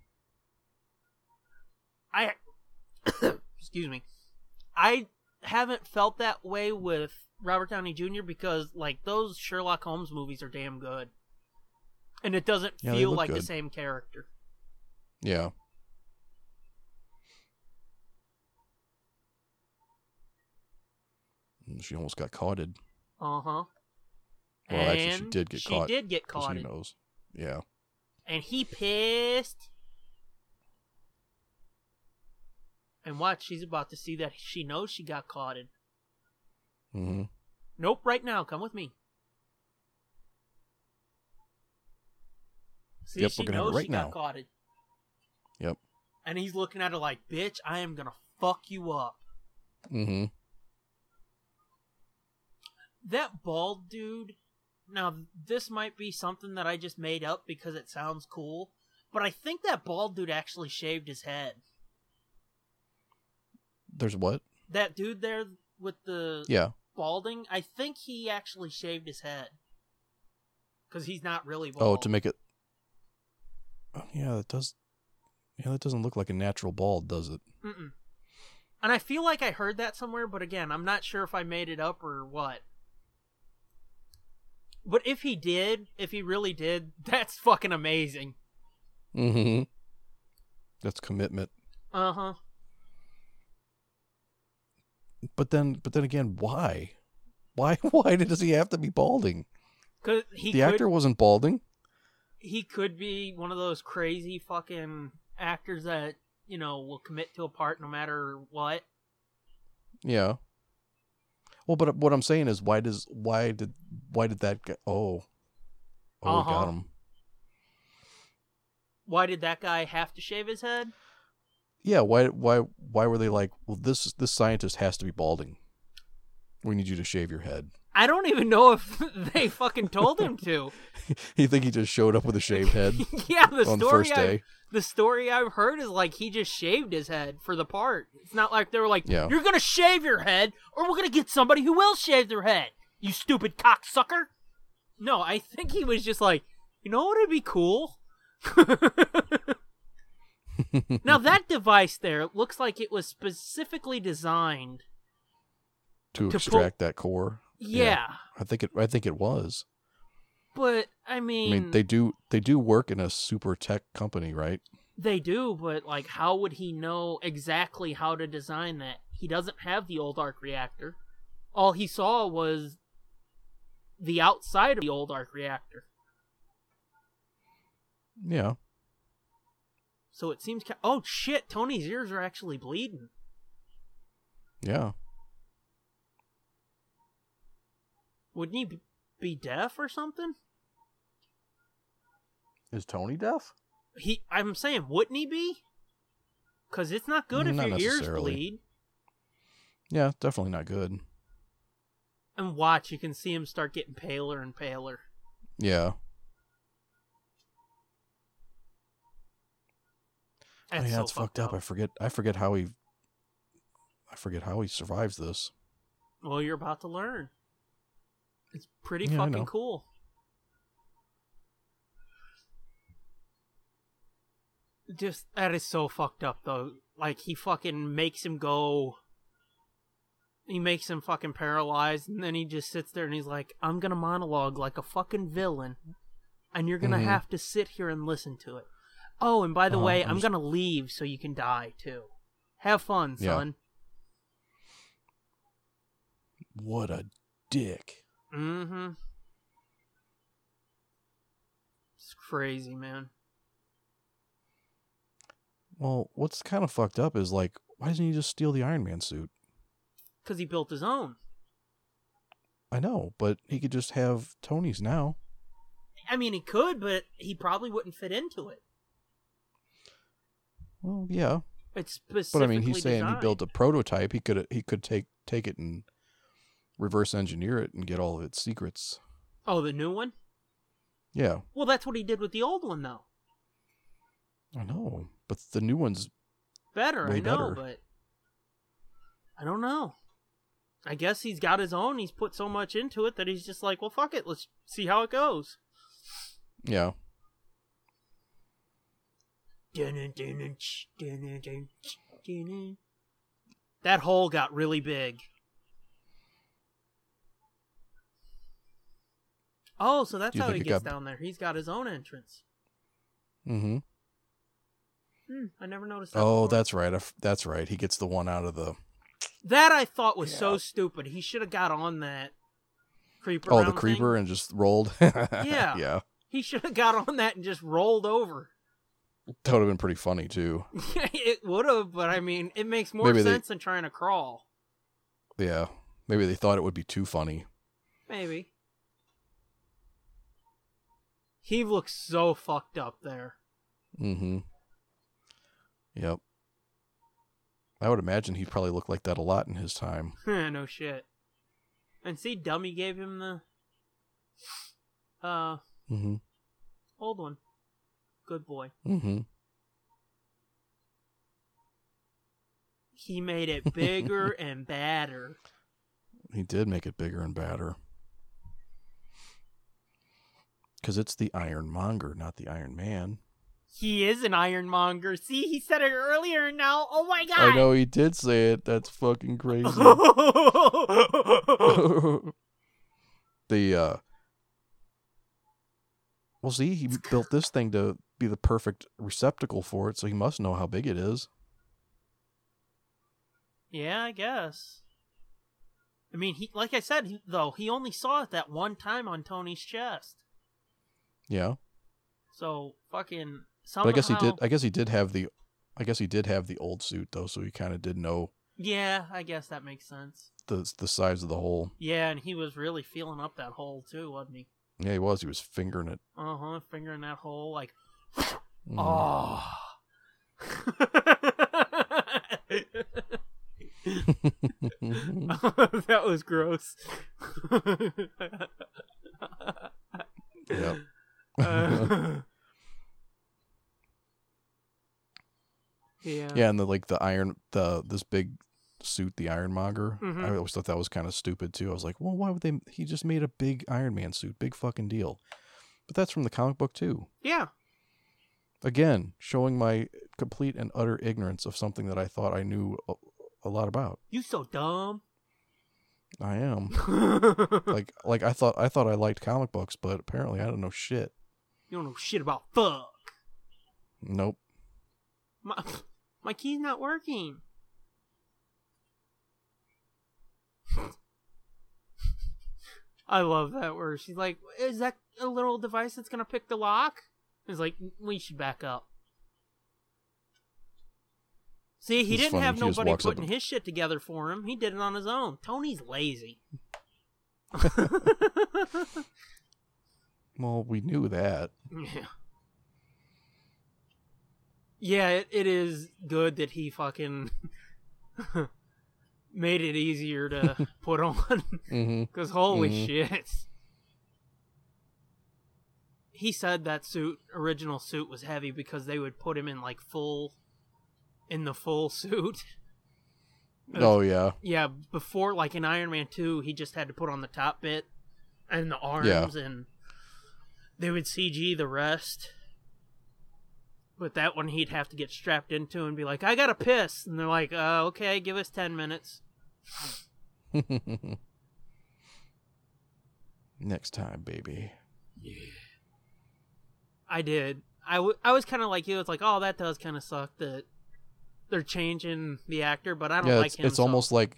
S2: I excuse me. I haven't felt that way with Robert Downey Jr. because like those Sherlock Holmes movies are damn good. And it doesn't
S3: Yeah, they
S2: feel
S3: look
S2: like the
S3: good.
S2: same character.
S3: yeah. Mm, She almost got caughted.
S2: Uh huh.
S3: Well, actually, she did get caught,
S2: She did get
S3: 'cause
S2: caught,
S3: He knows. Yeah.
S2: and he pissed. And watch, she's about to see that she knows she got caught in.
S3: Mm-hmm.
S2: Nope, right now, come with me. See,
S3: Yep,
S2: she
S3: we're gonna have it
S2: knows
S3: right
S2: she got
S3: now.
S2: caught in.
S3: Yep.
S2: And he's looking at her like, bitch, I am gonna fuck you up.
S3: Mm-hmm.
S2: That bald dude. Now, this might be something that I just made up because it sounds cool, but I think that bald dude actually shaved his head.
S3: There's what?
S2: That dude there with the
S3: Yeah.
S2: balding, I think he actually shaved his head. Because he's not really
S3: Oh,
S2: bald.
S3: to make it. Oh, Yeah, that does. Yeah, that doesn't look like a natural bald, does it?
S2: Mm-mm. And I feel like I heard that somewhere, but again, I'm not sure if I made it up or what. But if he did, if he really did, that's fucking amazing.
S3: Mm-hmm. That's commitment.
S2: Uh huh.
S3: But then, but then again, why? Why? Why does he have to be balding?
S2: Cause he
S3: the
S2: could,
S3: actor wasn't balding.
S2: he could be one of those crazy fucking actors that you know will commit to a part no matter what.
S3: Yeah. Well, but what I'm saying is, why does why did why did that guy? Oh, oh, we got
S2: Uh-huh.
S3: him.
S2: Why did that guy have to shave his head?
S3: Yeah. Why why why were they like? Well, this this scientist has to be balding. We need you to shave your head.
S2: I don't even know if they fucking told him to.
S3: you think he just showed up with a shaved head
S2: yeah, the
S3: on the
S2: story
S3: first
S2: I
S3: day?
S2: the story I've heard is like he just shaved his head for the part. It's not like they were like,
S3: Yeah.
S2: "You're gonna shave your head, or we're gonna get somebody who will shave their head." You stupid cocksucker! No, I think he was just like, you know what would be cool? now that device there looks like it was specifically designed.
S3: to,
S2: pull-
S3: extract that core.
S2: Yeah,
S3: I think it. I think it was.
S2: but I
S3: I
S2: mean,
S3: mean, they do. They do work in a super tech company, right?
S2: They do, but like, how would he know exactly how to design that? He doesn't have the old arc reactor. All he saw was the outside of the old arc reactor.
S3: Yeah.
S2: So it seems. Ca- oh shit! Tony's ears are actually bleeding.
S3: Yeah.
S2: Wouldn't he b- be deaf or something?
S3: Is Tony deaf?
S2: He. I'm saying, wouldn't he be? Because it's not good if
S3: Not
S2: your ears
S3: necessarily.
S2: bleed.
S3: Yeah, definitely not good.
S2: And watch, you can see him start getting paler and paler.
S3: Yeah.
S2: That's
S3: oh, yeah,
S2: so
S3: it's fucked up. I forget. I forget how he. I forget how he survives this.
S2: Well, you're about to learn. It's pretty
S3: Yeah, I know.
S2: fucking cool. Just that is so fucked up though. Like he fucking makes him go. He makes him fucking paralyzed, and then he just sits there and he's like, "I'm gonna monologue like a fucking villain, and you're gonna
S3: Mhm.
S2: have to sit here and listen to it." Oh, and by the
S3: Uh-huh,
S2: way,
S3: I'm
S2: I'm
S3: just-
S2: gonna leave so you can die too. Have fun,
S3: Yeah.
S2: son.
S3: What a dick.
S2: Mm-hmm. It's crazy, man.
S3: Well, what's kind of fucked up is like, why doesn't he just steal the Iron Man suit?
S2: Because he built his own.
S3: I know, but he could just have Tony's now.
S2: I mean, he could, but he probably wouldn't fit into it.
S3: Well, yeah,
S2: It's
S3: but I
S2: specifically
S3: mean, he's saying
S2: designed.
S3: he built a prototype. He could he could take take it and reverse engineer it and get all of its secrets.
S2: Oh, the new one?
S3: Yeah,
S2: Well, that's what he did with the old one, though.
S3: I know, but the new one's
S2: Better, I
S3: Way
S2: know,
S3: better.
S2: but I don't know. I guess he's got his own. He's put so much into it that he's just like, well, fuck it. Let's see how it goes.
S3: yeah.
S2: That hole got really big. Oh, so that's
S3: Do you
S2: how he
S3: think it
S2: gets
S3: got-
S2: down there. He's got his own entrance.
S3: Mm-hmm.
S2: Hmm, I never noticed that.
S3: Oh,
S2: before.
S3: that's right. I f- that's right. He gets the one out of the
S2: that I thought was so
S3: Yeah.
S2: stupid. He should have got on that creeper.
S3: oh the
S2: round thing.
S3: creeper and just rolled.
S2: Yeah.
S3: yeah.
S2: He should have got on that and just rolled over.
S3: That would have been pretty funny too.
S2: it would have, but I mean, it makes more
S3: Maybe they-
S2: sense than trying to crawl.
S3: Yeah. Maybe they thought it would be too funny.
S2: Maybe. He looks so fucked up there.
S3: Mm-hmm. Yep. I would imagine he probably looked like that a lot in his time.
S2: no shit. And see, Dummy gave him the uh
S3: Mm-hmm.
S2: old one. Good boy.
S3: Mm-hmm.
S2: He made it bigger and badder.
S3: He did make it bigger and badder. Cause it's the Ironmonger, not the Iron Man.
S2: He is an ironmonger. See, he said it earlier now. Oh my god.
S3: I know he did say it. That's fucking crazy.
S2: know.
S3: the uh Well see, he built this thing to be the perfect receptacle for it, so he must know how big it is.
S2: yeah, I guess. I mean, he like I said he, though, he only saw it that one time on Tony's chest.
S3: Yeah.
S2: So fucking
S3: But
S2: somehow
S3: I guess he did I guess he did have the I guess he did have the old suit though, so he kinda did know
S2: Yeah, I guess that makes sense.
S3: the the size of the hole.
S2: Yeah, and he was really feeling up that hole too, wasn't he?
S3: Yeah, he was. He was fingering it.
S2: Uh huh. Fingering that hole like
S3: Mm.
S2: oh.
S3: Mm.
S2: that was gross.
S3: Yep.
S2: Uh, yeah.
S3: Yeah, and the like the iron the this big suit, the Ironmonger.
S2: Mhm.
S3: I always thought that was kind of stupid too. I was like, well, why would they? He just made a big Iron Man suit, big fucking deal. But that's from the comic book too.
S2: Yeah.
S3: Again, showing my complete and utter ignorance of something that I thought I knew a, a lot about.
S2: You so dumb.
S3: I am like like I thought I thought I liked comic books, but apparently I don't know shit.
S2: You don't know shit about fuck.
S3: Nope.
S2: My, my key's not working. I love that word. She's like, is that a little device that's gonna pick the lock? It's like, we should back up. See, he
S3: It's
S2: didn't
S3: funny,
S2: have
S3: he just
S2: nobody
S3: walks up
S2: putting
S3: and-
S2: his shit together for him. He did it on his own. Tony's lazy.
S3: Well, we knew that.
S2: Yeah. Yeah, it, it is good that he fucking made it easier to put on.
S3: Mm-hmm.
S2: Because holy
S3: Mhm.
S2: shit. He said that suit, original suit, was heavy because they would put him in like full, in the full suit.
S3: Oh yeah.
S2: Yeah, before like in Iron Man two, he just had to put on the top bit and the arms,
S3: Yeah.
S2: and they would CG the rest. But that one he'd have to get strapped into and be like, "I gotta piss," and they're like, uh, "Okay, give us ten minutes."
S3: Next time, baby.
S2: I did. I, w- I was kind of like you. It's like, oh, that does kind of suck that they're changing the actor, but I don't
S3: yeah,
S2: like
S3: it's,
S2: him.
S3: it's
S2: so-
S3: almost like,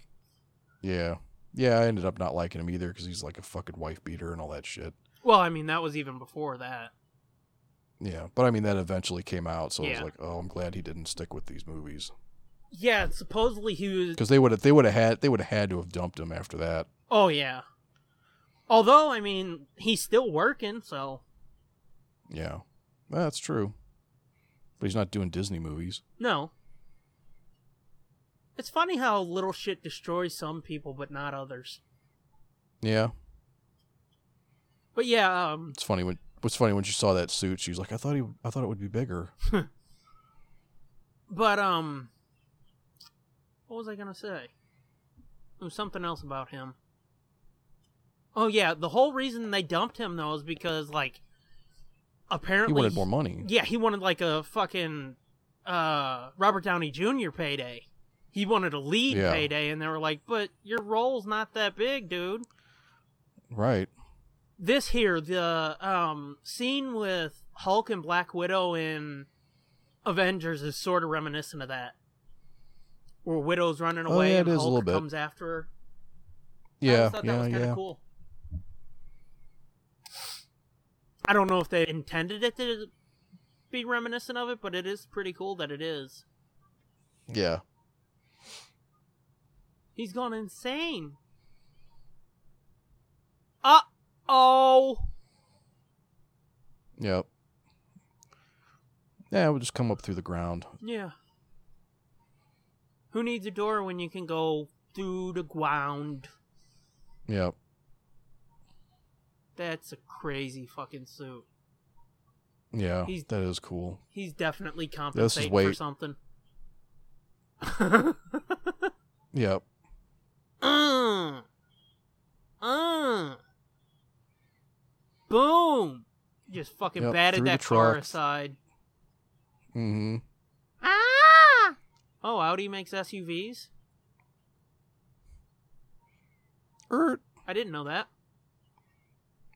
S3: yeah, yeah. I ended up not liking him either because he's like a fucking wife beater and all that shit.
S2: well, I mean, that was even before that.
S3: Yeah, but I mean that eventually came out, so I
S2: Yeah.
S3: was like, oh, I'm glad he didn't stick with these movies
S2: Yeah, supposedly he was
S3: because they would have they would have had they would have had to have dumped him after that.
S2: Oh yeah. Although I mean, he's still working, so
S3: Yeah, Well, that's true. But he's not doing Disney movies.
S2: no. It's funny how little shit destroys some people but not others.
S3: Yeah,
S2: But yeah, um
S3: it's funny when what's funny when she saw that suit, she was like, I thought he I thought it would be bigger.
S2: but um what was I going to say? There was something else about him. Oh yeah, the whole reason they dumped him though is because like
S3: He
S2: apparently
S3: wanted more money.
S2: Yeah, he wanted like a fucking uh Robert Downey Jr. payday. He wanted a lead
S3: Yeah.
S2: payday, and they were like, "But your role's not that big, dude."
S3: Right.
S2: This here, the um scene with Hulk and Black Widow in Avengers is sort of reminiscent of that, where Widow's running
S3: Oh,
S2: away
S3: yeah,
S2: and
S3: it is a
S2: Hulk
S3: little bit.
S2: comes after her. I
S3: Yeah.
S2: always thought that
S3: Yeah.
S2: was kind of
S3: Yeah.
S2: cool. I don't know if they intended it to be reminiscent of it, but it is pretty cool that it is.
S3: Yeah.
S2: He's gone insane. Uh oh.
S3: Yep. Yeah, it would just come up through the ground.
S2: Yeah. Who needs a door when you can go through the ground?
S3: Yep.
S2: That's a crazy fucking suit.
S3: Yeah.
S2: He's-
S3: that is cool.
S2: He's definitely
S3: is
S2: compensating for
S3: weight.
S2: something.
S3: Yep.
S2: uh, uh, boom! Just fucking
S3: Yep,
S2: batted
S3: through the
S2: that car
S3: truck.
S2: aside.
S3: Mm-hmm.
S2: Ah! Oh, Audi makes SUVs.
S3: Er,
S2: I didn't know that.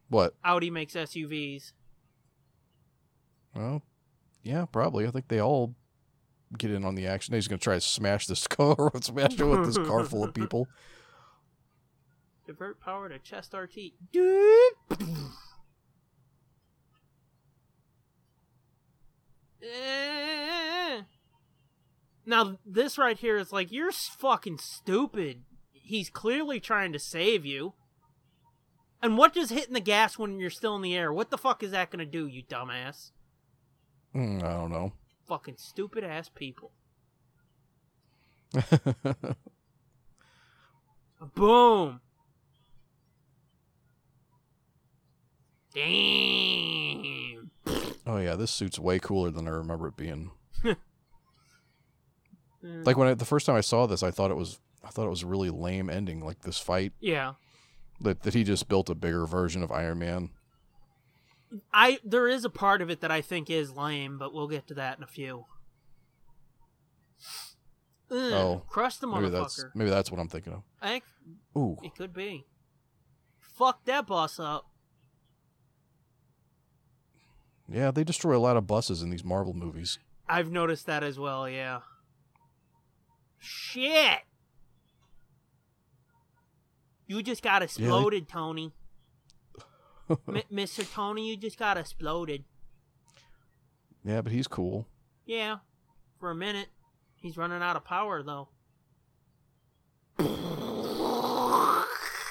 S3: what?
S2: Audi makes SUVs.
S3: Well, yeah, probably. I think they all get in on the action. He's going to try to smash this car, smash it with this car full of people.
S2: Divert power to chest RT. Dude. Eh. now this right here is like you're s- fucking stupid. He's clearly trying to save you. And what does hitting the gas when you're still in the air? What the fuck is that gonna do, you dumbass?
S3: Mm, I don't know.
S2: Fucking stupid ass people. Boom. Damn.
S3: oh yeah, this suit's way cooler than I remember it being. Like when I, the first time I saw this, I thought it was I thought it was a really lame ending. Like this fight
S2: yeah.
S3: that that he just built a bigger version of Iron Man.
S2: I there is a part of it that I think is lame, but we'll get to that in a few. Ugh,
S3: Oh,
S2: crush the
S3: Maybe that's
S2: motherfucker.
S3: maybe that's what I'm thinking of.
S2: I think
S3: Ooh,
S2: it could be. Fuck that boss up.
S3: yeah, they destroy a lot of buses in these Marvel movies.
S2: I've noticed that as well. Yeah. Shit. You just got exploded, Tony. M- Mr. Tony, you just got exploded.
S3: Yeah, but he's cool.
S2: Yeah. For a minute. He's running out of power, though.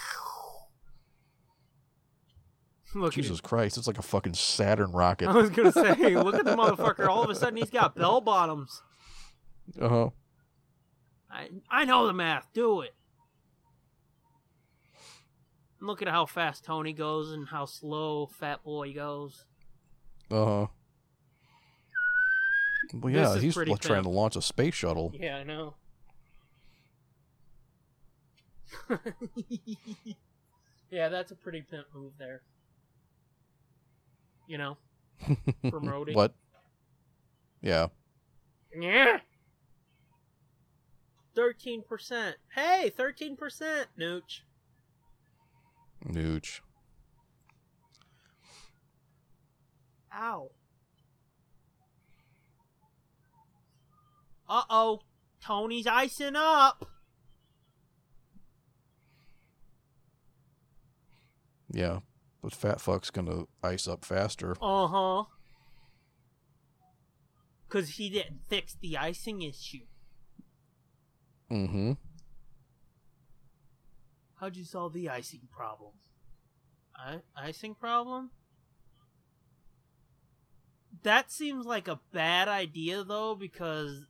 S2: Look at
S3: Jesus Christ, it's like a fucking Saturn rocket.
S2: him. I was going to say, look at the motherfucker. All of a sudden, he's got bell bottoms.
S3: Uh huh.
S2: I, I know the math. Do it. Look at how fast Tony goes and how slow Fat Boy goes.
S3: Uh huh. Well, yeah,
S2: This is
S3: he's
S2: pretty
S3: la- trying to
S2: thin.
S3: launch a space shuttle.
S2: Yeah, I know. yeah, that's a pretty pimp move there. You know? From Rhodey.
S3: What? Yeah.
S2: Yeah. 13%. Hey, 13%, Nooch.
S3: Nooch.
S2: Ow. Uh oh. Tony's icing up.
S3: Yeah. But fat fuck's gonna ice up faster.
S2: Uh huh. Because he didn't fix the icing issue.
S3: Mm-hmm.
S2: How'd you solve the icing problem? I- icing problem? That seems like a bad idea, though, because,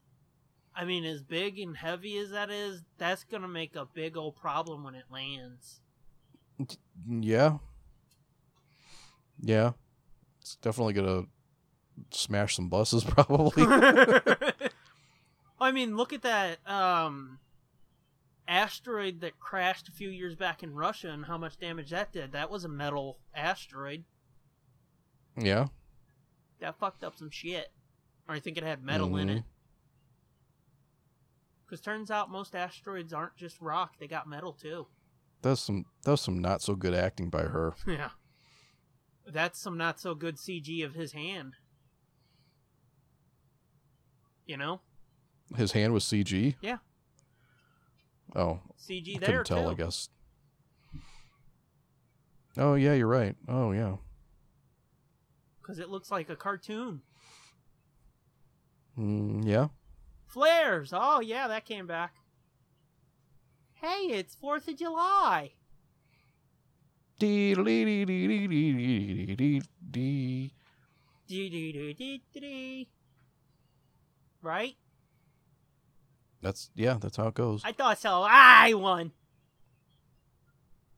S2: I mean, as big and heavy as that is, that's gonna make a big old problem when it lands.
S3: Yeah. Yeah. It's definitely gonna smash some buses, probably.
S2: I mean, look at that um, asteroid that crashed a few years back in Russia and how much damage that did. That was a metal asteroid.
S3: yeah.
S2: That fucked up some shit. Or I think it had metal in
S3: Mhm.
S2: it. Because turns out most asteroids aren't just rock, they got metal too.
S3: That's some that was some not so good acting by her.
S2: Yeah. That's some not so good CG of his hand. You know?
S3: His hand was CG.
S2: Yeah.
S3: Oh,
S2: CG
S3: I
S2: there
S3: couldn't tell.
S2: too.
S3: I guess. Oh yeah, you're right. Oh yeah.
S2: Because it looks like a cartoon.
S3: Mm, yeah.
S2: Flares. Oh yeah, that came back. Hey, it's Fourth of July.
S3: Dee-dee-dee-dee-dee-dee-dee-dee.
S2: Dee-dee-dee-dee-dee. Right?
S3: That's yeah. That's how it goes.
S2: I thought so. I won.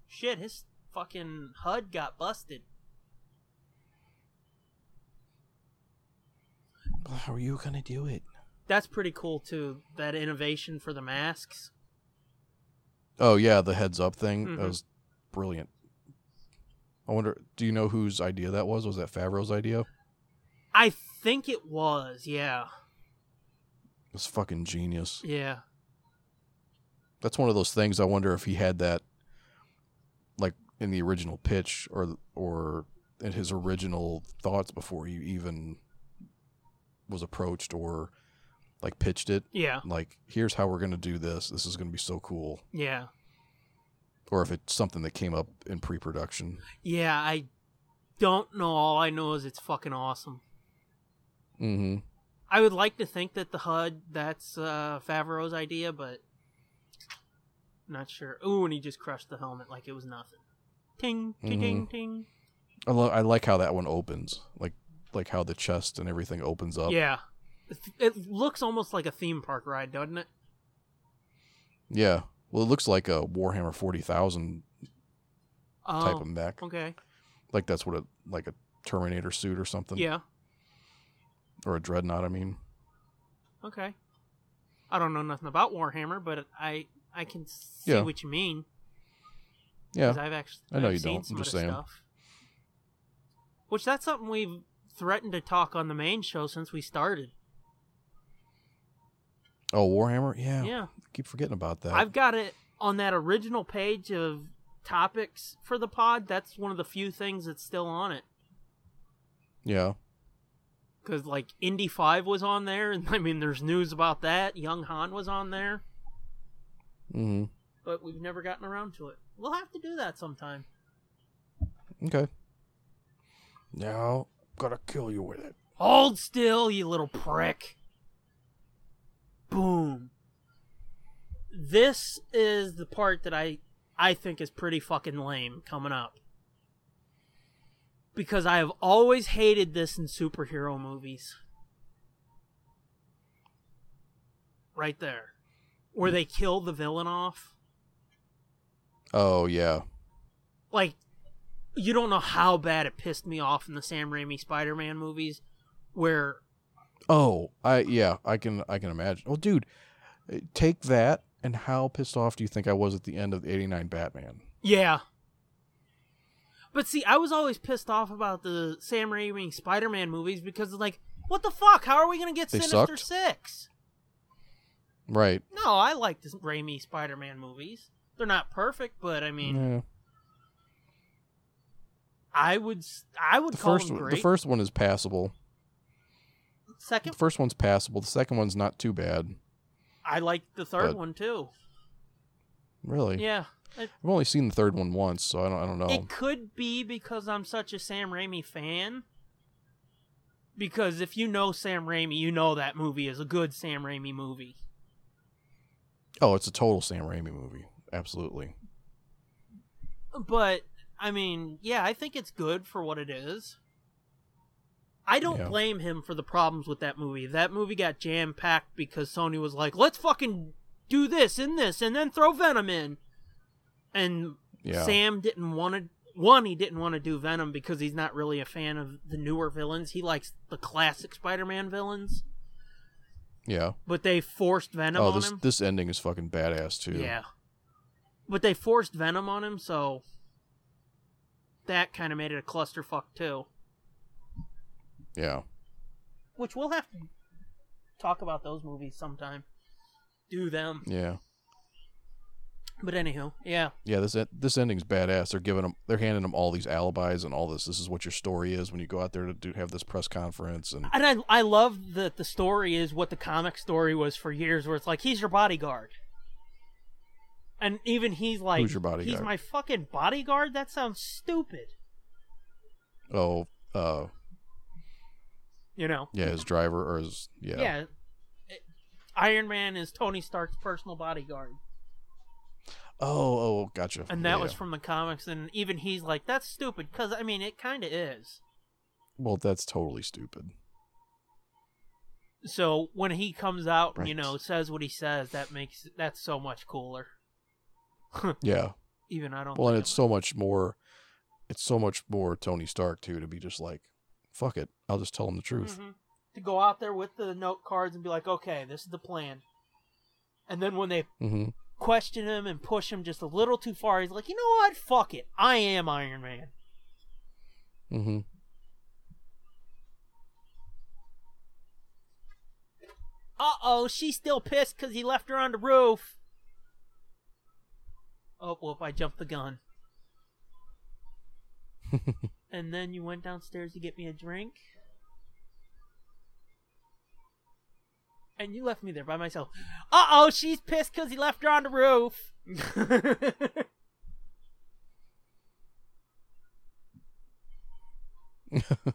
S2: Shit, his fucking HUD got busted.
S3: How are you gonna do it?
S2: That's pretty cool too. That innovation for the masks.
S3: Oh yeah, the heads up thing
S2: Mhm.
S3: that was brilliant. I wonder. Do you know whose idea that was? Was that Favreau's idea? It
S2: I think it was. Yeah.
S3: was fucking genius.
S2: Yeah.
S3: That's one of those things. I wonder if he had that, like in the original pitch, or or in his original thoughts before he even was approached or like pitched it.
S2: Yeah.
S3: Like, here's how we're gonna do this. This is gonna be so cool.
S2: Yeah.
S3: Or if it's something that came up in pre-production.
S2: Yeah, I don't know. All I know is it's fucking awesome.
S3: Mm-hmm.
S2: I would like to think that the HUD that's uh, Favreau's idea, but not sure. Ooh, and he just crushed the helmet like it was nothing. Ting,
S3: Mm-hmm.
S2: ting, ting, ting.
S3: I, lo- I like how that one opens, like like how the chest and everything opens up.
S2: Yeah, it, it looks almost like a theme park ride, doesn't it?
S3: Yeah. Well, it looks like a Warhammer forty thousand
S2: Oh,
S3: type of mech.
S2: okay.
S3: Like that's what a like a Terminator suit or something,
S2: Yeah,
S3: or a dreadnought. I mean,
S2: okay. I don't know nothing about Warhammer, but I I can see
S3: Yeah.
S2: what you mean.
S3: yeah,
S2: 'Cause I've actually
S3: I know
S2: I've
S3: you
S2: seen
S3: don't.
S2: Some
S3: I'm
S2: of
S3: just
S2: the
S3: saying.
S2: Stuff. Which that's something we've threatened to talk on the main show since we started.
S3: oh Warhammer, yeah.
S2: yeah.
S3: Keep forgetting about that.
S2: I've got it on that original page of topics for the pod. That's one of the few things that's still on it.
S3: Yeah,
S2: Because, like, Indy 5 was on there, and I mean, there's news about that. Young Han was on there,
S3: hmm
S2: but we've never gotten around to it. We'll have to do that sometime.
S3: okay. Now gotta kill you with it.
S2: Hold still, you little prick. Boom. This is the part that I I think is pretty fucking lame coming up. Because I have always hated this in superhero movies. Right there. Where they kill the villain off.
S3: Oh yeah,
S2: Like you don't know how bad it pissed me off in the Sam Raimi Spider-Man movies where
S3: Oh, I yeah, I can I can imagine. Well, dude, uh, take that and how pissed off do you think I was at the end of the '89 Batman?
S2: Yeah. But see, I was always pissed off about the Sam Raimi Spider-Man movies because it's like, what the fuck? How are we gonna get
S3: They
S2: Sinister
S3: sucked?
S2: Six?
S3: Right.
S2: No, I like the Raimi Spider-Man movies. They're not perfect, but I mean,
S3: Yeah.
S2: I would, s- I would
S3: The
S2: call
S3: first
S2: them
S3: one,
S2: great.
S3: the first one is passable. The
S2: Second,
S3: first one's passable. The second one's not too bad,
S2: I like the third
S3: but-
S2: one too.
S3: really.
S2: Yeah,
S3: I've only seen the third one once, so I don't I don't know.
S2: It could be because I'm such a Sam Raimi fan. Because if you know Sam Raimi, you know that movie is a good Sam Raimi movie.
S3: oh, it's a total Sam Raimi movie. Absolutely.
S2: But I mean, yeah, I think it's good for what it is. I don't
S3: Yeah.
S2: blame him for the problems with that movie. That movie got jam packed because Sony was like, "Let's fucking do this and this, and then throw Venom in." And
S3: Yeah.
S2: Sam didn't want to. One, he didn't want to do Venom because he's not really a fan of the newer villains. He likes the classic Spider-Man villains,
S3: yeah.
S2: but they forced Venom
S3: Oh,
S2: on
S3: this
S2: him.
S3: this ending is fucking badass too.
S2: Yeah. But they forced Venom on him, so that kind of made it a clusterfuck too.
S3: Yeah.
S2: Which we'll have to talk about those movies sometime. Do them.
S3: Yeah.
S2: But anywho, yeah.
S3: Yeah, this e, this ending's badass. They're giving them, they're handing them all these alibis and all this. This is what your story is when you go out there to do, have this press conference, and
S2: And I I love that the story is what the comic story was for years where it's like he's your bodyguard. And even he's like
S3: Who's your
S2: he's
S3: bodyguard?"
S2: my fucking bodyguard? That sounds stupid.
S3: oh, uh,
S2: You know,
S3: Yeah, his driver or his yeah.
S2: yeah. It- Iron Man is Tony Stark's personal bodyguard,
S3: Oh, oh, gotcha.
S2: and that
S3: Yeah,
S2: was
S3: yeah.
S2: from the comics. And even he's like, "That's stupid," because I mean, it kind of is.
S3: well, that's totally stupid.
S2: So when he comes out, and, you
S3: Right.
S2: know, says what he says, that makes that's so much cooler.
S3: Yeah.
S2: Even I don't.
S3: Well, and
S2: think
S3: it's
S2: I'm-
S3: so much more. It's so much more Tony Stark too to be just like, fuck it, I'll just tell him the truth.
S2: Mhm. To go out there with the note cards and be like, okay, this is the plan. And then when they
S3: hmm
S2: question him and push him just a little too far, he's like, you know what? Fuck it. I am Iron Man.
S3: hmm
S2: Uh oh, she's still pissed because he left her on the roof. Oh, whoop, I jumped the gun. and then you went downstairs to get me a drink. And you left me there by myself. Uh oh, she's pissed because he left her on the roof.
S3: Mm-hmm.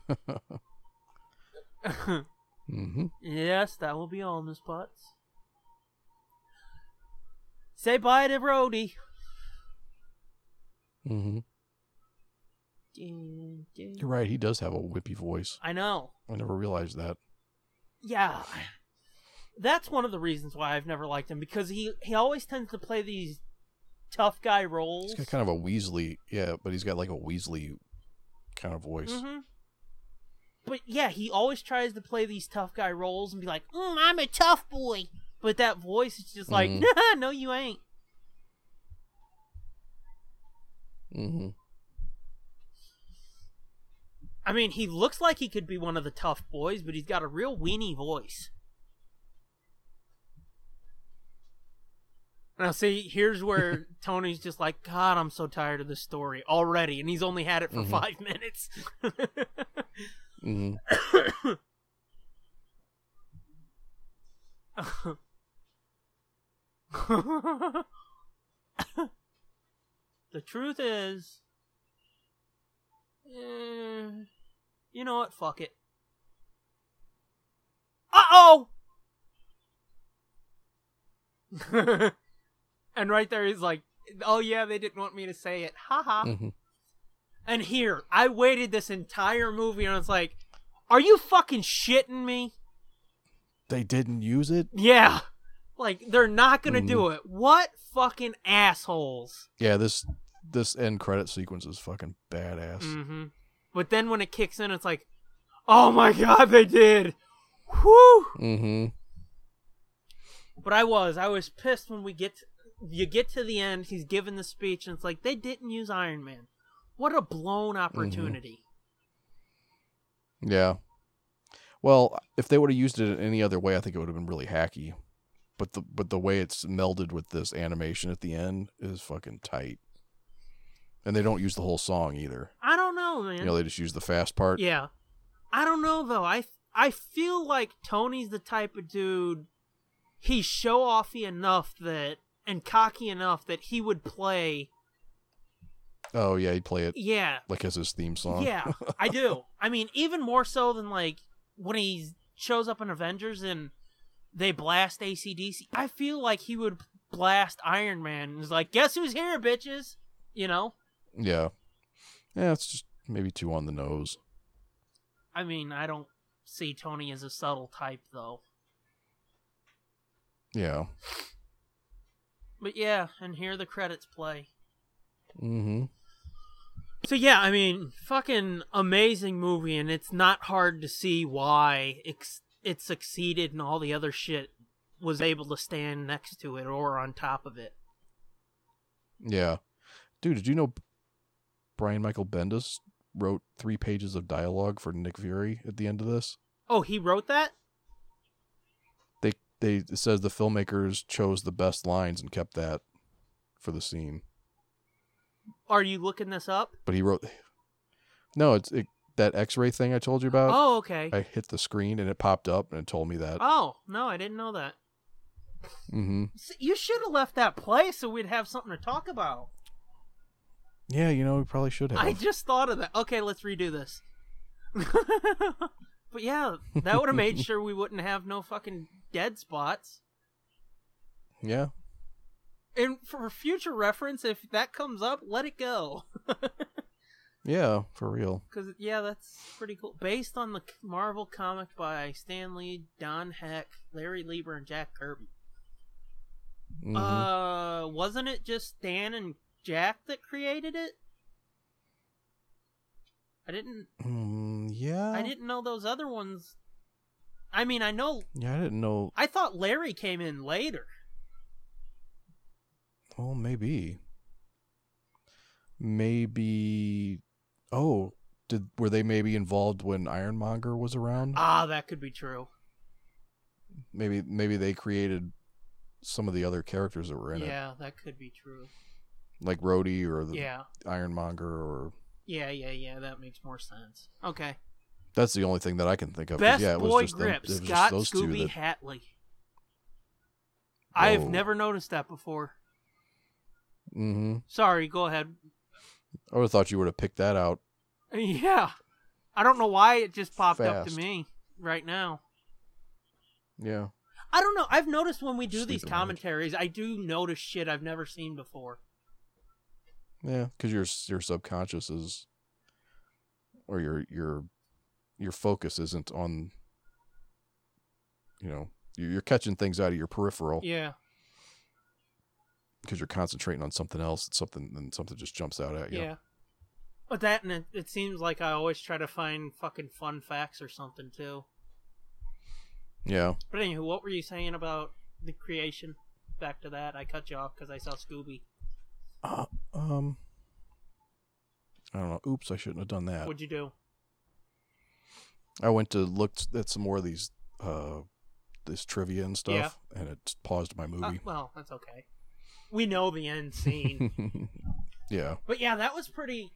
S3: hmm
S2: yes, that will be all in the spots. Say bye to Brody.
S3: hmm
S2: Dun, dun.
S3: You're right. He does have a whippy voice.
S2: I know.
S3: I never realized that.
S2: Yeah. That's one of the reasons why I've never liked him because he he always tends to play these tough guy roles.
S3: He's got kind of a Weasley, yeah, but he's got like a Weasley kind of voice.
S2: Mhm. But yeah, he always tries to play these tough guy roles and be like, mm, "I'm a tough boy," but that voice is just like,
S3: Mhm.
S2: "Nah, "No, you ain't." Mm-hmm.
S3: hmm
S2: I mean, he looks like he could be one of the tough boys, but he's got a real weenie voice. Now, see, here's where Tony's just like, God, I'm so tired of this story already, and he's only had it for
S3: Mhm.
S2: five minutes.
S3: hmm
S2: the truth is, eh, you know what? Fuck it. Uh oh! and right there, he's like, oh yeah, they didn't want me to say it. Haha. ha.
S3: hmm
S2: And here, I waited this entire movie and I was like, are you fucking shitting me?
S3: They didn't use it.
S2: Yeah. Like, they're not gonna
S3: Mhm.
S2: do it. What fucking assholes?
S3: Yeah, this this end credit sequence is fucking badass.
S2: Mm-hmm. But then when it kicks in, it's like, oh my god, they did. Whew.
S3: hmm
S2: But I was, I was pissed when we get, you get to the end. He's giving the speech, and it's like they didn't use Iron Man. What a blown opportunity.
S3: Yeah. Well, if they would have used it in any other way, I think it would have been really hacky. But the but the way it's melded with this animation at the end is fucking tight. And they don't use the whole song either.
S2: I don't know, man.
S3: You know, they just use the fast part.
S2: yeah, I don't know though. I I feel like Tony's the type of dude. He's show offy enough that and cocky enough that he would play.
S3: Oh yeah, he'd play it
S2: Yeah,
S3: like as his theme song.
S2: Yeah, I do. I mean, even more so than like when he shows up in Avengers and they blast ACDC. I feel like he would blast Iron Man and is like, guess who's here, bitches? You know?
S3: Yeah. Yeah, it's just maybe too on the nose.
S2: I mean, I don't see Tony as a subtle type though.
S3: Yeah.
S2: But yeah, and here the credits play.
S3: Mm-hmm.
S2: So yeah, I mean, fucking amazing movie, and it's not hard to see why it's it succeeded and all the other shit was able to stand next to it or on top of it.
S3: Yeah. Dude, did you know Brian Michael Bendis wrote three pages of dialogue for Nick Fury at the end of this?
S2: Oh, he wrote that?
S3: they they it says the filmmakers chose the best lines and kept that for the scene.
S2: Are you looking this up?
S3: But he wrote No, it's it, that X-ray thing I told you about.
S2: oh, okay.
S3: Uh, I hit the screen and it popped up and it told me that.
S2: oh, no, I didn't know that.
S3: mm-hmm.
S2: S- You should have left that play so we'd have something to talk about.
S3: Yeah, you know we probably should have.
S2: I just thought of that. Okay, let's redo this. But yeah, that would have made sure we wouldn't have no fucking dead spots.
S3: Yeah.
S2: And for future reference, if that comes up, let it go.
S3: Yeah, for real.
S2: Because, yeah, that's pretty cool. Based on the Marvel comic by Stan Lee, Don Heck, Larry Lieber, and Jack Kirby.
S3: Mhm.
S2: Uh, wasn't it just Stan and Jack that created it? I didn't.
S3: Mm, yeah.
S2: I didn't know those other ones. I mean, I know.
S3: Yeah, I didn't know.
S2: I thought Larry came in later.
S3: Oh, maybe. Maybe. Oh, did were they maybe involved when Ironmonger was around?
S2: Ah, that could be true.
S3: maybe maybe they created some of the other characters that were in it,
S2: Yeah, that could be true.
S3: like Rhodey or the
S2: Yeah,
S3: Ironmonger, or
S2: yeah, yeah, yeah. That makes more sense. Okay.
S3: that's the only thing that I can think of. 'cause,
S2: Best
S3: yeah, it was
S2: boy
S3: just them-
S2: grip,
S3: it was just
S2: Scott
S3: those two
S2: Scooby
S3: that-
S2: Hatley. I have
S3: Whoa.
S2: never noticed that before.
S3: Mm-hmm.
S2: Sorry, go ahead.
S3: I would have thought you would have picked that out.
S2: Yeah. I don't know why it just popped up to
S3: Fast.
S2: me right now.
S3: Yeah.
S2: I don't know. I've noticed when we do these
S3: Sleeping on it.
S2: commentaries, I do notice shit I've never seen before.
S3: Yeah, because your your subconscious is, or your your your focus isn't on. You know, you- you're catching things out of your peripheral
S2: Yeah.
S3: because you're concentrating on something else. And something and something just jumps out at you.
S2: Yeah. But that and it, it seems like I always try to find fucking fun facts or something too.
S3: Yeah.
S2: But anywho, what were you saying about the creation? Back to that, I cut you off because I saw Scooby.
S3: Uh, um. I don't know. Oops, I shouldn't have done that.
S2: What'd you do?
S3: I went to look at some more of these, uh, this trivia and stuff, and it paused my
S2: Uh,
S3: movie.
S2: well, that's okay. We know the end scene.
S3: yeah.
S2: But yeah, that was pretty.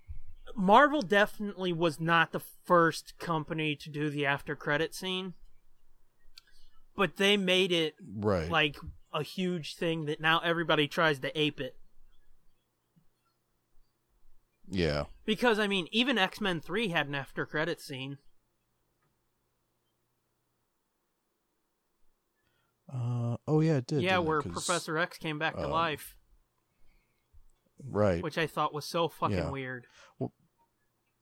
S2: Marvel definitely was not the first company to do the after credit scene, but they made it
S3: Right.
S2: like a huge thing that now everybody tries to ape it.
S3: yeah.
S2: Because I mean, even X Men Three had an after credit scene.
S3: Uh, oh yeah, it did.
S2: yeah,
S3: didn't it?
S2: where
S3: 'Cause-
S2: Professor X came back to
S3: um,
S2: life,
S3: Right.
S2: which I thought was so fucking
S3: Yeah.
S2: weird.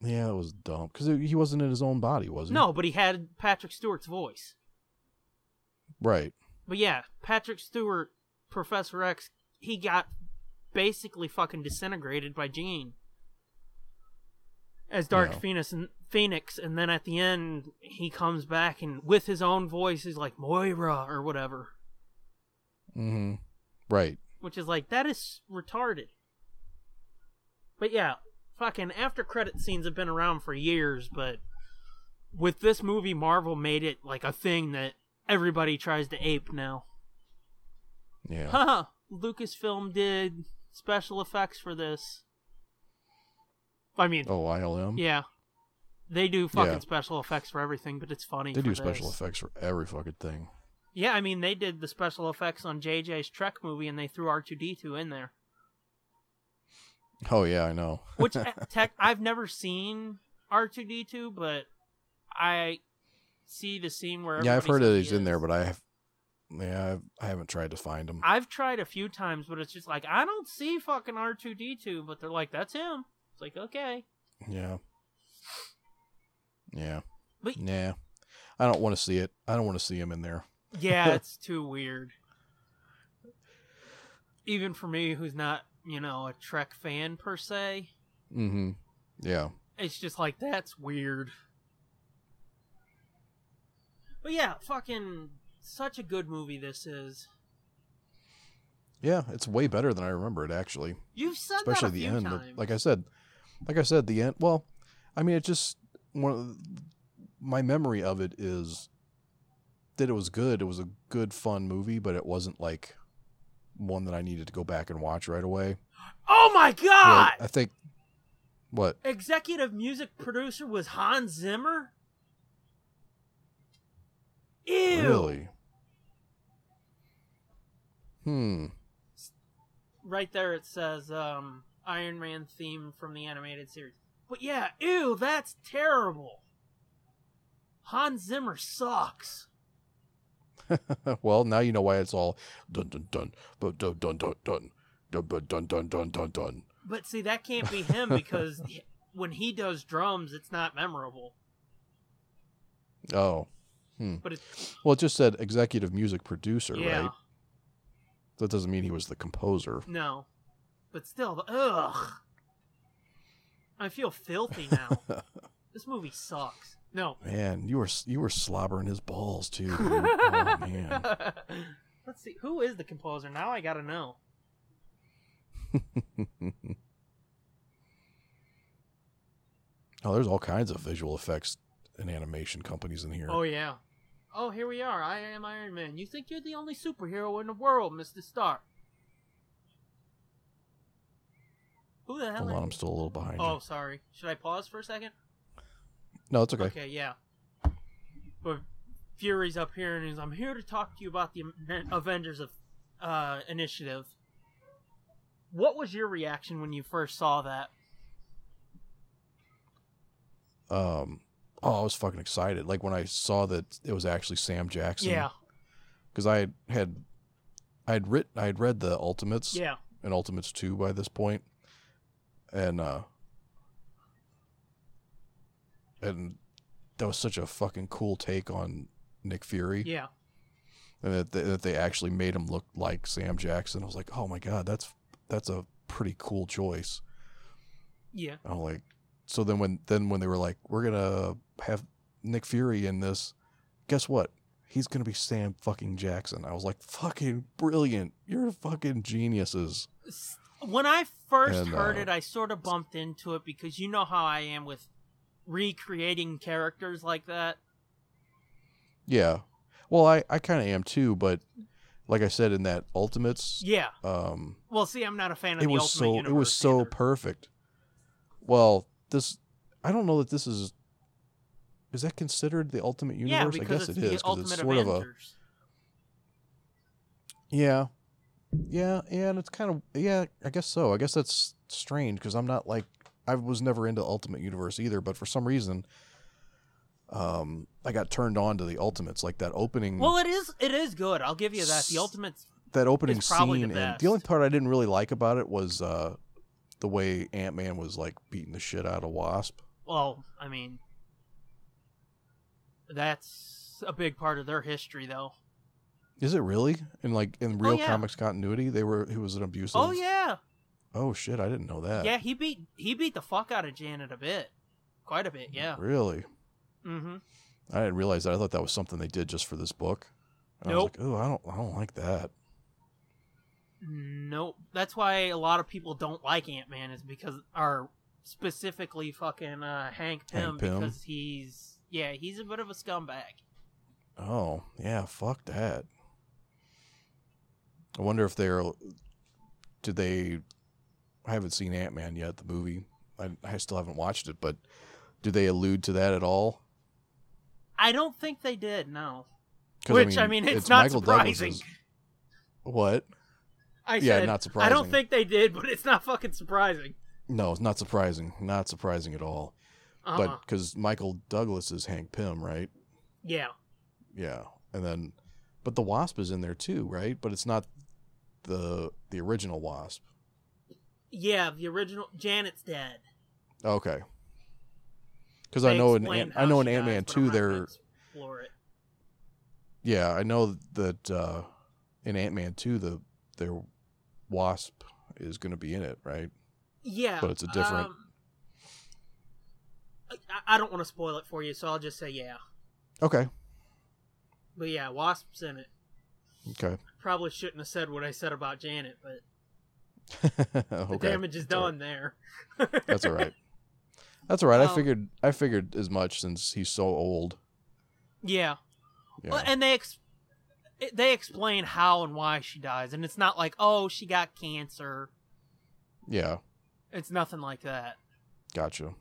S3: yeah, it was dumb because he wasn't in his own body, was he?
S2: No, but he had Patrick Stewart's voice.
S3: Right.
S2: But yeah, Patrick Stewart, Professor X, he got basically fucking disintegrated by Jean as Dark
S3: Yeah.
S2: Phoenix, and Phoenix, and then at the end he comes back and with his own voice is like Moira or whatever,
S3: Mm-hmm. Right.
S2: which is like that is retarded. But yeah, fucking after credit scenes have been around for years, but with this movie, Marvel made it like a thing that everybody tries to ape now.
S3: Yeah.
S2: Haha, Lucasfilm did special effects for this. I mean,
S3: Oh, ILM.
S2: yeah. They do fucking
S3: Yeah.
S2: special effects for everything, but it's funny.
S3: They
S2: for
S3: do special
S2: this.
S3: effects for every fucking thing.
S2: Yeah, I mean, they did the special effects on JJ's Trek movie and they threw R2D2 in there.
S3: Oh yeah, I know.
S2: Which uh, tech I've never seen R2D2, but I see the scene where
S3: yeah, I've heard
S2: everybody
S3: that
S2: says
S3: he's
S2: he
S3: in there,
S2: is.
S3: but I have, yeah, I've, I haven't tried to find him.
S2: I've tried a few times, but it's just like I don't see fucking R2D2, but they're like, "That's him." It's like, okay,
S3: Yeah. Yeah.
S2: But-
S3: yeah. I don't want to see it. I don't want to see him in there.
S2: Yeah, it's too weird. Even for me, who's not, you know, a Trek fan per se,
S3: Mm-hmm. Yeah.
S2: it's just like, that's weird. But yeah, fucking such a good movie this is.
S3: Yeah. It's way better than I remember it actually.
S2: You've said
S3: Especially
S2: that a
S3: the
S2: few
S3: end.
S2: times.
S3: Like I said, like I said, the end. Well, I mean, it just one. Of the, my memory of it is that it was good. It was a good, fun movie, but it wasn't like one that I needed to go back and watch right away.
S2: oh my god!
S3: Like, I think. What?
S2: Executive music producer was Hans Zimmer? Ew!
S3: Really? Hmm.
S2: right there it says um, Iron Man theme from the animated series. But yeah, ew, that's terrible. Hans Zimmer sucks.
S3: well, now you know why it's all dun dun dun but dun dun dun dun dun but dun dun dun dun dun.
S2: But see, that can't be him because when he does drums, it's not memorable.
S3: Oh, hmm.
S2: But it's
S3: well, it just said executive music producer,
S2: yeah,
S3: right? That doesn't mean he was the composer.
S2: no. But still, the- ugh. I feel filthy now. this movie sucks. No.
S3: Man, you were you were slobbering his balls too. Dude. oh man,
S2: Let's see. Who is the composer? Now I gotta know.
S3: oh, there's all kinds of visual effects and animation companies in here.
S2: Oh yeah. Oh, here we are. I am Iron Man. You think you're the only superhero in the world, Mister Stark? Who the hell?
S3: Hold
S2: is-
S3: on, I'm still a little behind.
S2: Oh,
S3: Oh.
S2: sorry. Should I pause for a second?
S3: No, it's okay.
S2: Okay, yeah. But Fury's up here and he's, I'm here to talk to you about the Aven- Avengers of uh, initiative. What was your reaction when you first saw that?
S3: Um, oh, I was fucking excited. Like when I saw that it was actually Sam Jackson.
S2: Yeah,
S3: because I had- had I had writ I had read the Ultimates
S2: yeah.
S3: and Ultimates two by this point, and uh, and that was such a fucking cool take on Nick Fury,
S2: Yeah.
S3: and that they, that they actually made him look like Sam Jackson. I was like, oh my god, that's that's a pretty cool choice.
S2: Yeah.
S3: I'm like, so then when then when they were like, we're gonna have Nick Fury in this, guess what? He's gonna be Sam fucking Jackson. I was like, fucking brilliant! You're fucking geniuses.
S2: S- When I first
S3: And,
S2: heard
S3: uh,
S2: it, I sort of bumped into it because you know how I am with recreating characters like that.
S3: Yeah. Well, I I kind of am too, but like I said in that Ultimates,
S2: Yeah.
S3: um,
S2: Well, see, I'm not a fan of
S3: it
S2: the
S3: was
S2: Ultimate
S3: so
S2: Universe.
S3: it was so
S2: either.
S3: perfect. Well, this I don't know that this is is that considered the Ultimate
S2: yeah,
S3: Universe?
S2: because
S3: I guess
S2: it's
S3: it
S2: the
S3: is because
S2: Ultimate
S3: it's sort of a
S2: Avengers.
S3: Yeah. Yeah, yeah, and it's kind of yeah, I guess so. I guess that's strange because I'm not like I was never into Ultimate Universe either, but for some reason um I got turned on to the Ultimates like that opening
S2: Well, it is. It is good. I'll give you that. The
S3: Hmm. S-
S2: Ultimate's
S3: that opening
S2: it's probably the
S3: scene and
S2: best.
S3: the only part I didn't really like about it was uh the way Ant-Man was like beating the shit out of Wasp.
S2: Well, I mean, that's a big part of their history, though.
S3: Is it really? In like in
S2: Oh,
S3: real
S2: yeah.
S3: comics continuity, they were it was an abusive
S2: oh yeah,
S3: Oh shit, I didn't know that.
S2: yeah. He beat he beat the fuck out of Janet a bit, quite a bit. Yeah.
S3: Really?
S2: Mm-hmm.
S3: I didn't realize that. I thought that was something they did just for this book. And
S2: Nope.
S3: I was like, oh, I don't, I don't like that.
S2: Nope. That's why a lot of people don't like Ant Man is because are specifically fucking uh, Hank Pym
S3: Hank Pym.
S2: because he's yeah he's a bit of a scumbag.
S3: Oh, yeah, fuck that. I wonder if they're. Did they? I haven't seen Ant Man yet, the movie. I, I still haven't watched it, but do they allude to that at all?
S2: I don't think they did. No.
S3: 'Cause,
S2: Which, I mean, it's not
S3: Douglas's-
S2: surprising.
S3: What?
S2: I
S3: Yeah,
S2: said,
S3: not
S2: I don't
S3: surprising.
S2: think they did, but it's not fucking surprising.
S3: No, it's not surprising. Not surprising at all.
S2: Uh-uh.
S3: But because Michael Douglas is Hank Pym, right?
S2: yeah.
S3: Yeah, and then, but the wasp is in there too, right? But it's not the the original wasp.
S2: Yeah, the original Janet's dead.
S3: Okay, because
S2: They
S3: I know in
S2: explain
S3: Ant-
S2: how
S3: I know in
S2: she
S3: Ant Man
S2: dies,
S3: two
S2: but I'm not gonna
S3: there.
S2: explore it.
S3: Yeah, I know that uh in Ant Man two the their wasp is going to be in it, right?
S2: Yeah,
S3: But it's a different-
S2: um, I, I don't want to spoil it for you, so I'll just say yeah.
S3: Okay,
S2: But yeah, Wasp's in it.
S3: okay,
S2: Probably shouldn't have said what I said about Janet, but the
S3: okay.
S2: damage is
S3: That's all right.
S2: done there.
S3: That's all right. That's all right. I
S2: Um,
S3: figured I figured as much since he's so old.
S2: Yeah,
S3: Yeah.
S2: Well, and they ex- it- they explain how and why she dies, and it's not like oh she got cancer.
S3: yeah.
S2: It's nothing like that.
S3: Gotcha.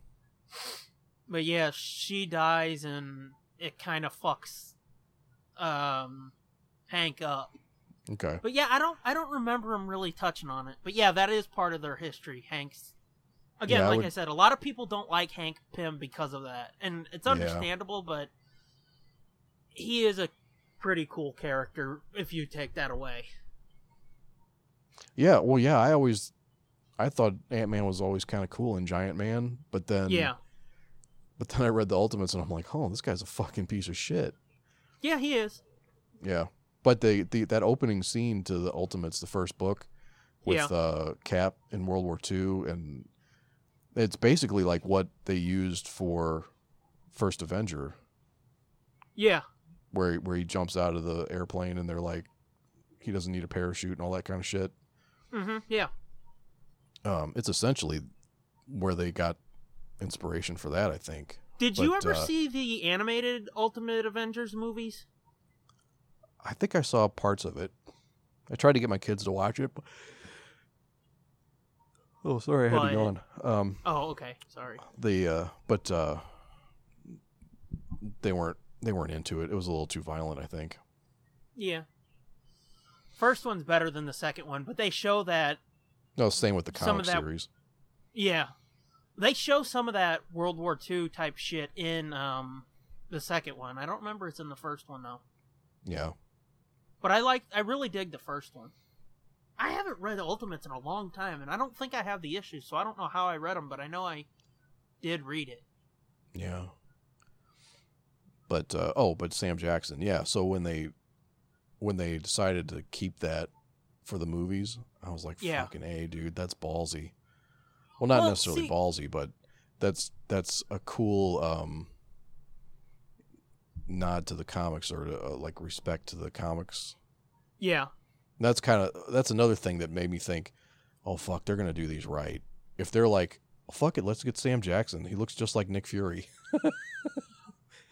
S2: But yeah, she dies and it kind of fucks um Hank up.
S3: Okay.
S2: But yeah, I don't I don't remember him really touching on it. But yeah, that is part of their history, Hank's. Again,
S3: Yeah, I
S2: like I
S3: would-
S2: said, a lot of people don't like Hank Pym because of that. And it's
S3: Yeah.
S2: understandable, but he is a pretty cool character if you take that away.
S3: Yeah, well, yeah. I always, I thought Ant Man was always kind of cool and Giant Man, but then
S2: yeah.
S3: but then I read the Ultimates and I'm like, oh, this guy's a fucking piece of shit.
S2: Yeah, he is.
S3: Yeah, but the, the that opening scene to the Ultimates, the first book, with
S2: Yeah.
S3: uh, Cap in World War II, and it's basically like what they used for First Avenger,
S2: Yeah.
S3: where where he jumps out of the airplane and they're like, he doesn't need a parachute and all that kind of shit.
S2: hmm Yeah.
S3: Um, it's essentially where they got inspiration for that, I think.
S2: Did you
S3: But,
S2: ever
S3: uh,
S2: see the animated Ultimate Avengers movies?
S3: I think I saw parts of it. I tried to get my kids to watch it. But... Oh, sorry, I had
S2: But-
S3: to yawn. Um,
S2: Oh, okay. Sorry.
S3: the uh, but uh, they weren't they weren't into it. It was a little too violent, I think.
S2: Yeah. First one's better than the second one, but they show that
S3: No, same with the
S2: Some
S3: comic
S2: of that-
S3: series.
S2: yeah. They show some of that World War II type shit in um the second one. I don't remember it's in the first one though.
S3: Yeah,
S2: But I like I really dig the first one. I haven't read Ultimates in a long time and I don't think I have the issues, so I don't know how I read them, but I know I did read it.
S3: yeah. But uh, oh, but Sam Jackson, yeah. So when they when they decided to keep that for the movies, I was like,
S2: Yeah.
S3: fucking a, dude, that's ballsy. Well, not
S2: Well,
S3: necessarily
S2: see-
S3: ballsy, but that's that's a cool um, nod to the comics or to, uh, like respect to the comics
S2: Yeah.
S3: that's kind of that's another thing that made me think, oh fuck, they're gonna do these right. If they're like, "Oh, fuck it, let's get Sam Jackson. He looks just like Nick Fury.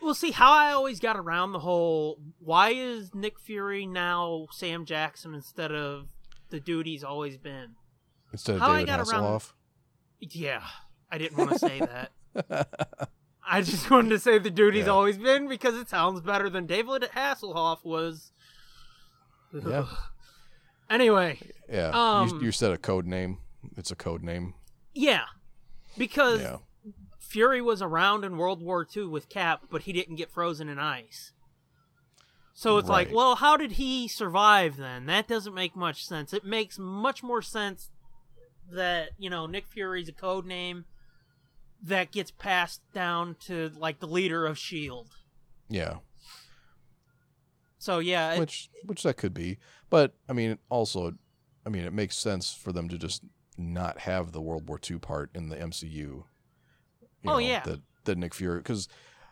S2: Well, see how I always got around the whole why is Nick Fury now Sam Jackson instead of the dude he's always been?
S3: Instead of
S2: How I
S3: David
S2: got around-
S3: Hasselhoff.
S2: Yeah, I didn't want to say that. I just wanted to say the dude he's
S3: Yeah.
S2: always been because it sounds better than David Hasselhoff was.
S3: Yeah.
S2: anyway,
S3: yeah.
S2: Um,
S3: you, you said a code name. It's a code name.
S2: yeah, because
S3: Yeah.
S2: Fury was around in World War II with Cap, but he didn't get frozen in ice. So it's like,
S3: Right.
S2: well, how did he survive then? That doesn't make much sense. It makes much more sense that, you know, Nick Fury's a code name that gets passed down to like the leader of Shield.
S3: Yeah.
S2: So yeah, it-
S3: Which which that could be. But I mean also I mean it makes sense for them to just not have the World War II part in the MCU. you
S2: Oh, yeah.
S3: That that Nick Fury because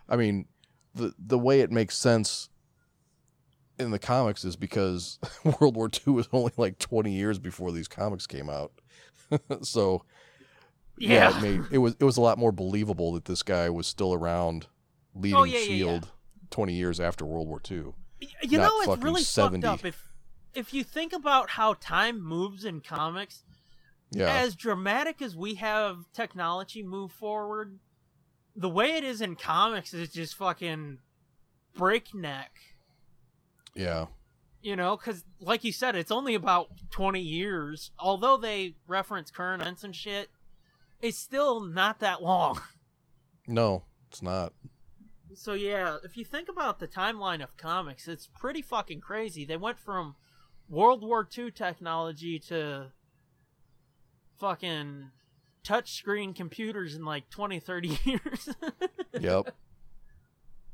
S3: I mean the the way it makes sense in the comics is because World War II was only like twenty years before these comics came out. so
S2: yeah.
S3: it made it was it was a lot more believable that this guy was still around leading
S2: Oh, yeah, yeah, yeah.
S3: Shield E twenty years after World War II.
S2: Y- You
S3: not
S2: know, it's
S3: fucking
S2: really
S3: 70.
S2: fucked up if if you think about how time moves in comics.
S3: Yeah.
S2: As dramatic as we have technology move forward, the way it is in comics is just fucking breakneck.
S3: yeah.
S2: You know, because like you said, it's only about twenty years. Although they reference current events and shit, it's still not that long.
S3: No, it's not.
S2: So yeah, if you think about the timeline of comics, it's pretty fucking crazy. They went from World War II technology to fucking touchscreen computers in like 20, 30 years.
S3: Yep.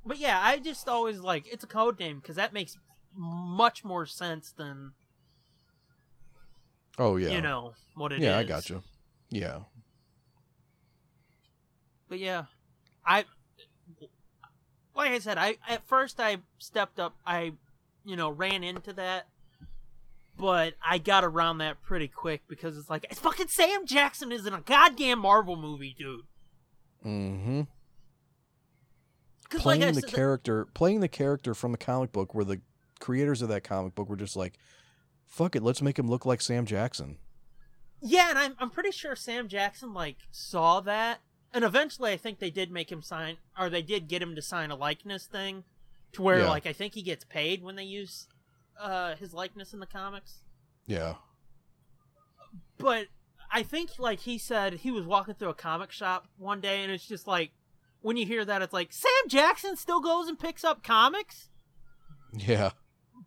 S2: but yeah, I just always like it's a code name because that makes much more sense than
S3: Oh yeah.
S2: you know what it is.
S3: yeah, I got you. Yeah.
S2: But yeah, I like I said, I at first I stepped up, I you know ran into that, but I got around that pretty quick because it's like it's fucking Sam Jackson is in a goddamn Marvel movie, dude.
S3: Mm-hmm.
S2: 'Cause
S3: Playing
S2: like I
S3: the
S2: said,
S3: character, playing the character from the comic book, where the creators of that comic book were just like, "Fuck it, let's make him look like Sam Jackson."
S2: yeah, and I'm I'm pretty sure Sam Jackson like saw that, and eventually I think they did make him sign, or they did get him to sign a likeness thing, to where
S3: Yeah.
S2: like I think he gets paid when they use uh his likeness in the comics.
S3: Yeah.
S2: but I think like he said he was walking through a comic shop one day and it's just like when you hear that it's like Sam Jackson still goes and picks up comics?
S3: Yeah.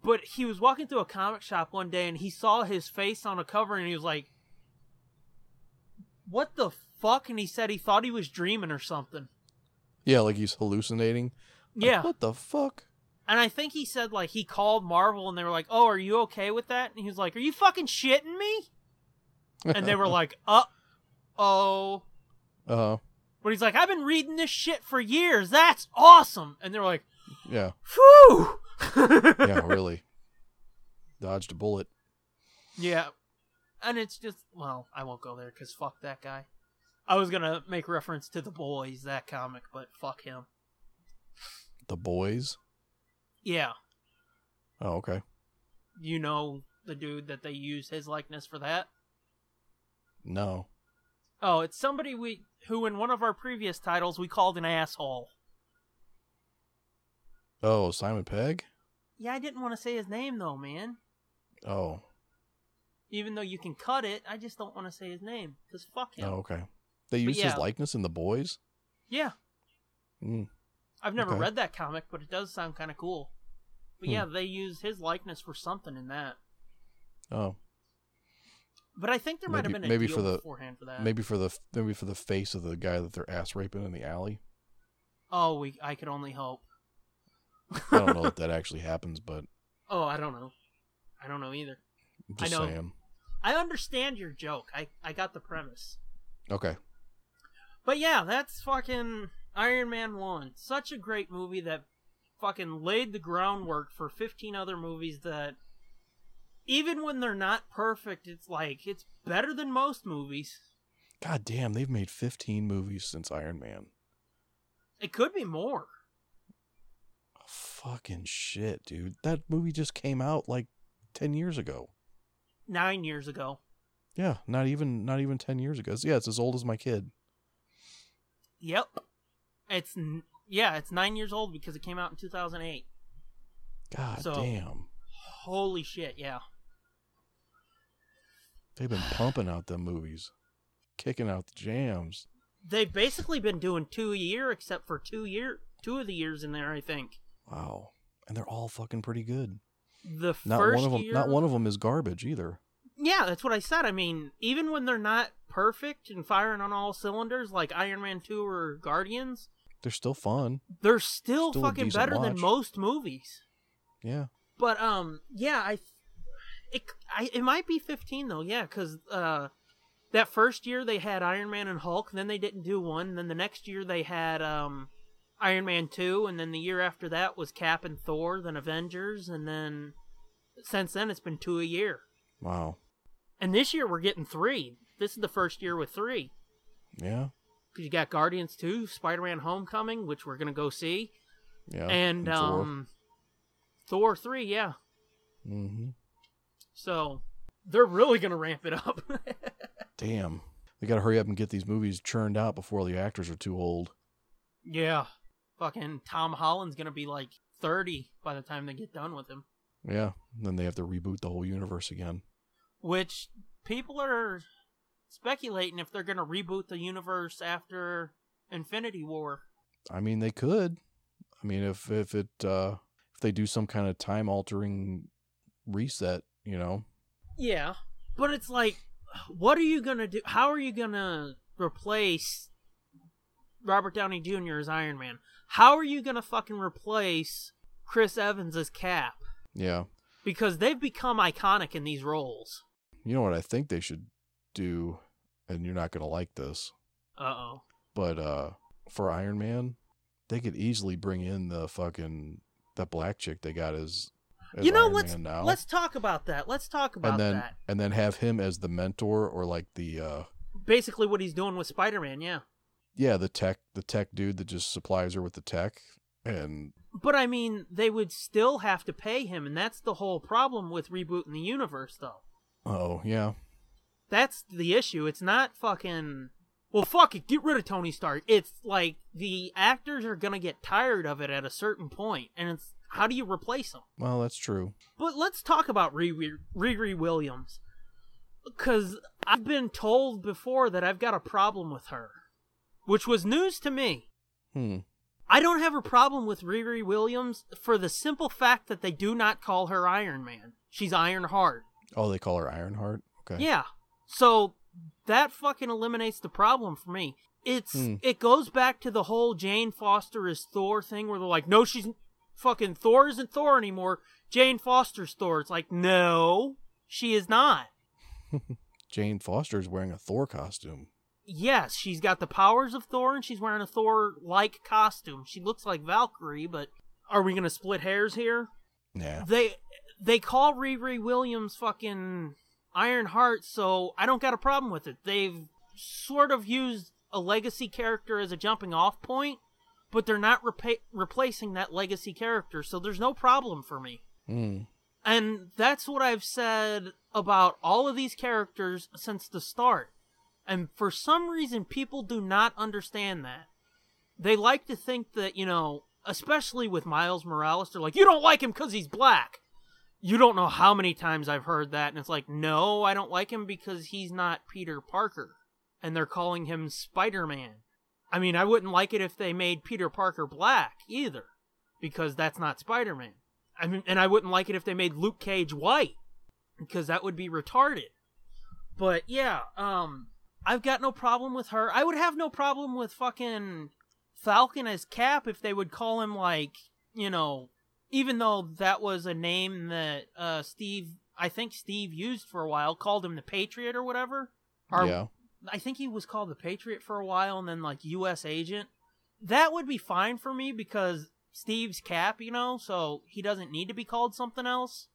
S2: But he was walking through a comic shop one day and he saw his face on a cover and he was like, What the fuck? And he said he thought he was dreaming or something.
S3: Yeah, like he's hallucinating. Like,
S2: Yeah.
S3: what the fuck?
S2: And I think he said, like, he called Marvel and they were like, Oh, are you okay with that? And he was like, Are you fucking shitting me? And they were like, Uh oh.
S3: uh,
S2: But he's like, I've been reading this shit for years. That's awesome. And they were like,
S3: yeah,
S2: Phew.
S3: yeah, really. Dodged a bullet.
S2: Yeah. And it's just, well, I won't go there because fuck that guy. I was going to make reference to The Boys, that comic, but fuck him.
S3: The boys.
S2: Yeah.
S3: Oh, okay.
S2: You know the dude that they use his likeness for that?
S3: No.
S2: Oh, it's somebody we who in one of our previous titles we called an asshole.
S3: Oh, Simon Pegg.
S2: Yeah, I didn't want to say his name though, man.
S3: Oh.
S2: Even though you can cut it, I just don't want to say his name because fuck him.
S3: Oh, okay. They used
S2: yeah.
S3: his likeness in the boys.
S2: Yeah,
S3: Mm.
S2: I've never
S3: Okay.
S2: read that comic, but it does sound kind of cool. But
S3: Hmm.
S2: yeah, they use his likeness for something in that.
S3: Oh,
S2: But I think there might have
S3: Maybe-
S2: been a
S3: maybe
S2: deal
S3: for the-
S2: beforehand for that.
S3: maybe for the maybe for the face of the guy that they're ass raping in the alley.
S2: Oh, we. I could only hope.
S3: I don't know if that actually happens, but
S2: Oh, I don't know. I don't know either.
S3: I'm
S2: I
S3: just
S2: know.
S3: saying.
S2: I understand your joke. I I got the premise.
S3: Okay.
S2: But yeah, that's fucking Iron Man 1. Such a great movie that fucking laid the groundwork for 15 other movies that even when they're not perfect, it's like it's better than most movies.
S3: God damn, they've made 15 movies since Iron Man.
S2: It could be more.
S3: Oh, Fucking shit, dude. That movie just came out like 10 years ago.
S2: 9 years ago.
S3: Yeah, not even not even 10 years ago. It's- Yeah, it's as old as my kid.
S2: Yep. It's n- yeah, it's 9 years old because it came out in 2008.
S3: God
S2: So-
S3: damn.
S2: Holy shit, yeah.
S3: They've been pumping out them movies. Kicking out the jams.
S2: They've basically been doing two a year except for two year two of the years in there, I think.
S3: Wow. And they're all fucking pretty good.
S2: The
S3: Not
S2: first
S3: one of them
S2: year
S3: not one of them is garbage either.
S2: Yeah, that's what I said. I mean, even when they're not perfect and firing on all cylinders like Iron Man 2 or Guardians,
S3: They're still fun.
S2: they're still,
S3: Still a
S2: fucking
S3: decent
S2: better than
S3: watch.
S2: most movies.
S3: Yeah.
S2: But um yeah, I it I, it might be 15 though. Yeah, cuz uh that first year they had Iron Man and Hulk, then they didn't do one, then the next year they had um Iron Man 2 and then the year after that was Cap and Thor, then Avengers and then since then it's been two a year.
S3: Wow.
S2: And this year we're getting three. This is the first year with three
S3: Yeah.
S2: because you got Guardians two, Spider Man Homecoming, which we're gonna go see,
S3: Yeah.
S2: and um, Thor three. Yeah,
S3: hmm
S2: so they're really gonna ramp it up.
S3: Damn. They got to hurry up and get these movies churned out before the actors are too old.
S2: yeah, fucking Tom Holland's gonna be like thirty by the time they get done with him.
S3: Yeah. Then they have to reboot the whole universe again.
S2: Which people are speculating if they're gonna reboot the universe after Infinity War.
S3: I mean, they could. I mean, if if it uh, if they do some kind of time altering reset, you know,
S2: Yeah, but it's like, what are you gonna do? How are you gonna replace Robert Downey Jr. as Iron Man? How are you gonna fucking replace Chris Evans as Cap?
S3: yeah.
S2: Because they've become iconic in these roles.
S3: You know what I think they should do, and you're not gonna like this,
S2: Uh oh.
S3: but uh, for Iron Man, they could easily bring in the fucking that black chick they got as, as
S2: You know,
S3: Iron
S2: let's
S3: Man now,
S2: let's talk about that. Let's talk about
S3: and then
S2: that.
S3: and then have him as the mentor or like the uh,
S2: Basically, what he's doing with Spider Man, yeah.
S3: yeah the tech the tech dude that just supplies her with the tech and
S2: But I mean, they would still have to pay him, and that's the whole problem with rebooting the universe, though.
S3: oh yeah
S2: That's the issue. It's not fucking. Well, fuck it. Get rid of Tony Stark. It's like the actors are gonna get tired of it at a certain point, and it's how do you replace them?
S3: well that's true
S2: But let's talk about Riri, Riri Williams, because I've been told before that I've got a problem with her, which was news to me.
S3: hmm
S2: I don't have a problem with Riri Williams for the simple fact that they do not call her Iron Man. She's Iron Heart.
S3: Oh, they call her Ironheart. Okay.
S2: Yeah. So that fucking eliminates the problem for me. It's
S3: Hmm.
S2: it goes back to the whole Jane Foster is Thor thing where they're like, no, she's fucking Thor isn't Thor anymore. Jane Foster's Thor. It's like, no, she is not.
S3: Jane Foster is wearing a Thor costume.
S2: Yes, she's got the powers of Thor and she's wearing a Thor like costume. She looks like Valkyrie, but are we gonna split hairs here?
S3: Nah.
S2: They they call Riri Williams fucking Iron Heart, so I don't got a problem with it. They've sort of used a legacy character as a jumping off point, but they're not repa- replacing that legacy character, so there's no problem for me.
S3: Mm.
S2: And that's what I've said about all of these characters since the start. And for some reason, people do not understand that. They like to think that, you know, especially with Miles Morales, they're like, you don't like him because he's black. You don't know how many times I've heard that. And it's like, no, I don't like him because he's not Peter Parker. And they're calling him Spider Man. I mean, I wouldn't like it if they made Peter Parker black either, because that's not Spider Man. I mean, and I wouldn't like it if they made Luke Cage white because that would be retarded. But yeah, um, I've got no problem with her. I would have no problem with fucking Falcon as Cap if they would call him like you know, even though that was a name that uh Steve, I think Steve used for a while, called him the Patriot or whatever. Or
S3: yeah.
S2: I think he was called the Patriot for a while and then like US agent. That would be fine for me because Steve's cap, you know, so he doesn't need to be called something else.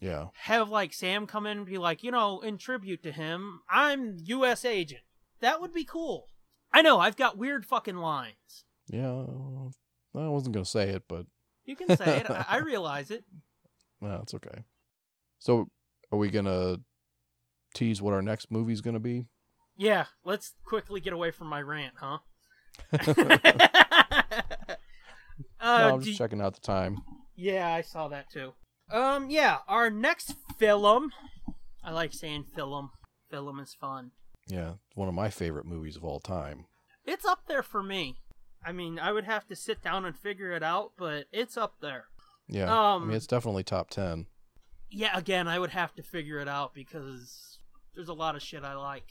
S3: Yeah.
S2: Have like Sam come in and be like, you know, in tribute to him, I'm US agent. That would be cool. I know, I've got weird fucking lines.
S3: Yeah. I wasn't gonna say it, but
S2: You can say it. I, I realize it.
S3: no, it's okay. So, are we gonna tease what our next movie's gonna be?
S2: Yeah, let's quickly get away from my rant, huh? uh,
S3: no, I'm
S2: do
S3: just
S2: you-
S3: checking out the time.
S2: Yeah, I saw that too. Um, yeah, our next film. I like saying film. Film is fun.
S3: Yeah, one of my favorite movies of all time.
S2: It's up there for me. I mean, I would have to sit down and figure it out, but it's up there.
S3: Yeah, I
S2: Um,
S3: mean it's definitely top ten.
S2: Yeah, again, I would have to figure it out because there's a lot of shit I like.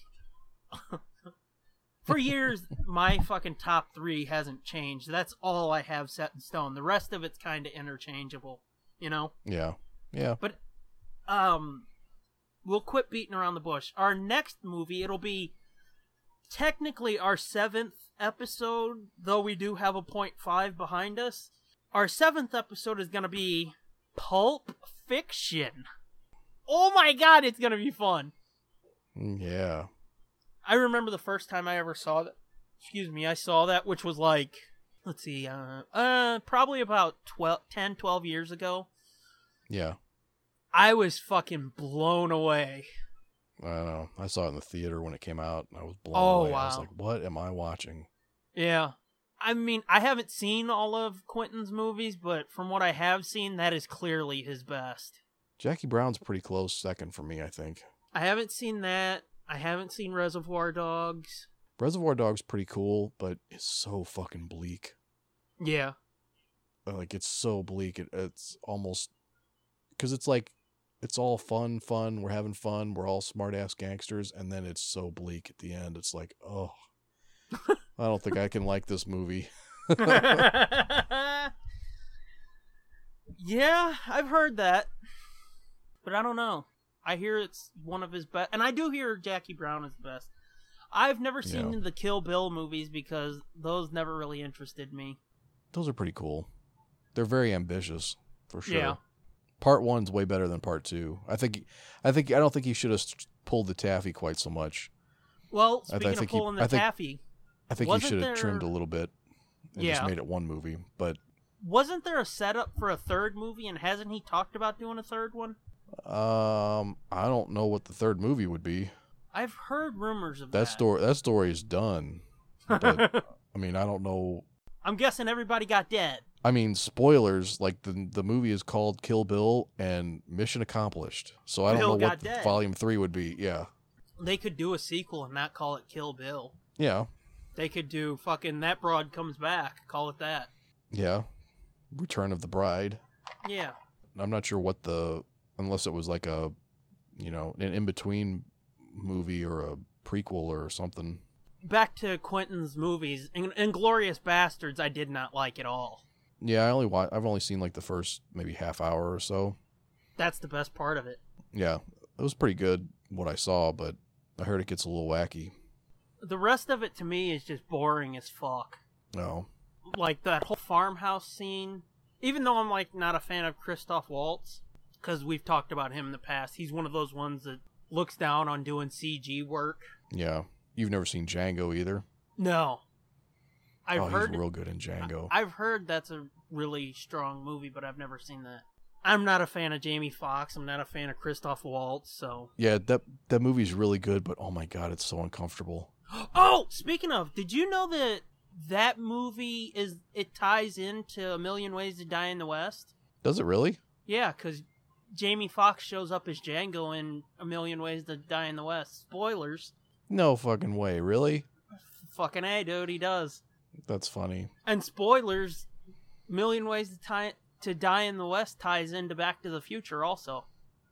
S2: for years, my fucking top three hasn't changed. That's all I have set in stone. The rest of it's kind of interchangeable, you know?
S3: Yeah, yeah.
S2: um we'll quit beating around the bush our next movie it'll be technically our seventh episode though we do have a point five behind us our seventh episode is gonna be pulp fiction oh my god it's gonna be fun
S3: Mm, Yeah.
S2: i remember the first time i ever saw that excuse me i saw that which was like let's see uh, uh probably about 12 10 12 years ago
S3: Yeah.
S2: i was fucking blown away
S3: I don't know. I saw it in the theater when it came out and I was blown
S2: Oh,
S3: away. I was
S2: wow.
S3: like, what am I watching?
S2: Yeah. I mean, I haven't seen all of Quentin's movies, but from what I have seen, that is clearly his best.
S3: Jackie Brown's pretty close second for me, I think.
S2: I haven't seen that. I haven't seen Reservoir Dogs.
S3: Reservoir Dog's pretty cool, but it's so fucking bleak.
S2: Yeah.
S3: uh, Like it's so bleak. It, it's almost because it's like it's all fun, fun. We're having fun. We're all smart ass gangsters, and then it's so bleak at the end. It's like, oh, I don't think I can like this movie.
S2: yeah, I've heard that. But I don't know. I hear it's one of his best. And I do hear Jackie Brown is best. I've never seen
S3: Yeah.
S2: the Kill Bill movies because those never really interested me.
S3: Those are pretty cool. They're very ambitious for sure.
S2: Yeah.
S3: Part one's way better than part two. I think. I think. I don't think he should have st- pulled the taffy quite so much.
S2: Well,
S3: I th- I
S2: speaking of
S3: think he-
S2: pulling
S3: I
S2: the
S3: think-
S2: taffy,
S3: I think
S2: Wasn't
S3: he should have
S2: there-
S3: trimmed a little bit and
S2: Yeah.
S3: just made it one movie. But
S2: Wasn't there a setup for a third movie, and hasn't he talked about doing a third one?
S3: um, I don't know what the third movie would be.
S2: I've heard rumors of that.
S3: That story. That story is done. but- I mean, I don't know.
S2: I'm guessing everybody got dead.
S3: I mean, spoilers. Like the the movie is called Kill Bill and Mission Accomplished. So I don't
S2: Bill
S3: know
S2: got
S3: what the
S2: dead.
S3: volume three would be. Yeah.
S2: They could do a sequel and not call it Kill Bill.
S3: Yeah.
S2: They could do fucking that broad comes back. Call it that.
S3: Yeah. Return of the Bride.
S2: Yeah.
S3: I'm not sure what the unless it was like a you know, an in between movie or a prequel or something.
S2: Back to Quentin's movies. In- Inglorious Bastards, I did not like at all.
S3: Yeah, I only wa- I've only seen like the first maybe half hour or so.
S2: That's the best part of it.
S3: Yeah, it was pretty good what I saw, but I heard it gets a little wacky.
S2: The rest of it to me is just boring as fuck.
S3: No,
S2: Like that whole farmhouse scene. Even though I'm like not a fan of Christoph Waltz, because we've talked about him in the past. He's one of those ones that looks down on doing CG work.
S3: yeah, you've never seen Django either.
S2: No, I've
S3: oh,
S2: heard
S3: he's real good in Django.
S2: I've heard that's a really strong movie, but I've never seen that. I'm not a fan of Jamie Foxx. I'm not a fan of Christoph Waltz. So,
S3: yeah, that that movie's really good, but oh my god, it's so uncomfortable.
S2: oh, speaking of, did you know that that movie is it ties into A Million Ways to Die in the West?
S3: Does it really?
S2: Yeah, because Jamie Foxx shows up as Django in A Million Ways to Die in the West. Spoilers.
S3: No fucking way, really?
S2: Fucking a dude, he does.
S3: That's funny.
S2: And spoilers, Million Ways to Tie to Die in the West ties into Back to the Future also.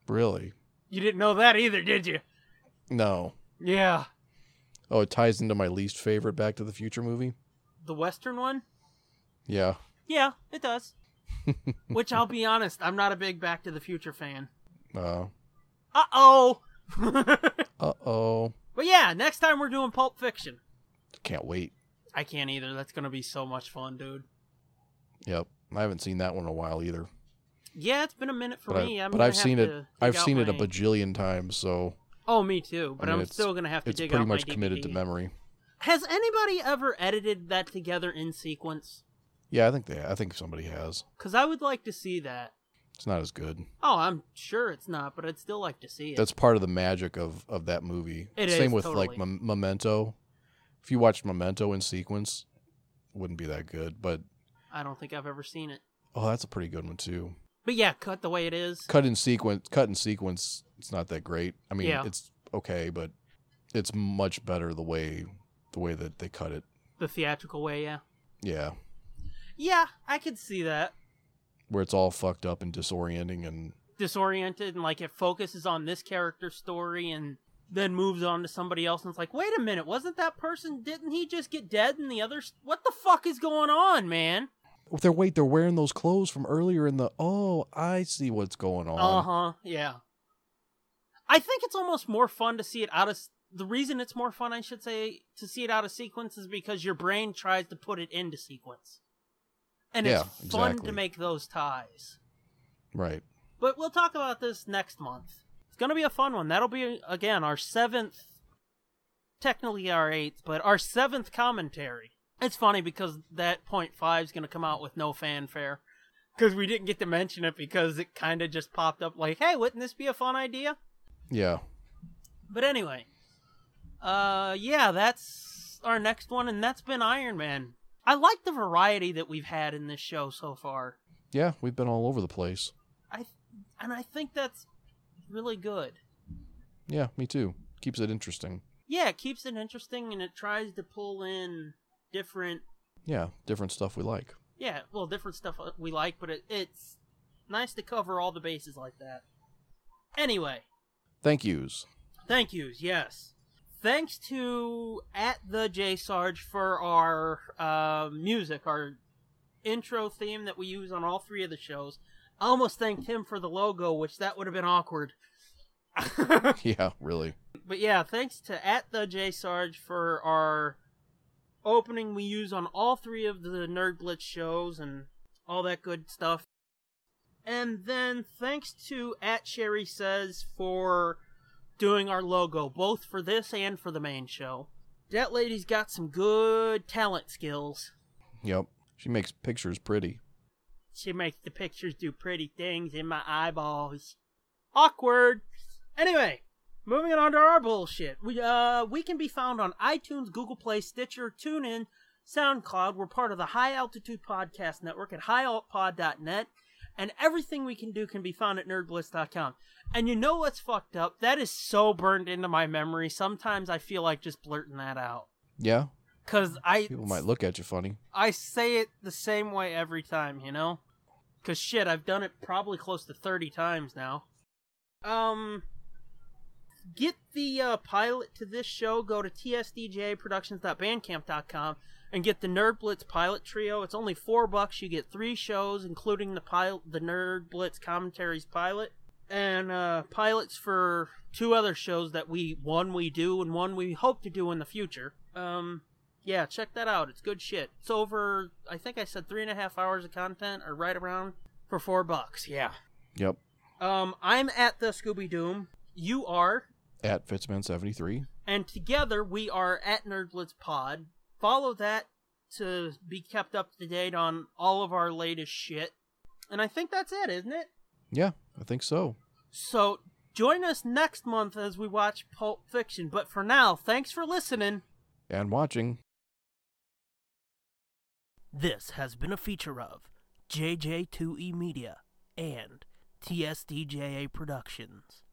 S3: Really?
S2: You didn't know that either, did you?
S3: No.
S2: Yeah.
S3: Oh, it ties into my least favorite Back to the Future movie.
S2: The Western one?
S3: Yeah,
S2: Yeah, it does. Which I'll be honest, I'm not a big Back to the Future fan.
S3: uh,
S2: Uh oh!
S3: Uh oh.
S2: but yeah, next time we're doing Pulp Fiction.
S3: Can't wait.
S2: I can't either. That's gonna be so much fun, dude.
S3: Yep. I haven't seen that one in a while either.
S2: Yeah, it's been a minute for
S3: But,
S2: me.
S3: I,
S2: I'm
S3: but
S2: gonna
S3: I've
S2: have
S3: seen
S2: to
S3: it.
S2: dig
S3: I've
S2: out
S3: seen it a
S2: my-
S3: bajillion times, so
S2: Oh, me too. But
S3: I
S2: I
S3: mean,
S2: am
S3: it's-
S2: still gonna have to
S3: it's
S2: dig
S3: pretty
S2: out my
S3: much committed to
S2: DVD.
S3: memory.
S2: Has anybody ever edited that together in sequence?
S3: Yeah, I think they. I think somebody has.
S2: Because I would like to see that.
S3: It's not as good.
S2: Oh, I'm sure it's not, but I'd still like to see it.
S3: That's part of the magic of of that movie.
S2: It
S3: Same
S2: is,
S3: with like
S2: totally.
S3: Mem- Memento. If you watched Memento in sequence, it wouldn't be that good. But
S2: I don't think I've ever seen it.
S3: oh, that's a pretty good one too.
S2: But yeah, cut the way it is.
S3: Cut in sequence. Cut in sequence. It's not that great. I mean,
S2: Yeah.
S3: it's okay, but it's much better the way the way that they cut it.
S2: The theatrical way, yeah.
S3: Yeah.
S2: Yeah, I could see that.
S3: where it's all fucked up and disorienting and
S2: Disoriented and like it focuses on this character's story and then moves on to somebody else and it's like, wait a minute, wasn't that person? Didn't he just get dead? And the other, what the fuck is going on, man?
S3: Well, oh, they're wait they're wearing those clothes from earlier in the oh i see what's going on
S2: Uh huh. Yeah. I think it's almost more fun to see it out of. s- The reason it's more fun, I should say, to see it out of sequence is because your brain tries to put it into sequence, and
S3: Yeah,
S2: it's fun
S3: exactly.
S2: to make those ties.
S3: right
S2: But we'll talk about this next month. It's going to be a fun one. That'll be, again, our seventh, technically our eighth, but our seventh commentary. It's funny because that point five is going to come out with no fanfare because we didn't get to mention it because it kind of just popped up like, hey, wouldn't this be a fun idea?
S3: yeah
S2: But anyway, uh, yeah, that's our next one, and that's been Iron Man. I like the variety that we've had in this show so far.
S3: yeah we've been all over the place
S2: I th- and I think that's really good.
S3: yeah me too keeps it interesting
S2: yeah, it keeps it interesting and it tries to pull in different,
S3: yeah different stuff we like
S2: yeah, well, different stuff uh, we like, but it, it's nice to cover all the bases like that. Anyway,
S3: thank yous
S2: thank yous, yes. Thanks to at the J Sarge for our uh, music, our intro theme that we use on all three of the shows. I almost thanked him for the logo, which that would have been awkward.
S3: yeah really
S2: But yeah, thanks to at the J Sarge for our opening we use on all three of the Nerd Blitz shows and all that good stuff. And then thanks to at Sherry Says for doing our logo, both for this and for the main show. That lady's got some good talent skills.
S3: yep she makes pictures pretty
S2: She makes the pictures do pretty things in my eyeballs. Awkward. Anyway, moving on to our bullshit. We uh we can be found on iTunes, Google Play, Stitcher, TuneIn, SoundCloud. We're part of the High Altitude Podcast Network at highaltpod.net. And everything we can do can be found at nerdbliss.com. And you know what's fucked up? That is so burned into my memory. Sometimes I feel like just blurting that out.
S3: yeah
S2: Because I
S3: People might look at you funny.
S2: I say it the same way every time, you know? Cause shit, I've done it probably close to thirty times now. Um get the uh, pilot to this show, go to tsdjproductions.bandcamp.com and get the Nerd Blitz pilot trio. It's only four bucks. You get three shows, including the pilot the Nerd Blitz commentaries pilot. And uh, pilots for two other shows that we one we do and one we hope to do in the future. Um yeah, check that out. It's good shit. It's over, I think I said three and a half hours of content, or right around, for four bucks. Yeah.
S3: Yep.
S2: Um, I'm at the Scooby Doom. You are,
S3: At Fitzman73.
S2: and together we are at Nerdblitz Pod. Follow that to be kept up to date on all of our latest shit. And I think that's it, isn't it?
S3: Yeah, I think so.
S2: So join us next month as we watch Pulp Fiction. But for now, thanks for listening.
S3: And watching.
S1: This has been a feature of E JJ2E Media and TSDJA Productions.